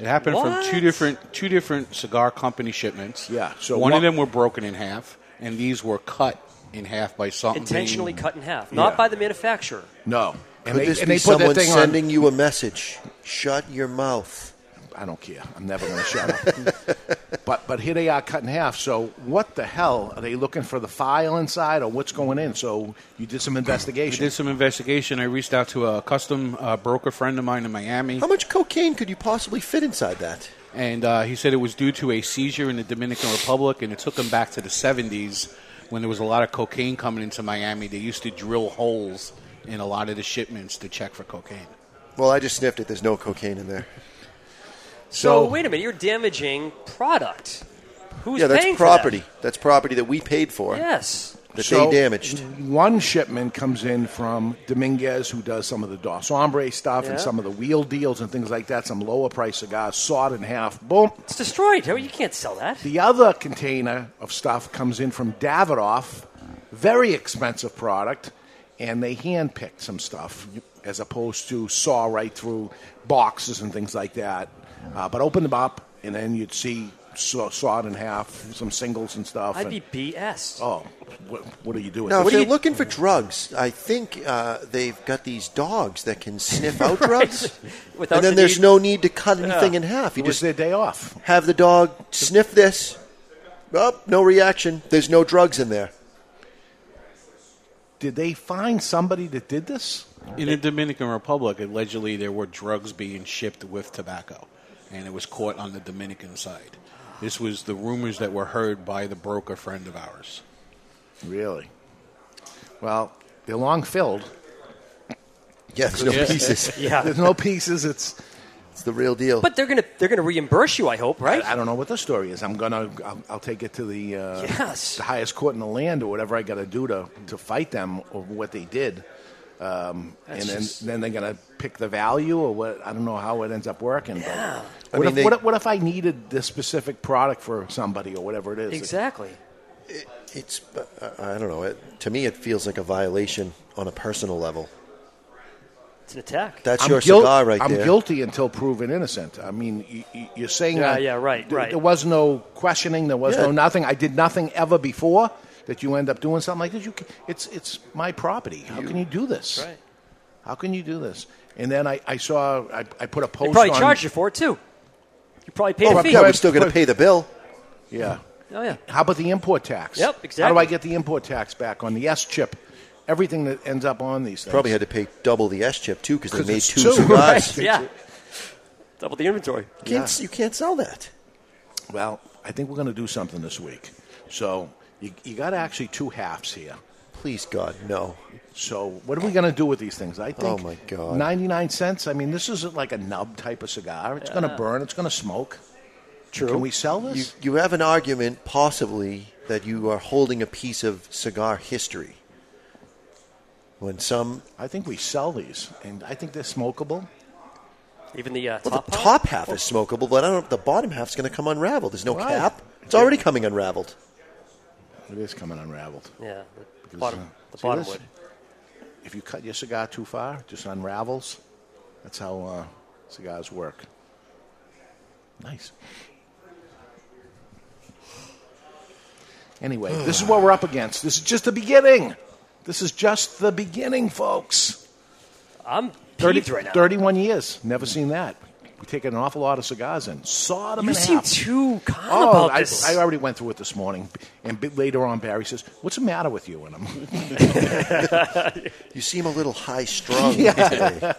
Speaker 11: It happened
Speaker 8: What?
Speaker 11: from two different two different cigar company shipments. Yeah.
Speaker 8: so
Speaker 11: one,
Speaker 8: one-
Speaker 11: of them were broken in half, and these were cut in half by something
Speaker 10: Intentionally cut in half, not
Speaker 11: Yeah.
Speaker 10: by the manufacturer.
Speaker 8: No.
Speaker 5: Could
Speaker 8: And they-
Speaker 5: this
Speaker 8: and
Speaker 5: be
Speaker 8: they put that
Speaker 5: someone
Speaker 8: thing on-
Speaker 5: sending you a message? Shut your mouth.
Speaker 8: I don't care. I'm never going to shut up. [laughs] but but here they are cut in half. So what the hell are they looking for? The file inside or what's going in? So you did some investigation.
Speaker 11: I did some investigation. I reached out to a custom uh, broker friend of mine in Miami. How
Speaker 5: much cocaine could you possibly fit inside that?
Speaker 11: And uh, he said it was due to a seizure in the Dominican Republic, and it took him back to the 70s when there was a lot of cocaine coming into Miami. They used to drill holes in a lot of the shipments to check for cocaine.
Speaker 5: Well, I just sniffed it. There's no cocaine in there.
Speaker 10: So, wait a minute, you're damaging product. Who's
Speaker 5: yeah, that's
Speaker 10: paying for that?
Speaker 5: property. That's property that we paid for.
Speaker 10: Yes.
Speaker 5: That
Speaker 8: So
Speaker 5: they damaged.
Speaker 8: One shipment comes in from Dominguez, who does some of the Dos Hombre stuff and
Speaker 10: Yeah.
Speaker 8: some of the wheel deals and things like that. Some lower price cigars sawed in half. Boom.
Speaker 10: It's destroyed. You can't sell that.
Speaker 8: The other container of stuff comes in from Davidoff, very expensive product, and they handpicked some stuff as opposed to saw right through boxes and things like that. Uh, but open them up, and then you'd see saw, sawed in half, some singles and stuff.
Speaker 10: I'd
Speaker 8: and-
Speaker 10: be BS.
Speaker 8: oh, what, what do you do? with
Speaker 5: Now,
Speaker 8: this?
Speaker 5: if they're looking for drugs, I think uh, they've got these dogs that can sniff out
Speaker 8: Right.
Speaker 5: drugs.
Speaker 8: Without
Speaker 5: and then
Speaker 8: the
Speaker 5: there's
Speaker 8: need-
Speaker 5: no need to cut
Speaker 8: Yeah.
Speaker 5: anything in half. You
Speaker 8: It was
Speaker 5: just
Speaker 8: their day off.
Speaker 5: have the dog sniff this. Oh, no reaction. There's no drugs in there.
Speaker 8: Did they find somebody that did this?
Speaker 11: In the Dominican Republic, allegedly there were drugs being shipped with tobacco, and it was caught on the Dominican side. This was the rumors that were heard by the broker friend of ours.
Speaker 8: Really? Well, they're long filled.
Speaker 5: Yeah, there's no [laughs] Yeah. pieces.
Speaker 8: [laughs]
Speaker 10: Yeah.
Speaker 8: There's no pieces. It's
Speaker 5: it's the real deal.
Speaker 10: But they're gonna they're gonna reimburse you, I hope, right?
Speaker 8: I, don't know what the story is. I'm gonna I'll, I'll take it to the uh,
Speaker 10: Yes.
Speaker 8: the highest court in the land or whatever I got to do to to fight them over what they did. Um, and
Speaker 5: That's
Speaker 8: then,
Speaker 5: just-
Speaker 8: then they're gonna pick the value or what? I don't know how it ends up working.
Speaker 5: Yeah. I
Speaker 8: But what,
Speaker 5: mean,
Speaker 8: if,
Speaker 5: they-
Speaker 8: what, if, what if I needed this specific product for somebody or whatever it is?
Speaker 10: Exactly.
Speaker 5: It's, uh, I don't know. It, to me, it feels like a violation on a personal level.
Speaker 10: It's an attack.
Speaker 5: That's
Speaker 8: I'm
Speaker 10: [laughs]
Speaker 5: your
Speaker 8: guil-
Speaker 5: cigar right
Speaker 8: I'm
Speaker 5: there.
Speaker 8: guilty until proven innocent. I mean, y- y- you're saying
Speaker 10: Yeah,
Speaker 8: that
Speaker 10: yeah, right,
Speaker 8: th-
Speaker 10: right.
Speaker 8: There was no questioning. There was
Speaker 10: Yeah.
Speaker 8: no nothing. I did nothing ever before. That you end up doing something like this. You, ca- it's it's my property. How can you do this?
Speaker 10: Right.
Speaker 8: How can you do this? And then I, I saw I, I put a
Speaker 10: They
Speaker 8: post.
Speaker 10: probably
Speaker 8: on,
Speaker 10: charge you for it too. You probably
Speaker 5: Oh,
Speaker 10: paid a fee.
Speaker 5: the bill.
Speaker 8: Yeah.
Speaker 10: Oh yeah.
Speaker 8: How about the import tax?
Speaker 10: Yep,
Speaker 8: How do
Speaker 10: exactly.
Speaker 8: I get the import tax back on the S chip? Everything that ends up on these things.
Speaker 5: Probably had to pay double the S chip, too, because they
Speaker 8: 'Cause
Speaker 5: made
Speaker 8: it's
Speaker 5: two
Speaker 8: two,
Speaker 10: [laughs]
Speaker 5: cigars.
Speaker 8: right, yeah.
Speaker 10: Double the inventory.
Speaker 5: Can't- You can't sell that.
Speaker 8: Well, I think we're going to do something this week. So you, you got actually two halves here.
Speaker 5: Please, God, no.
Speaker 8: So what are we going to do with these things? I
Speaker 5: Oh,
Speaker 8: think
Speaker 5: my God.
Speaker 8: 99 cents. I mean, this is like a nub type of cigar. It's going to
Speaker 5: Yeah.
Speaker 8: burn. It's going to smoke.
Speaker 5: True.
Speaker 8: Can we sell this?
Speaker 5: You, you have an argument, possibly, that you are holding a piece of cigar history. When some
Speaker 8: I think we sell these, and I think they're smokable.
Speaker 10: Even the uh,
Speaker 5: Well,
Speaker 10: top
Speaker 5: the top half is smokable, but I don't. The bottom half's going to come unraveled. There's no
Speaker 10: Right.
Speaker 5: cap. It's already coming unraveled.
Speaker 8: It is coming unraveled.
Speaker 10: Yeah, the
Speaker 8: Because, uh,
Speaker 10: bottom- the
Speaker 8: see
Speaker 10: bottom
Speaker 8: this?
Speaker 10: would.
Speaker 8: If you cut your cigar too far, it just unravels. That's how uh, cigars work. Nice. Anyway, this is what we're up against. This is just the beginning. This is just the beginning, folks.
Speaker 10: I'm peeved right now.
Speaker 8: 31 years. Never seen that. We take an awful lot of cigars in. Saw them
Speaker 10: You
Speaker 8: in
Speaker 10: seem
Speaker 8: half.
Speaker 10: too calm
Speaker 8: oh,
Speaker 10: about
Speaker 8: I,
Speaker 10: this.
Speaker 8: I already went through it this morning. And bit later on, Barry says, What's the matter with you? And I'm.
Speaker 5: [laughs] you seem a little high strung
Speaker 8: yeah.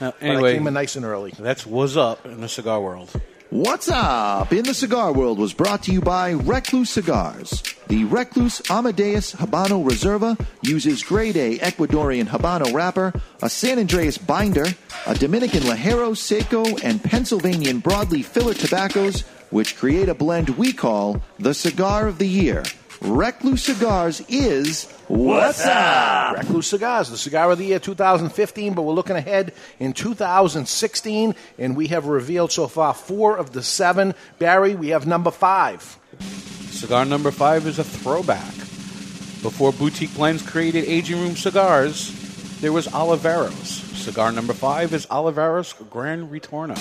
Speaker 11: Now,
Speaker 8: But I
Speaker 11: anyway,
Speaker 8: came in nice and early.
Speaker 11: That's what's up in the cigar world.
Speaker 23: What's Up in the Cigar World was brought to you by Recluse Cigars. The Recluse Amadeus Habano Reserva uses grade A Ecuadorian Habano wrapper, a San Andreas binder, a Dominican Lajero Seco, and Pennsylvanian broadleaf filler tobaccos, which create a blend we call the Cigar of the Year. Recluse Cigars is What's Up?
Speaker 8: Recluse Cigars, the cigar of the year 2015, but we're looking ahead in 2016, and we have revealed so far four of the seven. Barry, we have number five.
Speaker 11: Cigar number five is a throwback. Before Boutique Blends created Aging Room Cigars, there was Oliveros. Cigar number five is Oliveros Gran Retorno.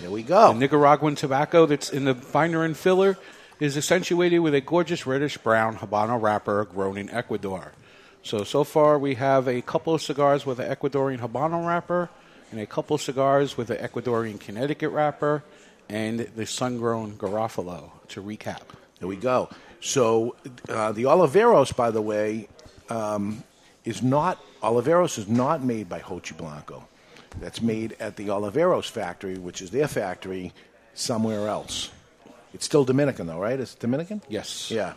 Speaker 8: There we go.
Speaker 11: The Nicaraguan tobacco that's in the binder and filler is accentuated with a gorgeous reddish brown Habano wrapper grown in Ecuador. So, so far we have a couple of cigars with an Ecuadorian Habano wrapper and a couple of cigars with an Ecuadorian Connecticut wrapper and the sun grown Garofalo to recap.
Speaker 8: There we go. So uh, the Oliveros, by the way, um, is not Oliveros is not made by Hochi Blanco. That's made at the Oliveros factory, which is their factory somewhere else. It's still Dominican, though, right? It's Dominican.
Speaker 11: Yes.
Speaker 8: Yeah.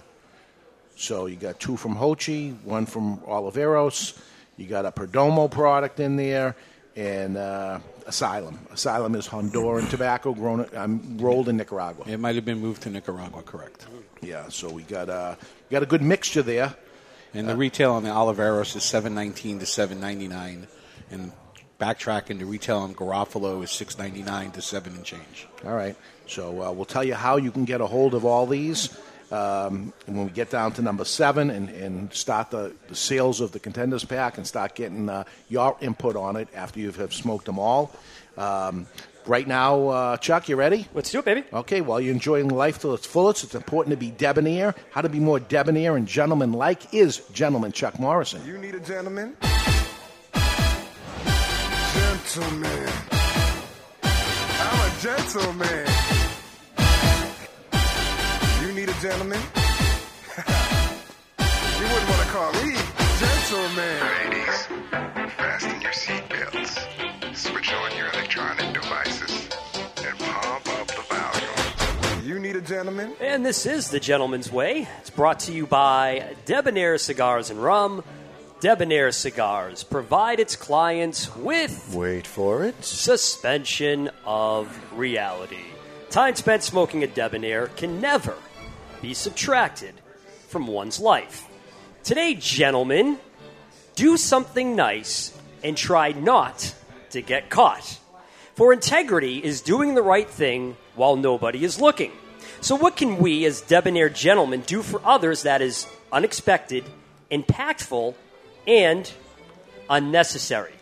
Speaker 8: So you got two from Hochi, one from Oliveros. You got a Perdomo product in there, and uh, Asylum. Asylum is Honduran tobacco grown, um, rolled in Nicaragua.
Speaker 11: It might have been moved to Nicaragua, correct?
Speaker 8: Yeah. So we got uh, we got a good mixture there.
Speaker 11: And the retail on the Oliveros is seven nineteen to seven ninety nine, and backtracking the retail on Garofalo is six ninety nine to seven and change.
Speaker 8: All right. So uh, we'll tell you how you can get a hold of all these um, and when we get down to number seven and, and start the, the sales of the contenders pack and start getting uh, your input on it after you have smoked them all. Um, right now, uh, Chuck, you ready?
Speaker 10: Let's do it, baby.
Speaker 8: Okay, well, you're enjoying life till it's fullest. It's important to be debonair. How to be more debonair and gentleman-like is Gentleman Chuck Morrison.
Speaker 13: You need a gentleman? Gentleman. I'm a gentleman. You need a gentleman? [laughs] you wouldn't want to call me gentleman. Ladies, fasten your seatbelts, switch on your electronic devices, and pump up the volume. You need a gentleman?
Speaker 10: And this is The Gentleman's Way. It's brought to you by Debonair Cigars and Rum. Debonair Cigars provide its clients with
Speaker 5: Wait for it.
Speaker 10: suspension of reality. Time spent smoking a debonair can never be subtracted from one's life. Today, gentlemen, do something nice and try not to get caught. For integrity is doing the right thing while nobody is looking. So, what can we as debonair gentlemen do for others that is unexpected, impactful, and unnecessary?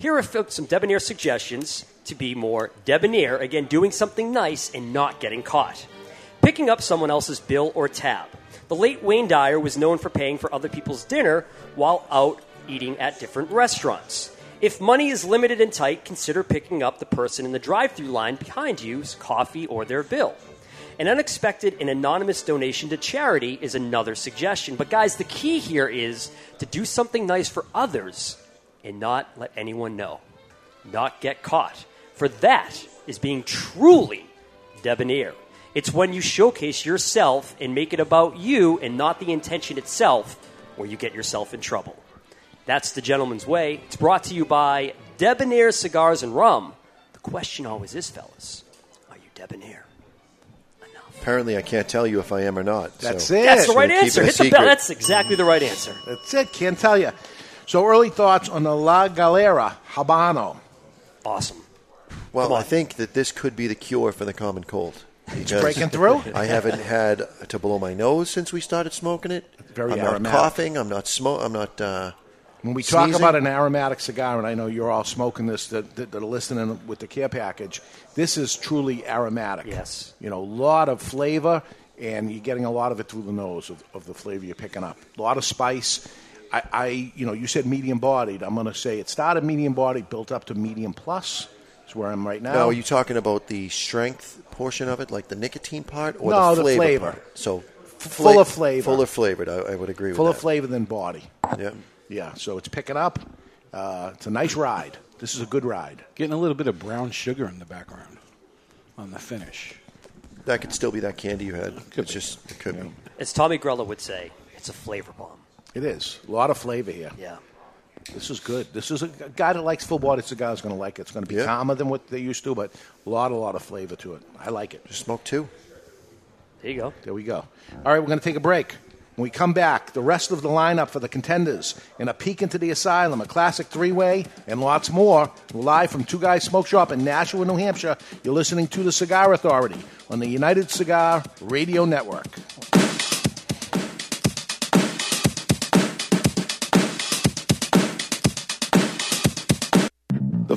Speaker 10: Here are f- some debonair suggestions to be more debonair. Again, doing something nice and not getting caught. Picking up someone else's bill or tab. The late Wayne Dyer was known for paying for other people's dinner while out eating at different restaurants. If money is limited and tight, consider picking up the person in the drive through line behind you's coffee or their bill. An unexpected and anonymous donation to charity is another suggestion. But, guys, the key here is to do something nice for others and not let anyone know. Not get caught. For that is being truly debonair. It's when you showcase yourself and make it about you and not the intention itself where you get yourself in trouble. That's the gentleman's way. It's brought to you by Debonair Cigars and Rum. The question always is, fellas, are you debonair?
Speaker 5: Apparently, I can't tell you if I am or not.
Speaker 8: That's
Speaker 5: so-
Speaker 8: it.
Speaker 10: That's the
Speaker 5: Just
Speaker 10: right
Speaker 5: gonna keep
Speaker 10: answer.
Speaker 5: it
Speaker 10: Hit
Speaker 5: a
Speaker 10: the
Speaker 5: secret.
Speaker 10: bell. That's exactly the right answer.
Speaker 8: That's it. Can't tell you. So early thoughts on the La Galera Habano.
Speaker 10: Awesome.
Speaker 24: Well, I think that this could be the cure for the common cold. It's
Speaker 8: breaking through?
Speaker 24: [laughs] I haven't had to blow my nose since we started smoking it.
Speaker 8: Very
Speaker 24: I'm not
Speaker 8: aromatic.
Speaker 24: coughing. I'm not smoke. I'm not. Uh,
Speaker 8: When we talk
Speaker 24: sneezing.
Speaker 8: about an aromatic cigar, and I know you're all smoking this that, that, that are listening with the care package, this is truly aromatic. Yes. You know, a lot of flavor, and you're getting a lot of it through the nose of, of the flavor you're picking up. A lot of spice. I, I you know, you said medium bodied. I'm going to say it started medium bodied, built up to medium plus. Is where I'm right now.
Speaker 24: now, are you talking about the strength portion of it, like the nicotine part, or
Speaker 8: No,
Speaker 24: the
Speaker 8: the
Speaker 24: flavor?
Speaker 8: flavor.
Speaker 24: Part? So
Speaker 8: full of flavor.
Speaker 24: Fuller flavored. I, I would agree
Speaker 8: full of
Speaker 24: with
Speaker 8: flavor than body.
Speaker 24: that. yeah.
Speaker 8: Yeah, so it's picking up. Uh, it's a nice ride. This is a good ride.
Speaker 25: Getting a little bit of brown sugar in the background on the finish.
Speaker 24: That could still be that candy you had. it's just it could be.
Speaker 10: As Tommy Grella would say, it's a flavor bomb.
Speaker 8: It is. A lot of flavor here.
Speaker 10: Yeah.
Speaker 8: This is good. This is a, a guy that likes full bodied cigars going to like it. It's going to be calmer than what they used to, but a lot, a lot of flavor to it. I like it.
Speaker 24: Just smoke two.
Speaker 10: There you go.
Speaker 8: There we go. All right, we're going to take a break. When we come back, the rest of the lineup for the contenders and a peek into the asylum, a classic three way, and lots more. We're live from Two Guys Smoke Shop in Nashua, New Hampshire. You're listening to The Cigar Authority on the United Cigar Radio Network.
Speaker 11: The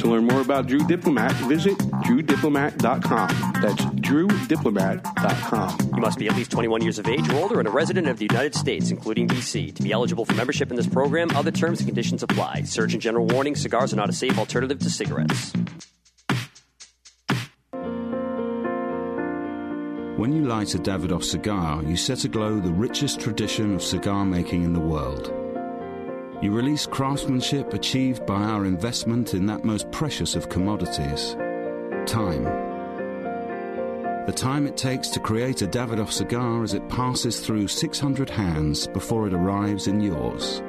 Speaker 11: To learn more about Drew Diplomat, visit drewdiplomat.com. That's drewdiplomat.com.
Speaker 10: You must be at least 21 years of age or older and a resident of the United States, including D.C., to be eligible for membership in this program. Other terms and conditions apply. Surgeon General warning cigars are not a safe alternative to cigarettes.
Speaker 4: When you light a Davidoff cigar, you set aglow the richest tradition of cigar making in the world. You release craftsmanship achieved by our investment in that most precious of commodities time. The time it takes to create a Davidoff cigar as it passes through 600 hands before it arrives in yours.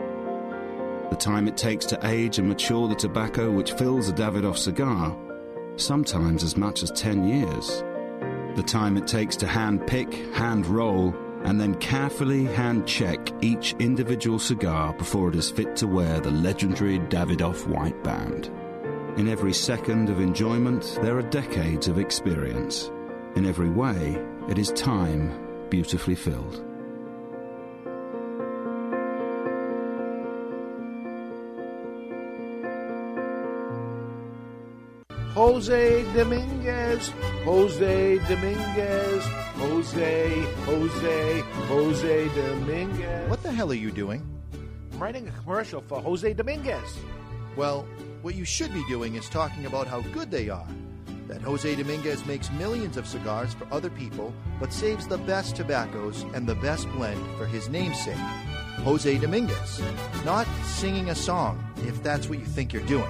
Speaker 4: The time it takes to age and mature the tobacco which fills a Davidoff cigar, sometimes as much as 10 years the time it takes to hand pick, hand roll, and then carefully hand check each individual cigar before it is fit to wear the legendary Davidoff white band. In every second of enjoyment, there are decades of experience. In every way, it is time beautifully filled.
Speaker 8: Jose Dominguez, Jose Dominguez, Jose, Jose, Jose Dominguez.
Speaker 5: What the hell are you doing?
Speaker 8: I'm writing a commercial for Jose Dominguez.
Speaker 5: Well, what you should be doing is talking about how good they are. That Jose Dominguez makes millions of cigars for other people, but saves the best tobaccos and the best blend for his namesake, Jose Dominguez. Not singing a song, if that's what you think you're doing.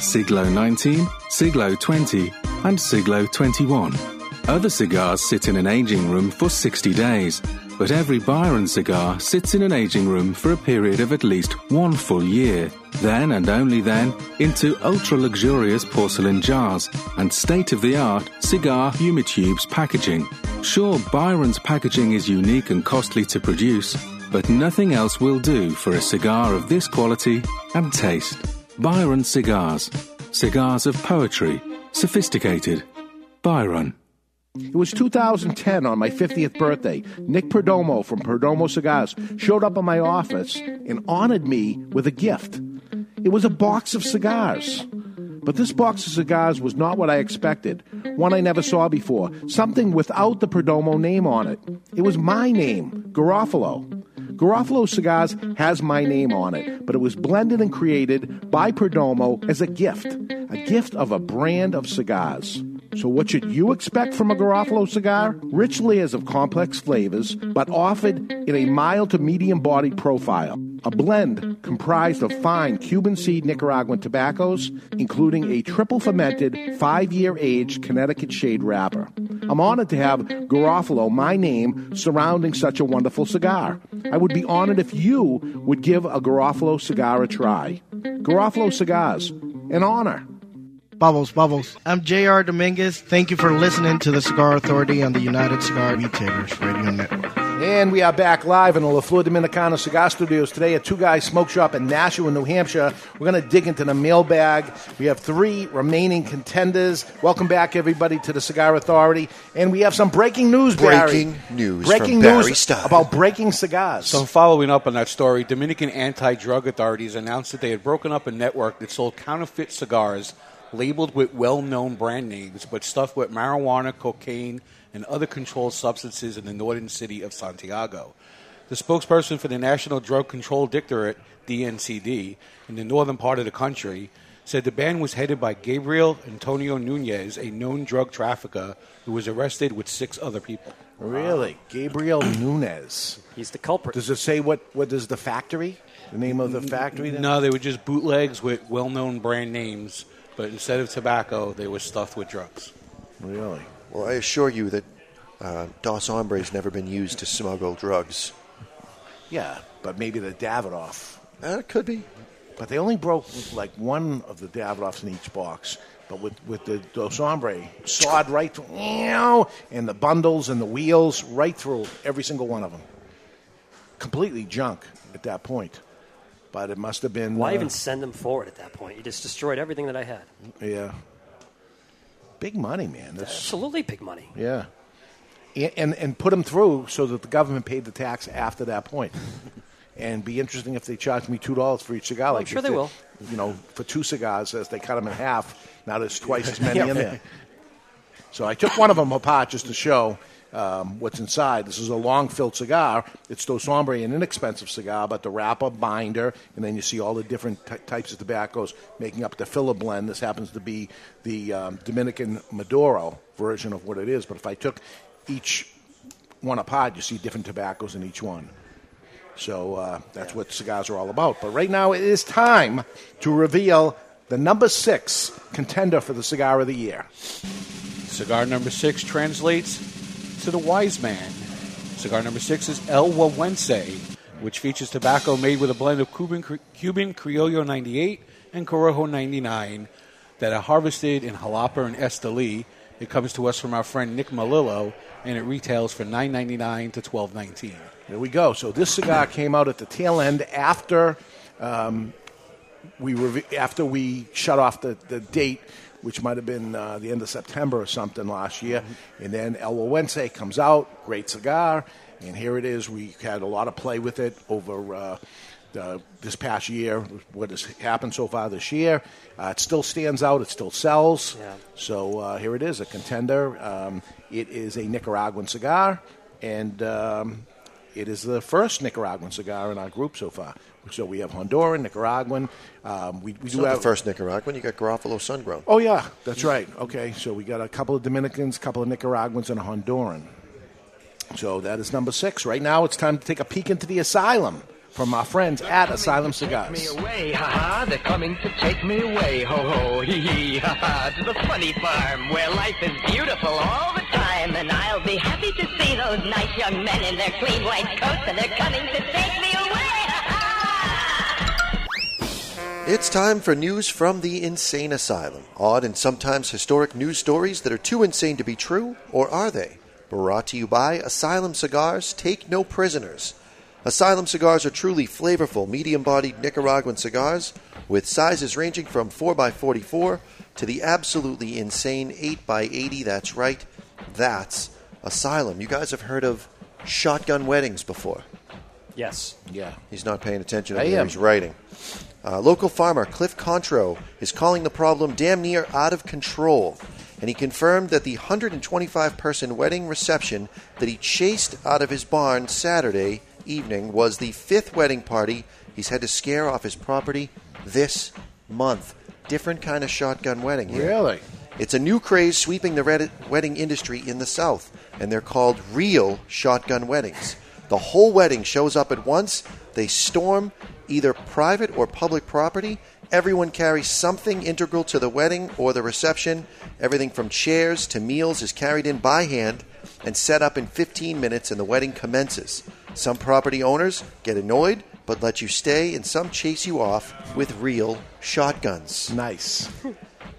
Speaker 6: Siglo 19, Siglo 20, and Siglo 21. Other cigars sit in an aging room for 60 days, but every Byron cigar sits in an aging room for a period of at least one full year, then and only then into ultra luxurious porcelain jars and state of the art cigar humitubes packaging. Sure, Byron's packaging is unique and costly to produce, but nothing else will do for a cigar of this quality and taste. Byron cigars. Cigars of poetry. Sophisticated. Byron.
Speaker 8: It was 2010 on my 50th birthday. Nick Perdomo from Perdomo Cigars showed up at my office and honored me with a gift. It was a box of cigars. But this box of cigars was not what I expected, one I never saw before, something without the Perdomo name on it. It was my name, Garofalo. Garofalo Cigars has my name on it, but it was blended and created by Perdomo as a gift, a gift of a brand of cigars. So, what should you expect from a Garofalo cigar? Rich layers of complex flavors, but offered in a mild to medium bodied profile. A blend comprised of fine Cuban seed Nicaraguan tobaccos, including a triple fermented, five year aged Connecticut shade wrapper. I'm honored to have Garofalo, my name, surrounding such a wonderful cigar. I would be honored if you would give a Garofalo cigar a try. Garofalo Cigars, an honor.
Speaker 1: Bubbles, Bubbles. I'm J.R. Dominguez. Thank you for listening to the Cigar Authority on the United Cigar Retailers Radio Network.
Speaker 8: And we are back live in the La Fleur Dominicana Cigar Studios today at Two Guys Smoke Shop in Nashua, New Hampshire. We're going to dig into the mailbag. We have three remaining contenders. Welcome back, everybody, to the Cigar Authority. And we have some breaking news, Barry.
Speaker 5: Breaking news
Speaker 8: Breaking
Speaker 5: from
Speaker 8: news
Speaker 5: Barry Stein.
Speaker 8: about breaking cigars.
Speaker 11: So, following up on that story, Dominican anti drug authorities announced that they had broken up a network that sold counterfeit cigars labeled with well known brand names, but stuffed with marijuana, cocaine, and other controlled substances in the northern city of Santiago. The spokesperson for the National Drug Control Directorate, DNCD, in the northern part of the country, said the band was headed by Gabriel Antonio Nunez, a known drug trafficker who was arrested with six other people.
Speaker 8: Really? Gabriel Nunez. He's the culprit. Does it say what, what is the factory? The name of the factory? then?
Speaker 11: No, they were just bootlegs with well known brand names, but instead of tobacco, they were stuffed with drugs.
Speaker 8: Really?
Speaker 5: Well, I assure you that uh, Dos Hombres never been used to smuggle drugs.
Speaker 8: Yeah, but maybe the Davidoff.
Speaker 5: Uh, it could be.
Speaker 8: But they only broke like one of the Davidoffs in each box. But with, with the Dos Hombre sawed right through, meow, and the bundles and the wheels right through every single one of them. Completely junk at that point. But it must have been.
Speaker 10: Why
Speaker 8: uh,
Speaker 10: even send them forward at that point? You just destroyed everything that I had.
Speaker 8: Yeah. Big money, man. That's,
Speaker 10: Absolutely big money.
Speaker 8: yeah. And, and, and put them through so that the government paid the tax after that
Speaker 10: [laughs]
Speaker 8: point. and be interesting if they charged me $2 for each cigar.
Speaker 10: I'm
Speaker 8: like
Speaker 10: sure
Speaker 8: if
Speaker 10: they will.
Speaker 8: You know, for two cigars, as they cut them in half, now there's twice as many
Speaker 10: Yeah.
Speaker 8: in there. So I took one of them apart just to show um, what's inside. This is a long filled cigar. It's Dos Hombre, an inexpensive cigar, but the wrapper, binder, and then you see all the different ty- types of tobaccos making up the filler blend. This happens to be the um, Dominican Maduro version of what it is. But if I took each one apart, you see different tobaccos in each one. So uh, that's what cigars are all about. But right now it is time to reveal the number six contender for the cigar of the year.
Speaker 11: Cigar number six translates to the wise man. Cigar number six is El Wawense, which features tobacco made with a blend of Cuban, Cuban Criollo 98 and Corojo 99 that are harvested in Jalapa and Esteli. It comes to us from our friend Nick Malillo, and it retails for $9.99 to $12.19.
Speaker 8: There we go. So this cigar came out at the tail end after um, we rev- after we shut off the, the date, which might have been uh, the end of September or something last year. And then El Owense comes out, great cigar, and here it is. We had a lot of play with it over. Uh, the, this past year, what has happened so far this year, uh, it still stands out. It still sells.
Speaker 7: Yeah.
Speaker 8: So uh, here it is, a contender. Um, it is a Nicaraguan cigar, and um, It is the first Nicaraguan cigar in our group so far. So we have Honduran, Nicaraguan. Um, we we
Speaker 5: It's
Speaker 8: do
Speaker 5: not
Speaker 8: have
Speaker 5: the first Nicaraguan. You got Garofalo Sungrown.
Speaker 8: Oh yeah, that's right. Okay, so we got a couple of Dominicans, a couple of Nicaraguans, and a Honduran. So that is number six. Right now, it's time to take a peek into the asylum from our friends at Asylum Cigars.
Speaker 18: away, ha ha! They're coming to take me away, ho ho, hee hee, ha ha! To the funny farm where life is beautiful all the time, and I'll be happy to see those nice young men in their clean white coats, and they're coming to take me away.
Speaker 5: It's time for news from the insane asylum. Odd and sometimes historic news stories that are too insane to be true, or are they? Brought to you by Asylum Cigars Take No Prisoners. Asylum cigars are truly flavorful, medium bodied Nicaraguan cigars with sizes ranging from 4x44 to the absolutely insane 8x80. That's right, that's Asylum. You guys have heard of shotgun weddings before.
Speaker 7: Yes.
Speaker 8: Yeah.
Speaker 5: He's not paying attention.
Speaker 7: I
Speaker 5: over there.
Speaker 7: am.
Speaker 5: He's writing. Uh, local farmer Cliff Contro is calling the problem damn near out of control, and he confirmed that the 125 person wedding reception that he chased out of his barn Saturday evening was the fifth wedding party he's had to scare off his property this month. Different kind of shotgun wedding here.
Speaker 8: Really?
Speaker 5: It's a new craze sweeping the red- wedding industry in the South, and they're called real shotgun weddings. The whole wedding shows up at once. They storm either private or public property. Everyone carries something integral to the wedding or the reception. Everything from chairs to meals is carried in by hand and set up in 15 minutes, and the wedding commences. Some property owners get annoyed but let you stay, and some chase you off with real shotguns.
Speaker 8: Nice.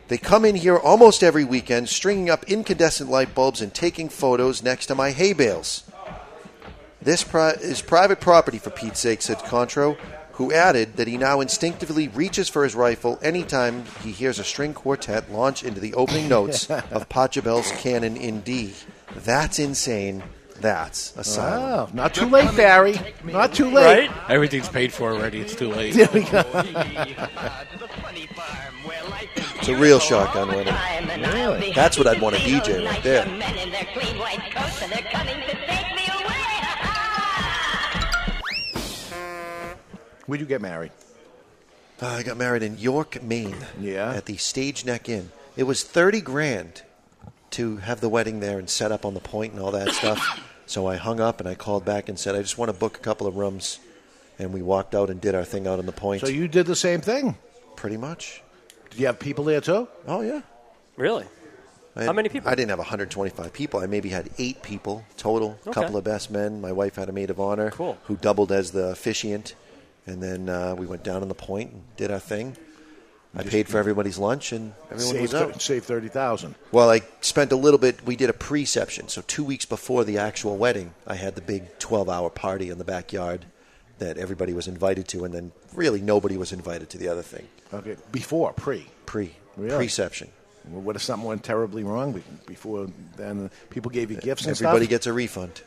Speaker 5: They come in here almost every weekend, stringing up incandescent light bulbs and taking photos next to my hay bales. This pri- is private property for Pete's sake, said Contro, who added that he now instinctively reaches for his rifle anytime he hears a string quartet launch into the opening notes of Pachelbel's Canon in D. That's insane. That's asylum.
Speaker 8: Oh, not too late, Barry. Not too late.
Speaker 11: Everything's paid for already. It's too late.
Speaker 8: [laughs] There we go.
Speaker 11: [laughs]
Speaker 18: [laughs]
Speaker 5: It's a real shotgun winner.
Speaker 18: Really?
Speaker 5: That's what I'd want to DJ right there.
Speaker 18: Men in their clean white coats, and they're coming to take me away.
Speaker 8: Where'd you get married?
Speaker 5: Uh, I got married in York, Maine.
Speaker 8: Yeah.
Speaker 5: At the Stage Neck Inn. It was thirty grand to have the wedding there and set up on the point and
Speaker 8: [coughs]
Speaker 5: all that stuff. So I hung up and I called back and said, I just want to book a couple of rooms. And we walked out and did our thing out on the point.
Speaker 8: So you did the same thing.
Speaker 5: Pretty much.
Speaker 8: Did you have people there too?
Speaker 5: Oh yeah.
Speaker 7: Really?
Speaker 5: I had-
Speaker 7: How many people?
Speaker 5: I didn't have 125 people. I maybe had eight people total. A
Speaker 7: Okay.
Speaker 5: couple of best men. My wife had a maid of honor
Speaker 7: Cool.
Speaker 5: who doubled as the officiant. And then uh, we went down on the point and did our thing. I paid for everybody's lunch and everyone
Speaker 8: Save
Speaker 5: was
Speaker 8: thir-
Speaker 5: out.
Speaker 8: Save thirty thousand.
Speaker 5: Well, I spent a little bit. We did a preception, so two weeks before the actual wedding, I had the big twelve-hour party in the backyard that everybody was invited to, and then really nobody was invited to the other thing.
Speaker 8: Okay, before pre
Speaker 5: pre
Speaker 8: Really?
Speaker 5: preception.
Speaker 8: Well, what if something went terribly wrong be- before then? People gave you gifts and
Speaker 5: Everybody
Speaker 8: stuff?
Speaker 5: gets a refund.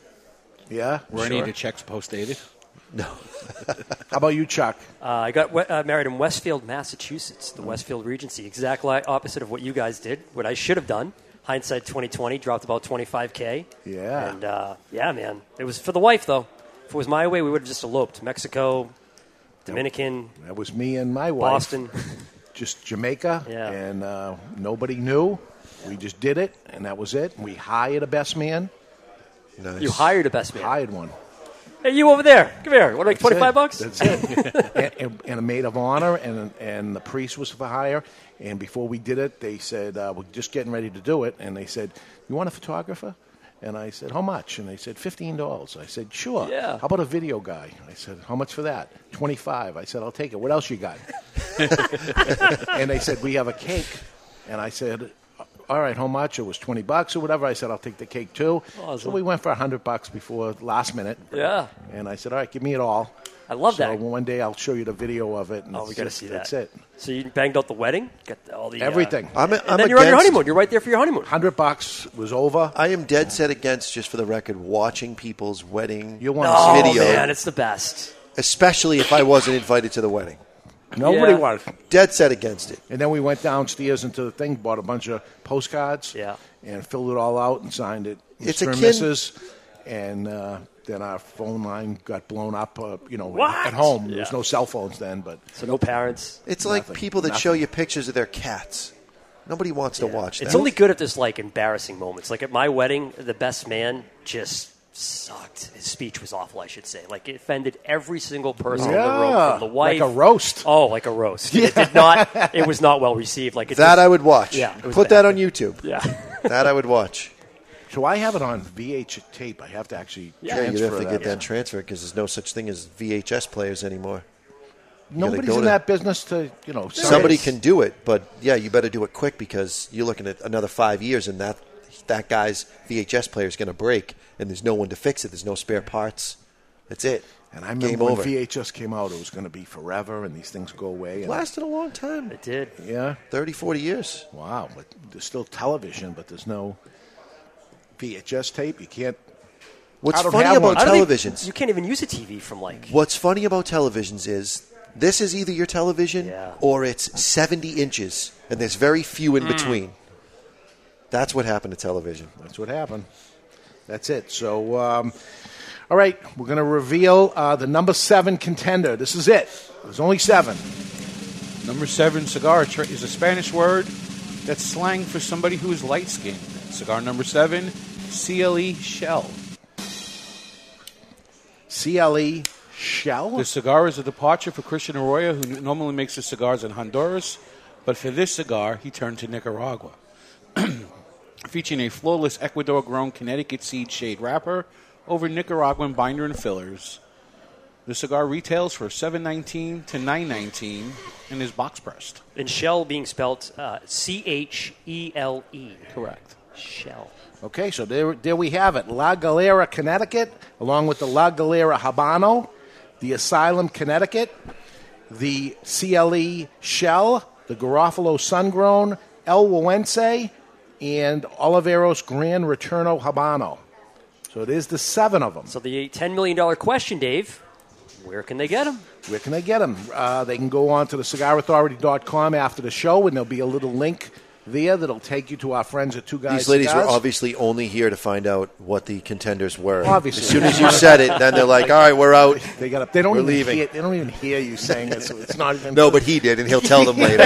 Speaker 8: Yeah.
Speaker 11: Were any of the checks post dated?
Speaker 5: No.
Speaker 8: How about you, Chuck?
Speaker 7: Uh, I got we- uh, married in Westfield, Massachusetts, the Westfield Regency. Exactly opposite of what you guys did, what I should have done. Hindsight 2020, dropped about 25K.
Speaker 8: Yeah.
Speaker 7: And uh, yeah, man. It was for the wife, though. If it was my way, we would have just eloped. Mexico, Dominican,
Speaker 8: That was me and my wife.
Speaker 7: Boston.
Speaker 8: Just Jamaica. Yeah. And uh, nobody knew. We just did it, and that was it. We hired a best man.
Speaker 5: Nice.
Speaker 7: You hired a best man.
Speaker 8: Hired one.
Speaker 7: Hey, you over there. Come here. What, like
Speaker 8: That's
Speaker 7: 25
Speaker 8: it.
Speaker 7: bucks?
Speaker 8: That's it. [laughs] and, and, and a maid of honor, and and the priest was for hire. And before we did it, they said uh, we're just getting ready to do it, and they said, "You want a photographer?" And I said, "How much?" And they said, 15 dollars." I said, "Sure."
Speaker 7: Yeah.
Speaker 8: How about a video guy? I said, "How much for that?" 25. I said, "I'll take it." What else
Speaker 7: [laughs]
Speaker 8: you got? and they said, "We have a cake." And I said, "All right, how much?" It was 20 bucks or whatever. I said, "I'll take the cake too." So
Speaker 7: Awesome.
Speaker 8: we went for 100 bucks before last minute.
Speaker 7: Yeah.
Speaker 8: And I said, "All right, give me it all."
Speaker 7: I love
Speaker 8: so
Speaker 7: that.
Speaker 8: One day I'll show you the video of it. And
Speaker 7: Oh, we got to
Speaker 8: to
Speaker 7: see that.
Speaker 8: That's it.
Speaker 7: So you banged out the wedding, got all the uh,
Speaker 8: Everything.
Speaker 5: I'm-
Speaker 7: and
Speaker 5: I'm
Speaker 7: then you're on your
Speaker 5: against-
Speaker 7: honeymoon. You're right there for your honeymoon.
Speaker 8: Hundred bucks was over.
Speaker 5: I am dead set against, just for the record, watching people's wedding you
Speaker 7: wanna No, see it.
Speaker 5: video.
Speaker 7: Oh,
Speaker 8: Oh,
Speaker 7: man, it's the best.
Speaker 5: Especially if I wasn't invited to the wedding.
Speaker 8: Nobody Yeah. was.
Speaker 5: Dead set against it.
Speaker 8: And then we went downstairs into the thing, bought a bunch of postcards, yeah. and filled it all out and signed it.
Speaker 5: It's
Speaker 8: Mr. and
Speaker 5: akin-
Speaker 8: Mrs. And uh, Then our phone line got blown up, uh, you know,
Speaker 5: What?
Speaker 8: at home. There
Speaker 5: Yeah.
Speaker 8: was no cell phones then, but
Speaker 7: so no parents.
Speaker 5: It's like people that show you pictures of their cats. Nobody wants to watch that.
Speaker 7: It's only good if there's like embarrassing moments. Like at my wedding, the best man just sucked. His speech was awful, I should say. Like it offended every single person in the room,
Speaker 8: Yeah,
Speaker 7: from the wife,
Speaker 8: like a roast.
Speaker 7: Oh, like a
Speaker 5: [laughs]
Speaker 7: roast. It did not. It was not well received. Like it
Speaker 5: that
Speaker 7: just-
Speaker 5: I would watch.
Speaker 7: Yeah, it was
Speaker 5: Put
Speaker 7: bad.
Speaker 5: that on YouTube.
Speaker 7: Yeah.
Speaker 5: that I
Speaker 7: [laughs]
Speaker 5: would watch.
Speaker 8: So I have it on VH tape. I have to actually
Speaker 5: Yeah, you'd
Speaker 8: transfer
Speaker 5: have to get
Speaker 8: that.
Speaker 5: that transferred because there's no such thing as VHS players anymore. You gotta
Speaker 8: Nobody's
Speaker 5: go
Speaker 8: in
Speaker 5: to-
Speaker 8: that business to, you know. sell
Speaker 5: Somebody
Speaker 8: it.
Speaker 5: can do it, but yeah, you better do it quick because you're looking at another five years, and that that guy's VHS player is going to break, and there's no one to fix it. There's no spare parts. That's it.
Speaker 8: And I remember
Speaker 5: Game
Speaker 8: when
Speaker 5: over.
Speaker 8: VHS came out, it was going to be forever, and these things go away. And
Speaker 5: lasted a long time. It
Speaker 7: did.
Speaker 8: Yeah.
Speaker 5: 30, 40 years.
Speaker 8: Wow. But there's still television, but there's no VHS tape. You can't.
Speaker 5: What's
Speaker 8: I don't
Speaker 5: funny
Speaker 8: have
Speaker 5: about
Speaker 8: one.
Speaker 5: televisions?
Speaker 7: You can't even use a TV from like.
Speaker 5: What's funny about televisions is this is either your television or it's 70 inches, and there's very few in
Speaker 8: Mm.
Speaker 5: between. That's what happened to television.
Speaker 8: That's what happened. That's it. So, um, all right, we're going to reveal uh, the number seven contender. This is it. There's only seven.
Speaker 11: Number seven cigar tra- is a Spanish word that's slang for somebody who is light skinned. Cigar number seven, CLE shell.
Speaker 8: CLE shell?
Speaker 11: The cigar is a departure for Christian Arroyo, who n- normally makes his cigars in Honduras, but for this cigar, he turned to Nicaragua. [clears throat] Featuring a flawless Ecuador grown Connecticut seed shade wrapper over Nicaraguan binder and fillers. The cigar retails for seven nineteen to nine nineteen and is box pressed.
Speaker 7: And shell being spelt uh, C H E L E.
Speaker 8: [laughs]
Speaker 11: Correct.
Speaker 7: Shell.
Speaker 8: Okay, so there, there we have it. La Galera, Connecticut, along with the La Galera Habano, the Asylum, Connecticut, the CLE Shell, the Garofalo Sun Grown, El Wawense, and Oliveros Gran Returno Habano. So it is the seven of them.
Speaker 7: So the ten million dollar question, Dave. Where can they get them?
Speaker 8: Where can they get them? Uh, they can go on to the cigarauthority.com after the show, and there'll be a little link there that'll take you to our friends at Two Guys
Speaker 5: These ladies were
Speaker 8: Cigars.
Speaker 5: obviously only here to find out what the contenders were.
Speaker 8: Obviously.
Speaker 5: As soon as you said it, then they're like, all right, we're out.
Speaker 8: [laughs] They got up. They don't
Speaker 5: we're
Speaker 8: even
Speaker 5: leaving.
Speaker 8: hear. They don't even hear you saying it, so it's not even.
Speaker 5: No, but he did, and he'll tell
Speaker 8: [laughs]
Speaker 5: them later.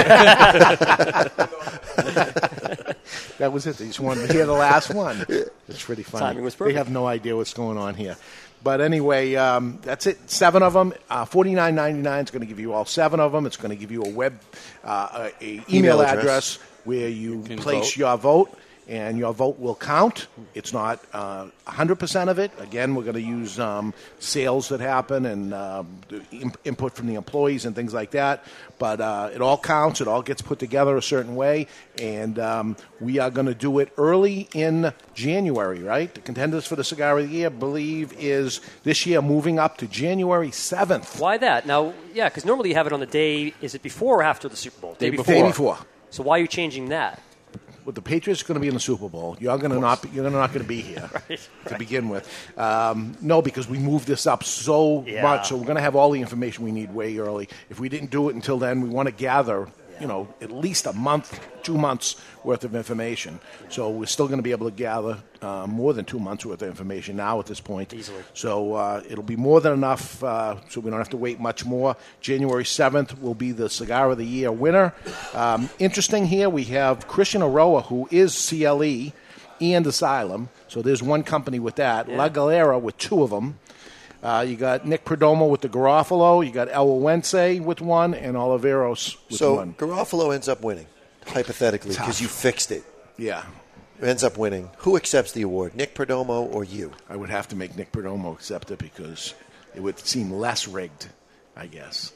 Speaker 8: that was it. They just wanted to hear the last one. It's pretty funny.
Speaker 7: Timing was
Speaker 8: They have no idea what's going on here. But anyway, um, that's it. Seven of them. Uh, Forty nine ninety nine is going to give you all seven of them. It's going to give you a web, uh, a, a email,
Speaker 5: Email
Speaker 8: address.
Speaker 5: address.
Speaker 8: where you,
Speaker 5: can
Speaker 8: place
Speaker 5: vote.
Speaker 8: your vote, and your vote will count. It's not uh, 100% of it. Again, we're going to use um, sales that happen and um, the im- input from the employees and things like that. But uh, it all counts. It all gets put together a certain way, and um, we are going to do it early in January. Right? The contenders for the cigar of the year, I believe, is this year moving up to January 7th.
Speaker 7: Why that? Now, yeah, because normally you have it on the day. Is it before or after the Super Bowl? Day, before.
Speaker 8: Day before.
Speaker 7: So why are you changing that?
Speaker 8: Well, the Patriots are going to be in the Super Bowl. You're going to not. Be, you're not going to be here to begin with. Um, no, because we moved this up so
Speaker 7: Yeah.
Speaker 8: much, so we're going to have all the information we need way early. If we didn't do it until then, we want to gather, you know, at least a month, two months worth of information. So we're still going to be able to gather uh, more than two months worth of information now at this point. Easily. So uh, it'll be more than enough. Uh, so we don't have to wait much more. January seventh will be the cigar of the year winner. Um, interesting here, we have Christian Aroa, who is CLE and Asylum. So there's one company with that. La Galera with two of them. Uh, you got Nick Perdomo with the Garofalo. You got El Wawense with one, and Oliveros with
Speaker 5: so
Speaker 8: one.
Speaker 5: Garofalo ends up winning, hypothetically, because you fixed it.
Speaker 8: Yeah.
Speaker 5: Ends up winning. Who accepts the award, Nick Perdomo or you?
Speaker 8: I would have to make Nick Perdomo accept it because it would seem less rigged, I guess.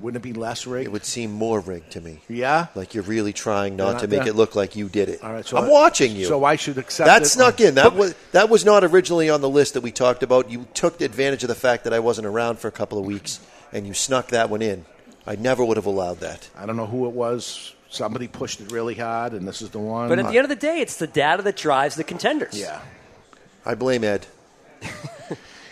Speaker 8: Wouldn't it be less rigged?
Speaker 5: It would seem more rigged to me.
Speaker 8: Yeah?
Speaker 5: Like you're really trying
Speaker 8: You're
Speaker 5: not,
Speaker 8: not
Speaker 5: to make
Speaker 8: there?
Speaker 5: it look like you did it.
Speaker 8: All right, so
Speaker 5: I'm
Speaker 8: I-
Speaker 5: watching you.
Speaker 8: so I should accept
Speaker 5: That
Speaker 8: it?
Speaker 5: snuck in. That was that was not originally on the list that we talked about. You took advantage of the fact that I wasn't around for a couple of weeks, and you snuck that one in. I never would have allowed that.
Speaker 8: I don't know who it was. Somebody pushed it really hard, and this is the one.
Speaker 7: But at the end of the day, it's the data that drives the contenders.
Speaker 8: Yeah.
Speaker 5: I blame Ed. Ed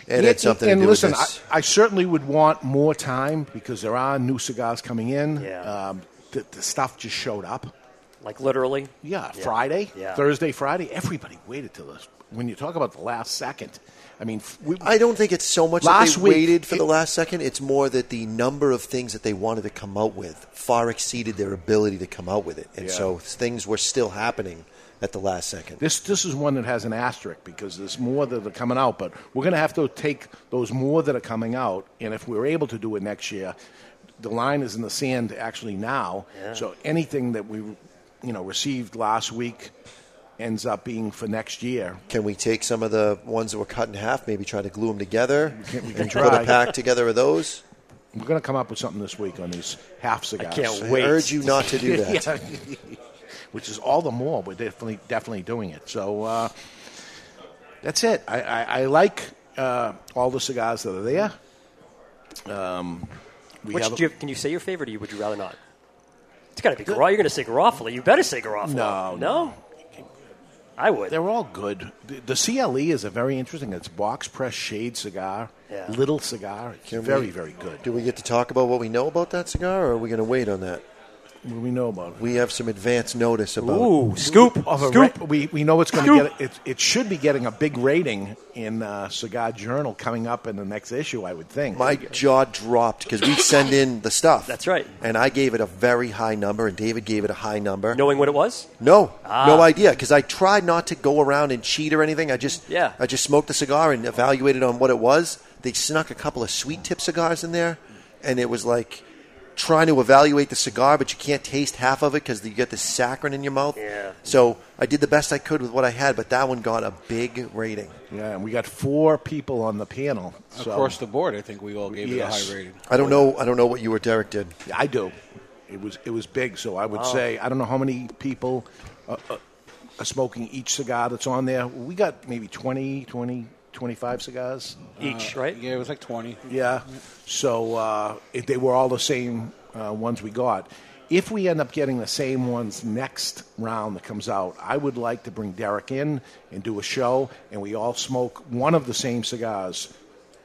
Speaker 8: Yeah,
Speaker 5: had something
Speaker 8: and
Speaker 5: to do
Speaker 8: listen,
Speaker 5: with this.
Speaker 8: I, I certainly would want more time because there are new cigars coming in. Yeah. Um, the, the stuff just showed up.
Speaker 7: Like literally?
Speaker 8: Yeah,
Speaker 7: Yeah.
Speaker 8: Friday,
Speaker 7: Yeah.
Speaker 8: Thursday, Friday. Everybody waited till this. When you talk about the last second, I mean, f- we,
Speaker 5: I don't think it's so much
Speaker 8: last
Speaker 5: that they
Speaker 8: week,
Speaker 5: waited for the
Speaker 8: it-
Speaker 5: last second. It's more that the number of things that they wanted to come out with far exceeded their ability to come out with it, and
Speaker 8: Yeah.
Speaker 5: so things were still happening at the last second.
Speaker 8: This this is one that has an asterisk because there's more that are coming out, but we're going to have to take those more that are coming out, and if we're able to do it next year, the line is in the sand actually now.
Speaker 9: Yeah.
Speaker 8: So anything that we, you know, received last week ends up being for next year.
Speaker 5: Can we take some of the ones that were cut in half, maybe try to glue them together
Speaker 8: we can
Speaker 5: and [laughs] put
Speaker 8: try.
Speaker 5: a pack together of those?
Speaker 8: We're going to come up with something this week on these half cigars.
Speaker 5: can't I wait. urge you
Speaker 8: [laughs]
Speaker 5: not to do that.
Speaker 8: Yeah. Which is all the more we're definitely definitely doing it. So uh, that's it. I, I, I like uh, all the cigars that are there. Um, we
Speaker 7: Which
Speaker 8: have
Speaker 7: do you, can you say your favorite, or you- would you rather not? It's got to be Garofalo. You're going to say Garofalo. You better say Garofalo.
Speaker 8: No,
Speaker 7: no. I would.
Speaker 8: They're all good. The, the CLE is a very interesting. It's box press shade cigar,
Speaker 5: Yeah.
Speaker 8: little cigar. It's
Speaker 5: Can
Speaker 8: very
Speaker 5: we-
Speaker 8: very good.
Speaker 5: Do we get to talk about what we know about that cigar, or are we going to wait on that?
Speaker 8: What do we know about it?
Speaker 5: We have some advance notice about.
Speaker 8: of a ra- we, we know it's going to get it, it. should be getting a big rating in uh, Cigar Journal coming up in the next issue. I would think.
Speaker 5: My jaw dropped because we send in the stuff. That's
Speaker 7: right.
Speaker 5: And I gave it a very high number, and David gave it a high number.
Speaker 7: Knowing what it was?
Speaker 5: No,
Speaker 7: Ah.
Speaker 5: no idea. Because I tried not to go around and cheat or anything. I just,
Speaker 7: Yeah.
Speaker 5: I just smoked the cigar and evaluated on what it was. They snuck a couple of sweet tip cigars in there, and it was like trying to evaluate the cigar, but you can't taste half of it because you get this saccharin in your mouth.
Speaker 8: Yeah.
Speaker 5: So I did the best I could with what I had, but that one got a big rating.
Speaker 8: Yeah, and we got four people on the panel. so-
Speaker 11: Across the board, I think we all gave
Speaker 8: Yes.
Speaker 11: it a high rating.
Speaker 5: I don't know. I don't know what you or Derek did.
Speaker 8: I do. It was it was big. So I would
Speaker 11: Wow.
Speaker 8: say I don't know how many people uh, uh, are smoking each cigar that's on there. We got maybe 20, 20, 25 cigars Uh,
Speaker 7: Each, right?
Speaker 11: Uh, Yeah, it was like 20.
Speaker 8: Yeah. So uh, if they were all the same uh, ones we got. If we end up getting the same ones next round that comes out, I would like to bring Derek in and do a show, and we all smoke one of the same cigars,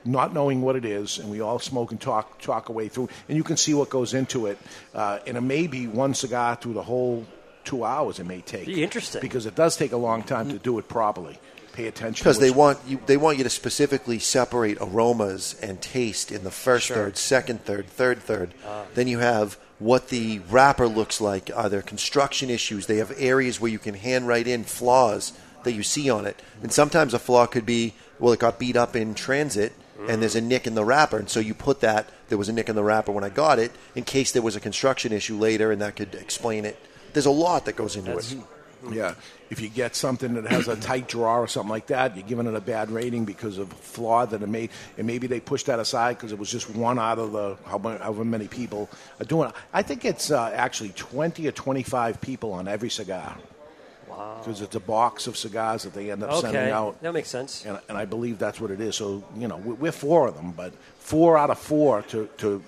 Speaker 8: not knowing what it is, and we all smoke and talk talk away through, and you can see what goes into it, uh, and it may be one cigar through the whole two hours it may take.
Speaker 7: Be interesting.
Speaker 8: because it does take a long time to do it properly. Pay attention to
Speaker 5: Because they
Speaker 8: what's-
Speaker 5: want you, they want you to specifically separate aromas and taste in the first
Speaker 8: Sure.
Speaker 5: third, second third, third third.
Speaker 8: Ah.
Speaker 5: Then you have what the wrapper looks like. Are there construction issues? They have areas where you can handwrite in flaws that you see on it, and sometimes a flaw could be well, it got beat up in transit. And there's a
Speaker 8: Mm.
Speaker 5: nick in the wrapper, and so you put that there was a nick in the wrapper when I got it, in case there was a construction issue later, and that could explain it. There's a lot that goes into it.
Speaker 8: Mm-hmm. Yeah. If you get something that has a tight draw or something like that, you're giving it a bad rating because of flaw that it made, and maybe they pushed that aside because it was just one out of the how mu- however many people are doing. it. I think it's uh, actually 20 or 25 people on every cigar. Wow. Because it's a box of cigars that they end up
Speaker 7: Okay.
Speaker 8: sending out,
Speaker 7: That makes sense.
Speaker 8: and, and I believe that's what it is. So you know, we- we're four of them, but four out of four to to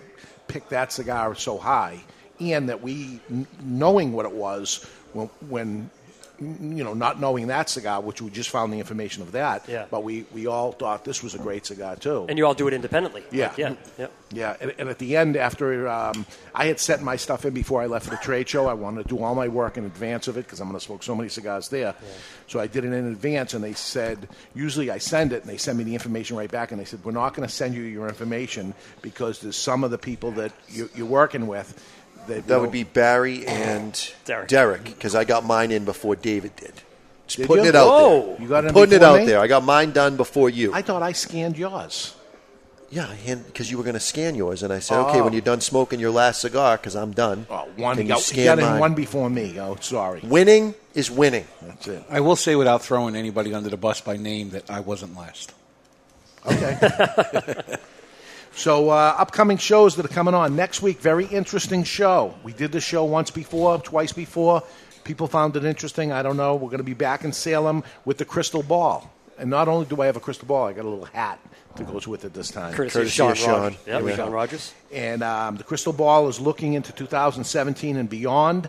Speaker 8: pick that cigar so high, and that we kn- knowing what it was when when you know not knowing that cigar, which we just found the information of that.
Speaker 7: Yeah.
Speaker 8: But we we all thought this was a great cigar too.
Speaker 7: And you all do it independently.
Speaker 8: Yeah.
Speaker 7: Like, yeah. Yeah.
Speaker 8: Yeah, and, and at the end, after um, I had sent my stuff in before I left for the trade show, I wanted to do all my work in advance of it because I'm going to smoke so many cigars there. So I did it in advance, and they said, usually I send it, and they send me the information right back, and they said, we're not going to send you your information because there's some of the people that you're, you're working with. That, we
Speaker 5: That would
Speaker 8: don't-
Speaker 5: be Barry and
Speaker 8: Derek.
Speaker 5: Derek, because I got mine in before David did. Just
Speaker 8: Did
Speaker 5: putting
Speaker 8: you?
Speaker 5: it out
Speaker 8: Whoa.
Speaker 5: there.
Speaker 8: You got it in
Speaker 5: putting it
Speaker 8: before
Speaker 5: out
Speaker 8: me?
Speaker 5: there. I got mine done before you.
Speaker 8: I thought I scanned yours.
Speaker 5: yeah, because you were going to scan yours, and I said, okay,
Speaker 8: Oh.
Speaker 5: when you're done smoking your last cigar, because I'm done.
Speaker 8: One,
Speaker 5: can
Speaker 8: you
Speaker 5: you
Speaker 8: got, you
Speaker 5: scan
Speaker 8: got in
Speaker 5: mine?
Speaker 8: one before me. Oh, sorry.
Speaker 5: Winning is winning.
Speaker 8: That's it.
Speaker 11: I will say without throwing anybody under the bus by name that I wasn't last.
Speaker 8: So, uh, upcoming shows that are coming on next week. Very interesting show. We did the show once before, twice before. People found it interesting. I don't know. We're going to be back in Salem with the crystal ball. And not only do I have a crystal ball, I got a little hat that goes with it this time.
Speaker 7: Courtesy of Courtesy Sean of Sean. Rogers. Yep,
Speaker 8: Here we
Speaker 7: Sean
Speaker 8: go.
Speaker 7: Rogers.
Speaker 8: And um, the crystal ball is looking into 2017 and beyond.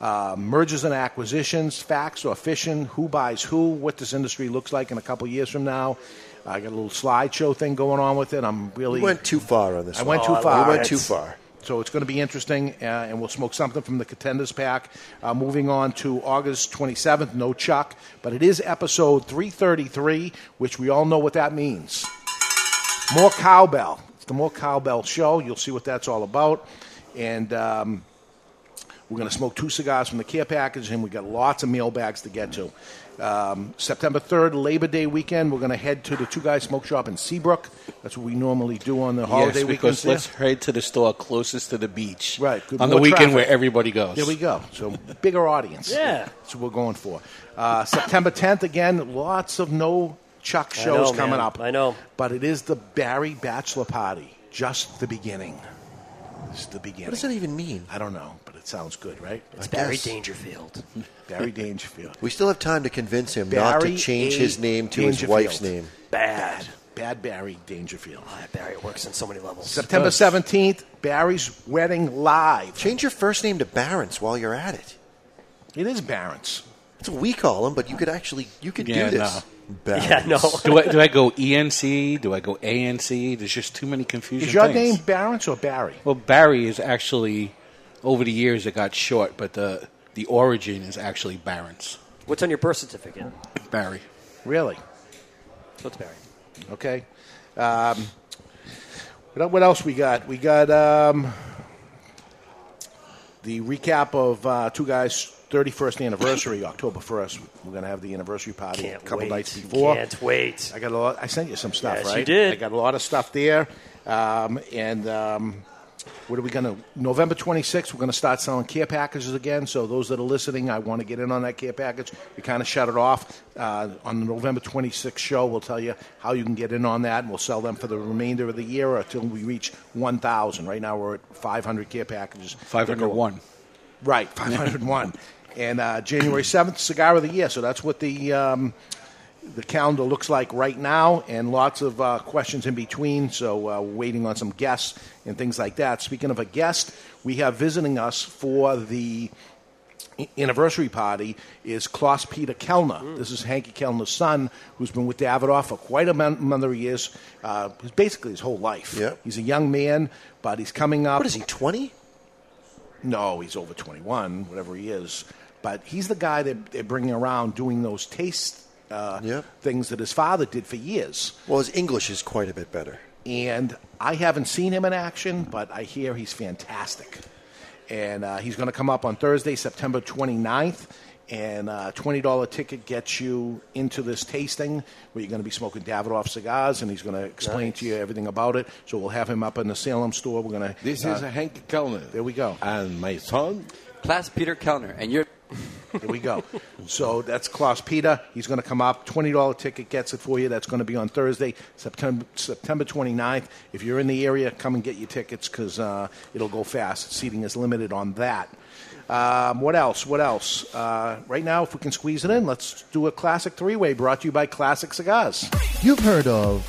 Speaker 8: Uh, mergers and acquisitions, facts or fishing, who buys who, what this industry looks like in a couple years from now. I got a little slideshow thing going on with it. I'm really
Speaker 5: You went too far on this
Speaker 8: I
Speaker 5: one.
Speaker 8: went too
Speaker 5: Oh, I
Speaker 8: far.
Speaker 5: love it. You went too far.
Speaker 8: So it's going to be interesting, uh, and we'll smoke something from the contenders pack. Uh, moving on to August 27th, no Chuck, but it is episode 333, which we all know what that means. More cowbell. It's the more cowbell show. You'll see what that's all about, and. Um, we're going to smoke two cigars from the care package, and we got lots of mailbags to get to. Um, September 3rd, Labor Day weekend, we're going to head to the Two Guys Smoke Shop in Seabrook. That's what we normally do on the holiday
Speaker 11: yes,
Speaker 8: weekends.
Speaker 11: because
Speaker 8: there.
Speaker 11: let's head to the store closest to the beach.
Speaker 8: Right. good-
Speaker 11: on the
Speaker 8: more
Speaker 11: weekend
Speaker 8: traffic.
Speaker 11: where everybody goes.
Speaker 8: There we go. So bigger audience.
Speaker 10: Yeah.
Speaker 8: That's what we're going for. Uh, September 10th, again, lots of no Chuck
Speaker 10: I
Speaker 8: shows
Speaker 10: know,
Speaker 8: coming
Speaker 10: man.
Speaker 8: up. I know. But it is the Barry Bachelor Party, just the beginning. It's the beginning.
Speaker 17: What does that even mean?
Speaker 8: I don't know, but it sounds good, right?
Speaker 17: It's
Speaker 8: I
Speaker 17: Barry
Speaker 8: guess.
Speaker 10: Dangerfield.
Speaker 8: [laughs] Barry Dangerfield.
Speaker 17: We still have time to convince [laughs] him not
Speaker 8: Barry
Speaker 17: to change
Speaker 8: A.
Speaker 17: his name to his
Speaker 8: Dangerfield.
Speaker 17: wife's name.
Speaker 8: Bad. Bad Barry Dangerfield.
Speaker 10: Barry works on so many levels.
Speaker 8: September
Speaker 17: Does.
Speaker 8: 17th, Barry's Wedding Live.
Speaker 17: Change your first name to Barron's while you're at it.
Speaker 8: It is Barron's.
Speaker 17: That's what we call him, but you could actually you could
Speaker 11: Yeah,
Speaker 17: do this.
Speaker 11: no.
Speaker 17: Barron's. [laughs]
Speaker 11: do, I, do I go ENC? Do I go ANC? There's just too many confusion.
Speaker 8: Is your
Speaker 11: things.
Speaker 8: name Barron's or Barry?
Speaker 11: Well, Barry is actually over the years it got short, but the the origin is actually Barron's.
Speaker 10: What's on your birth certificate?
Speaker 11: Barry.
Speaker 8: Really?
Speaker 10: What's Barry?
Speaker 8: Okay. Um, what, what else we got? We got um, the recap of uh, Two Guys' 31st anniversary, October 1st. We're going to have the anniversary party
Speaker 10: Can't
Speaker 8: a couple
Speaker 10: wait.
Speaker 8: nights before.
Speaker 10: Can't wait.
Speaker 8: I got a lot. I sent you some stuff,
Speaker 10: Yes,
Speaker 8: right?
Speaker 10: you did.
Speaker 8: I got a lot of stuff there. Um, and um, what are we going to? November 26th, we're going to start selling care packages again. So those that are listening, I want to get in on that care package. We kind of shut it off uh, on the November 26th show. We'll tell you how you can get in on that, and we'll sell them for the remainder of the year or until we reach 1,000. Right now, we're at 500 care packages.
Speaker 11: 501.
Speaker 8: Right, 501. and uh, January 7th, cigar of the year. So that's what the um, the calendar looks like right now, and lots of uh, questions in between. So uh, we're waiting on some guests and things like that. Speaking of a guest, we have visiting us for the anniversary party is Klaus Peter Kellner.
Speaker 17: Mm.
Speaker 8: This is Hanky Kellner's son, who's been with Davidoff for quite a mon- number of years, uh, basically his whole life.
Speaker 17: Yep.
Speaker 8: He's a young man, but he's coming up.
Speaker 17: What is he, 20?
Speaker 8: No, he's over 21, whatever he is. But he's the guy that they're bringing around doing those taste uh, things that his father did for years.
Speaker 17: Well, his English is quite a bit better.
Speaker 8: And I haven't seen him in action, but I hear he's fantastic. And uh, he's going to come up on Thursday, September 29th. And uh, $20 ticket gets you into this tasting where you're going to be smoking Davidoff cigars, and he's going to explain to you everything about it. So we'll have him up in the Salem store. We're going to.
Speaker 26: This is Hank Kellner.
Speaker 8: There we go.
Speaker 26: And my son?
Speaker 8: Class Peter Kellner, and you're. There we go. So that's Klaus Peter. He's going to come up. Twenty dollar ticket gets it for you. That's going to be on Thursday, September September 29th. If you're in the area, come and get your tickets because uh, it'll go fast. Seating is limited on that. Um, what else? What else? Uh, right now, if we can squeeze it in, let's do a classic three way. Brought to you by Classic Cigars.
Speaker 5: You've heard of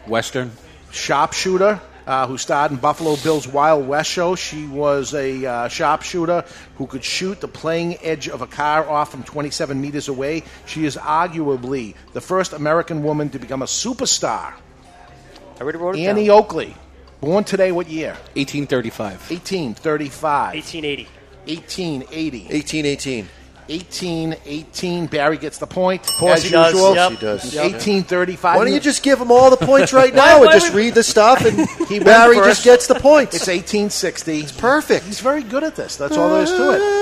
Speaker 11: Western.
Speaker 8: Sharpshooter. Uh, who starred in Buffalo Bill's Wild West show? She was a uh, sharpshooter who could shoot the playing edge of a car off from 27 meters away. She is arguably the first American woman to become a superstar.
Speaker 7: I already wrote it down.
Speaker 8: Annie Oakley, born today, what year?
Speaker 11: 1835.
Speaker 8: 1835.
Speaker 7: 1880.
Speaker 8: 1880.
Speaker 5: 1818.
Speaker 8: 1818. Barry gets the point. Of
Speaker 5: course
Speaker 8: as
Speaker 5: he does.
Speaker 8: Usual.
Speaker 5: Yep. He does.
Speaker 8: 1835.
Speaker 5: Why don't you just give him all the
Speaker 8: [laughs]
Speaker 5: points right now and just read the stuff and Barry just gets the points.
Speaker 8: It's 1860. It's
Speaker 5: perfect.
Speaker 8: He's very good at this. That's all there is to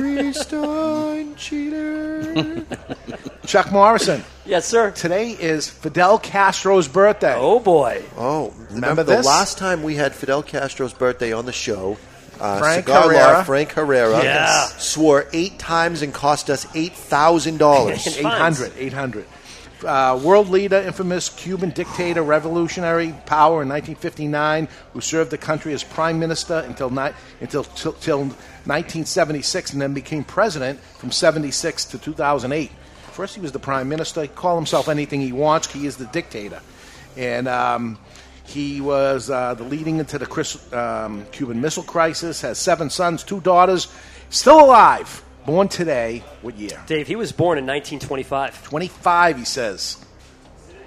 Speaker 5: Barry Stein, [laughs] cheater.
Speaker 8: it. Chuck Morrison.
Speaker 7: Yes, sir.
Speaker 8: Today is Fidel Castro's birthday.
Speaker 7: Oh, boy.
Speaker 5: Oh,
Speaker 8: Remember
Speaker 5: remember the
Speaker 8: this?
Speaker 5: last time we had Fidel Castro's birthday on the show? Uh,
Speaker 8: Frank
Speaker 5: cigar law,
Speaker 8: Herrera.
Speaker 5: Frank Herrera
Speaker 8: Yeah.
Speaker 5: swore eight times and cost us eight thousand dollars.
Speaker 8: 800. 800. Uh, world leader, infamous Cuban dictator, revolutionary power in 1959, who served the country as prime minister until ni- until till, till 1976, and then became president from 76 to 2008. First, he was the prime minister. He called himself anything he wants. He is the dictator, and. Um, he was uh, the leading into the Chris, um, Cuban Missile Crisis. Has seven sons, two daughters, still alive. Born today, what year?
Speaker 7: Dave, he was born in 1925.
Speaker 8: 25, he says.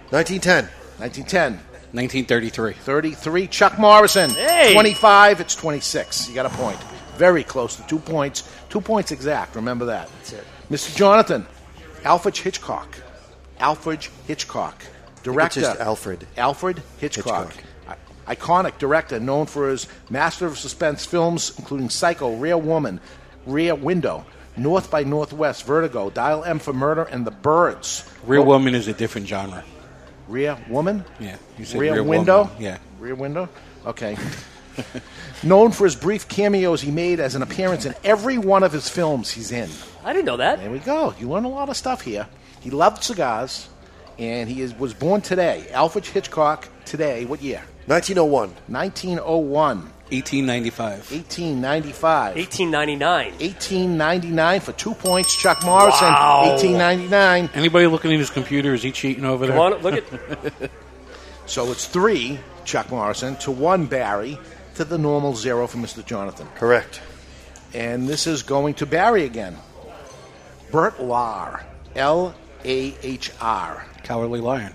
Speaker 5: 1910.
Speaker 8: 1910.
Speaker 11: 1933.
Speaker 8: 33. Chuck Morrison.
Speaker 7: Hey!
Speaker 8: 25. It's 26. You got a point. Very close to two points. Two points exact. Remember that.
Speaker 7: That's it.
Speaker 8: Mr. Jonathan. Alfred Hitchcock. Alfred Hitchcock. Director.
Speaker 5: just Alfred.
Speaker 8: Alfred Hitchcock.
Speaker 5: Hitchcock.
Speaker 8: I- Iconic director known for his master of suspense films, including Psycho, Rear Woman, Rear Window, North by Northwest, Vertigo, Dial M for Murder, and The Birds.
Speaker 11: Rear
Speaker 17: Oh.
Speaker 11: Woman is a different genre.
Speaker 8: Rear Woman?
Speaker 11: Yeah. You said
Speaker 8: Rear,
Speaker 11: Rear
Speaker 8: Window?
Speaker 11: Woman, yeah.
Speaker 8: Rear Window? Okay. [laughs] Known for his brief cameos, he made as an appearance in every one of his films he's in.
Speaker 7: I didn't know that.
Speaker 8: There we go. You learn a lot of stuff here. He loved cigars, and he is, was born today. Alfred Hitchcock, today, what year?
Speaker 5: 1901.
Speaker 8: 1901.
Speaker 11: 1895.
Speaker 8: 1895.
Speaker 7: 1899.
Speaker 8: 1899 for two points. Chuck Morrison,
Speaker 7: Wow.
Speaker 8: 1899.
Speaker 11: Anybody looking at his computer, is he cheating over there?
Speaker 7: Come on, look at.
Speaker 8: [laughs] So it's three, Chuck Morrison, to one, Barry, to the normal zero for Mr. Jonathan.
Speaker 5: Correct.
Speaker 8: And this is going to Barry again. Bert Lahr. L A H R.
Speaker 11: Cowardly Lion.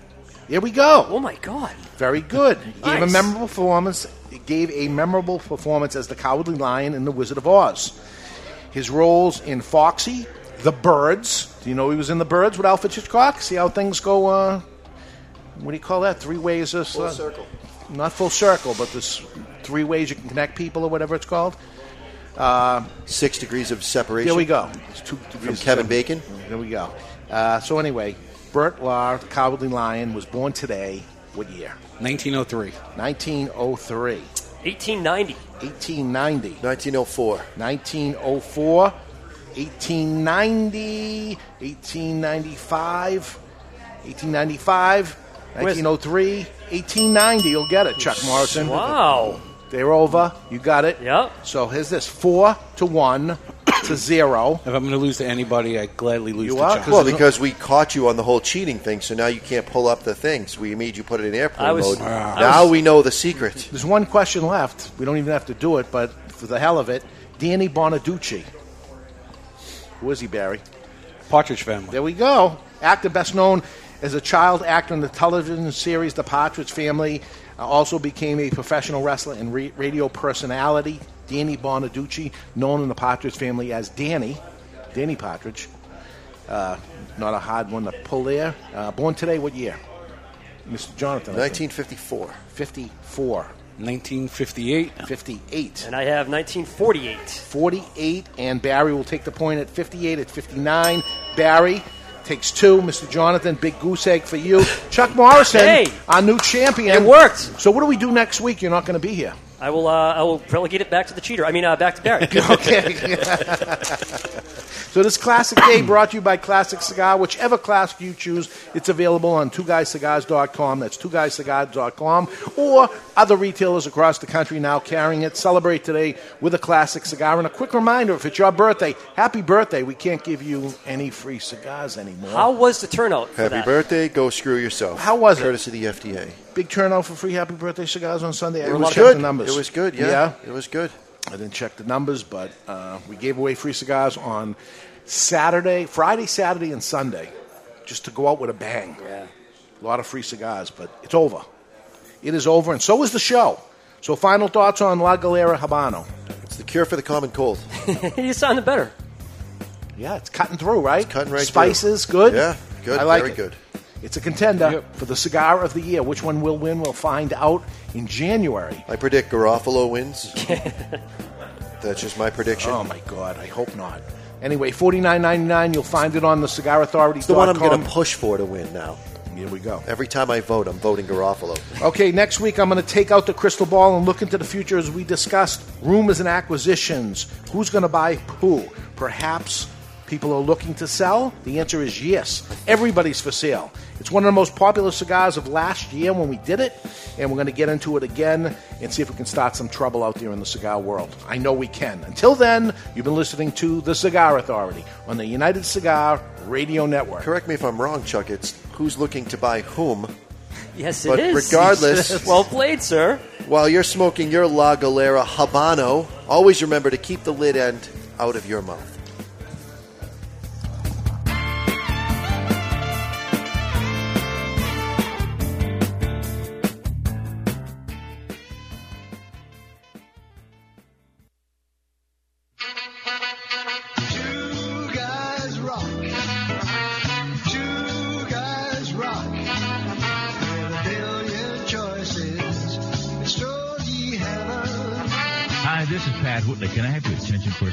Speaker 8: Here we go.
Speaker 7: oh, my God.
Speaker 8: Very
Speaker 7: [laughs]
Speaker 8: good. He gave a
Speaker 7: Nice.
Speaker 8: memorable performance. he Gave a memorable performance as the Cowardly Lion in The Wizard of Oz. His roles in Foxy, The Birds. Do you know he was in The Birds with Alfred Hitchcock? See how things go. Uh, what do you call that? Three ways. This, full circle. Not full circle, but this three ways you can connect people or whatever it's called. Uh,
Speaker 5: Six degrees of separation.
Speaker 8: there we go. It's two
Speaker 5: From
Speaker 8: degrees of
Speaker 5: Kevin
Speaker 8: separation.
Speaker 5: Bacon.
Speaker 8: There we go. Uh, so anyway, Bert Lahr, the Cowardly Lion, was born today. What year?
Speaker 11: 1903.
Speaker 8: 1903.
Speaker 7: 1890.
Speaker 8: 1890,
Speaker 5: 1904.
Speaker 8: 1904, 1890, 1895, 1895, 1903, 1890. You'll get it, Chuck Morrison.
Speaker 7: Wow.
Speaker 8: They're over. You got it.
Speaker 7: Yep.
Speaker 8: So here's this four to one [coughs] to zero.
Speaker 11: If I'm going to lose to anybody, I gladly lose
Speaker 8: You
Speaker 11: to
Speaker 8: are?
Speaker 11: Chuck.
Speaker 5: Well, because we caught you on the whole cheating thing, so now you can't pull up the things. We made you put it in
Speaker 7: I
Speaker 5: airplane
Speaker 7: was-
Speaker 5: mode.
Speaker 7: Wow. I
Speaker 5: Now
Speaker 7: was-
Speaker 5: we know the secret.
Speaker 8: There's one question left. We don't even have to do it, but for the hell of it, Danny Bonaducci. Who is he, Barry?
Speaker 11: Partridge Family.
Speaker 8: There we go. Actor best known as a child actor in the television series The Partridge Family, uh, also became a professional wrestler and re- radio personality. Danny Bonaducci, known in the Partridge Family as Danny, Danny Partridge. Uh, not a hard one to pull there. Uh, born today, what year? Mr. Jonathan. I think.
Speaker 5: 1954.
Speaker 8: 54,
Speaker 11: 1958.
Speaker 8: 58.
Speaker 7: And I have 1948.
Speaker 8: 48, and Barry will take the point at 58 at 59. Barry takes two. Mr. Jonathan, big goose egg for you. Chuck Morrison,
Speaker 7: Hey!
Speaker 8: our new champion.
Speaker 7: It worked.
Speaker 8: So what do we do next week? You're not going to be here.
Speaker 7: I
Speaker 5: [laughs]
Speaker 7: will. Uh, I will relegate it back to the cheater. I mean, uh, back to Barry.
Speaker 8: Okay. So this classic day brought to you by Classic Cigar, whichever classic you choose. It's available on twoguyscigars.com. That's twoguyscigars.com or other retailers across the country now carrying it. Celebrate today with a classic cigar. And a quick reminder, if it's your birthday, happy birthday. We can't give you any free cigars
Speaker 7: [laughs]
Speaker 8: anymore.
Speaker 7: How was the turnout? For
Speaker 5: Happy
Speaker 7: that?
Speaker 5: birthday. Go screw yourself.
Speaker 8: How was it?
Speaker 5: Courtesy of the FDA.
Speaker 8: Big turnout for free happy birthday cigars on Sunday. I
Speaker 5: It
Speaker 8: didn't
Speaker 5: was
Speaker 8: check
Speaker 5: good.
Speaker 8: The numbers.
Speaker 5: It was good, yeah.
Speaker 8: It was good. I didn't check the numbers, but uh, we gave away free cigars on Saturday, Friday, Saturday, and Sunday, just to go out with a bang. Yeah. A lot of free cigars, but it's over. It is over, and so is the show. So, final thoughts on La Galera Habano. It's the cure for the common [laughs] cold.
Speaker 7: you sounded better.
Speaker 8: Yeah, it's cutting through, right? It's cutting
Speaker 5: right
Speaker 8: Spices,
Speaker 5: through.
Speaker 8: good.
Speaker 5: Yeah, good,
Speaker 8: I like
Speaker 5: very
Speaker 8: it.
Speaker 5: good.
Speaker 8: It's a contender for the cigar of the year. Which one will win? We'll find out in January.
Speaker 5: I predict Garofalo wins. That's just my prediction.
Speaker 8: Oh my god, I hope not. Anyway, forty nine ninety nine. You'll find it on the Cigar Authority.
Speaker 5: It's the one I'm going to push for to win now.
Speaker 8: Here we go.
Speaker 5: Every time I vote, I'm voting Garofalo.
Speaker 8: Okay, next week I'm going to take out the crystal ball and look into the future as we discussed rumors and acquisitions. Who's going to buy who? Perhaps people are looking to sell? The answer is yes. Everybody's for sale. It's one of the most popular cigars of last year when we did it, and we're going to get into it again and see if we can start some trouble out there in the cigar world. I know we can. Until then, you've been listening to The Cigar Authority on the United Cigar Radio Network.
Speaker 5: Correct me if I'm wrong, Chuck. It's who's looking to buy whom.
Speaker 7: Yes, it
Speaker 5: but
Speaker 7: is. [laughs]
Speaker 5: regardless,
Speaker 7: well played, sir.
Speaker 5: While you're smoking your La Galera Habano, always remember to keep the lid end out of your mouth.
Speaker 27: Hi, this is Pat Whitley. Can I have your attention for a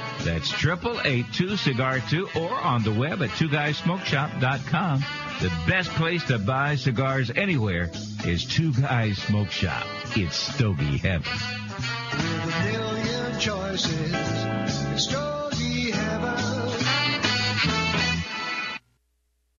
Speaker 27: That's 888-2-CIGAR-2 or on the web at two twoguysmokeshop.com. The best place to buy cigars anywhere is Two Guys Smoke Shop. It's Stogie Heaven.
Speaker 28: Choices.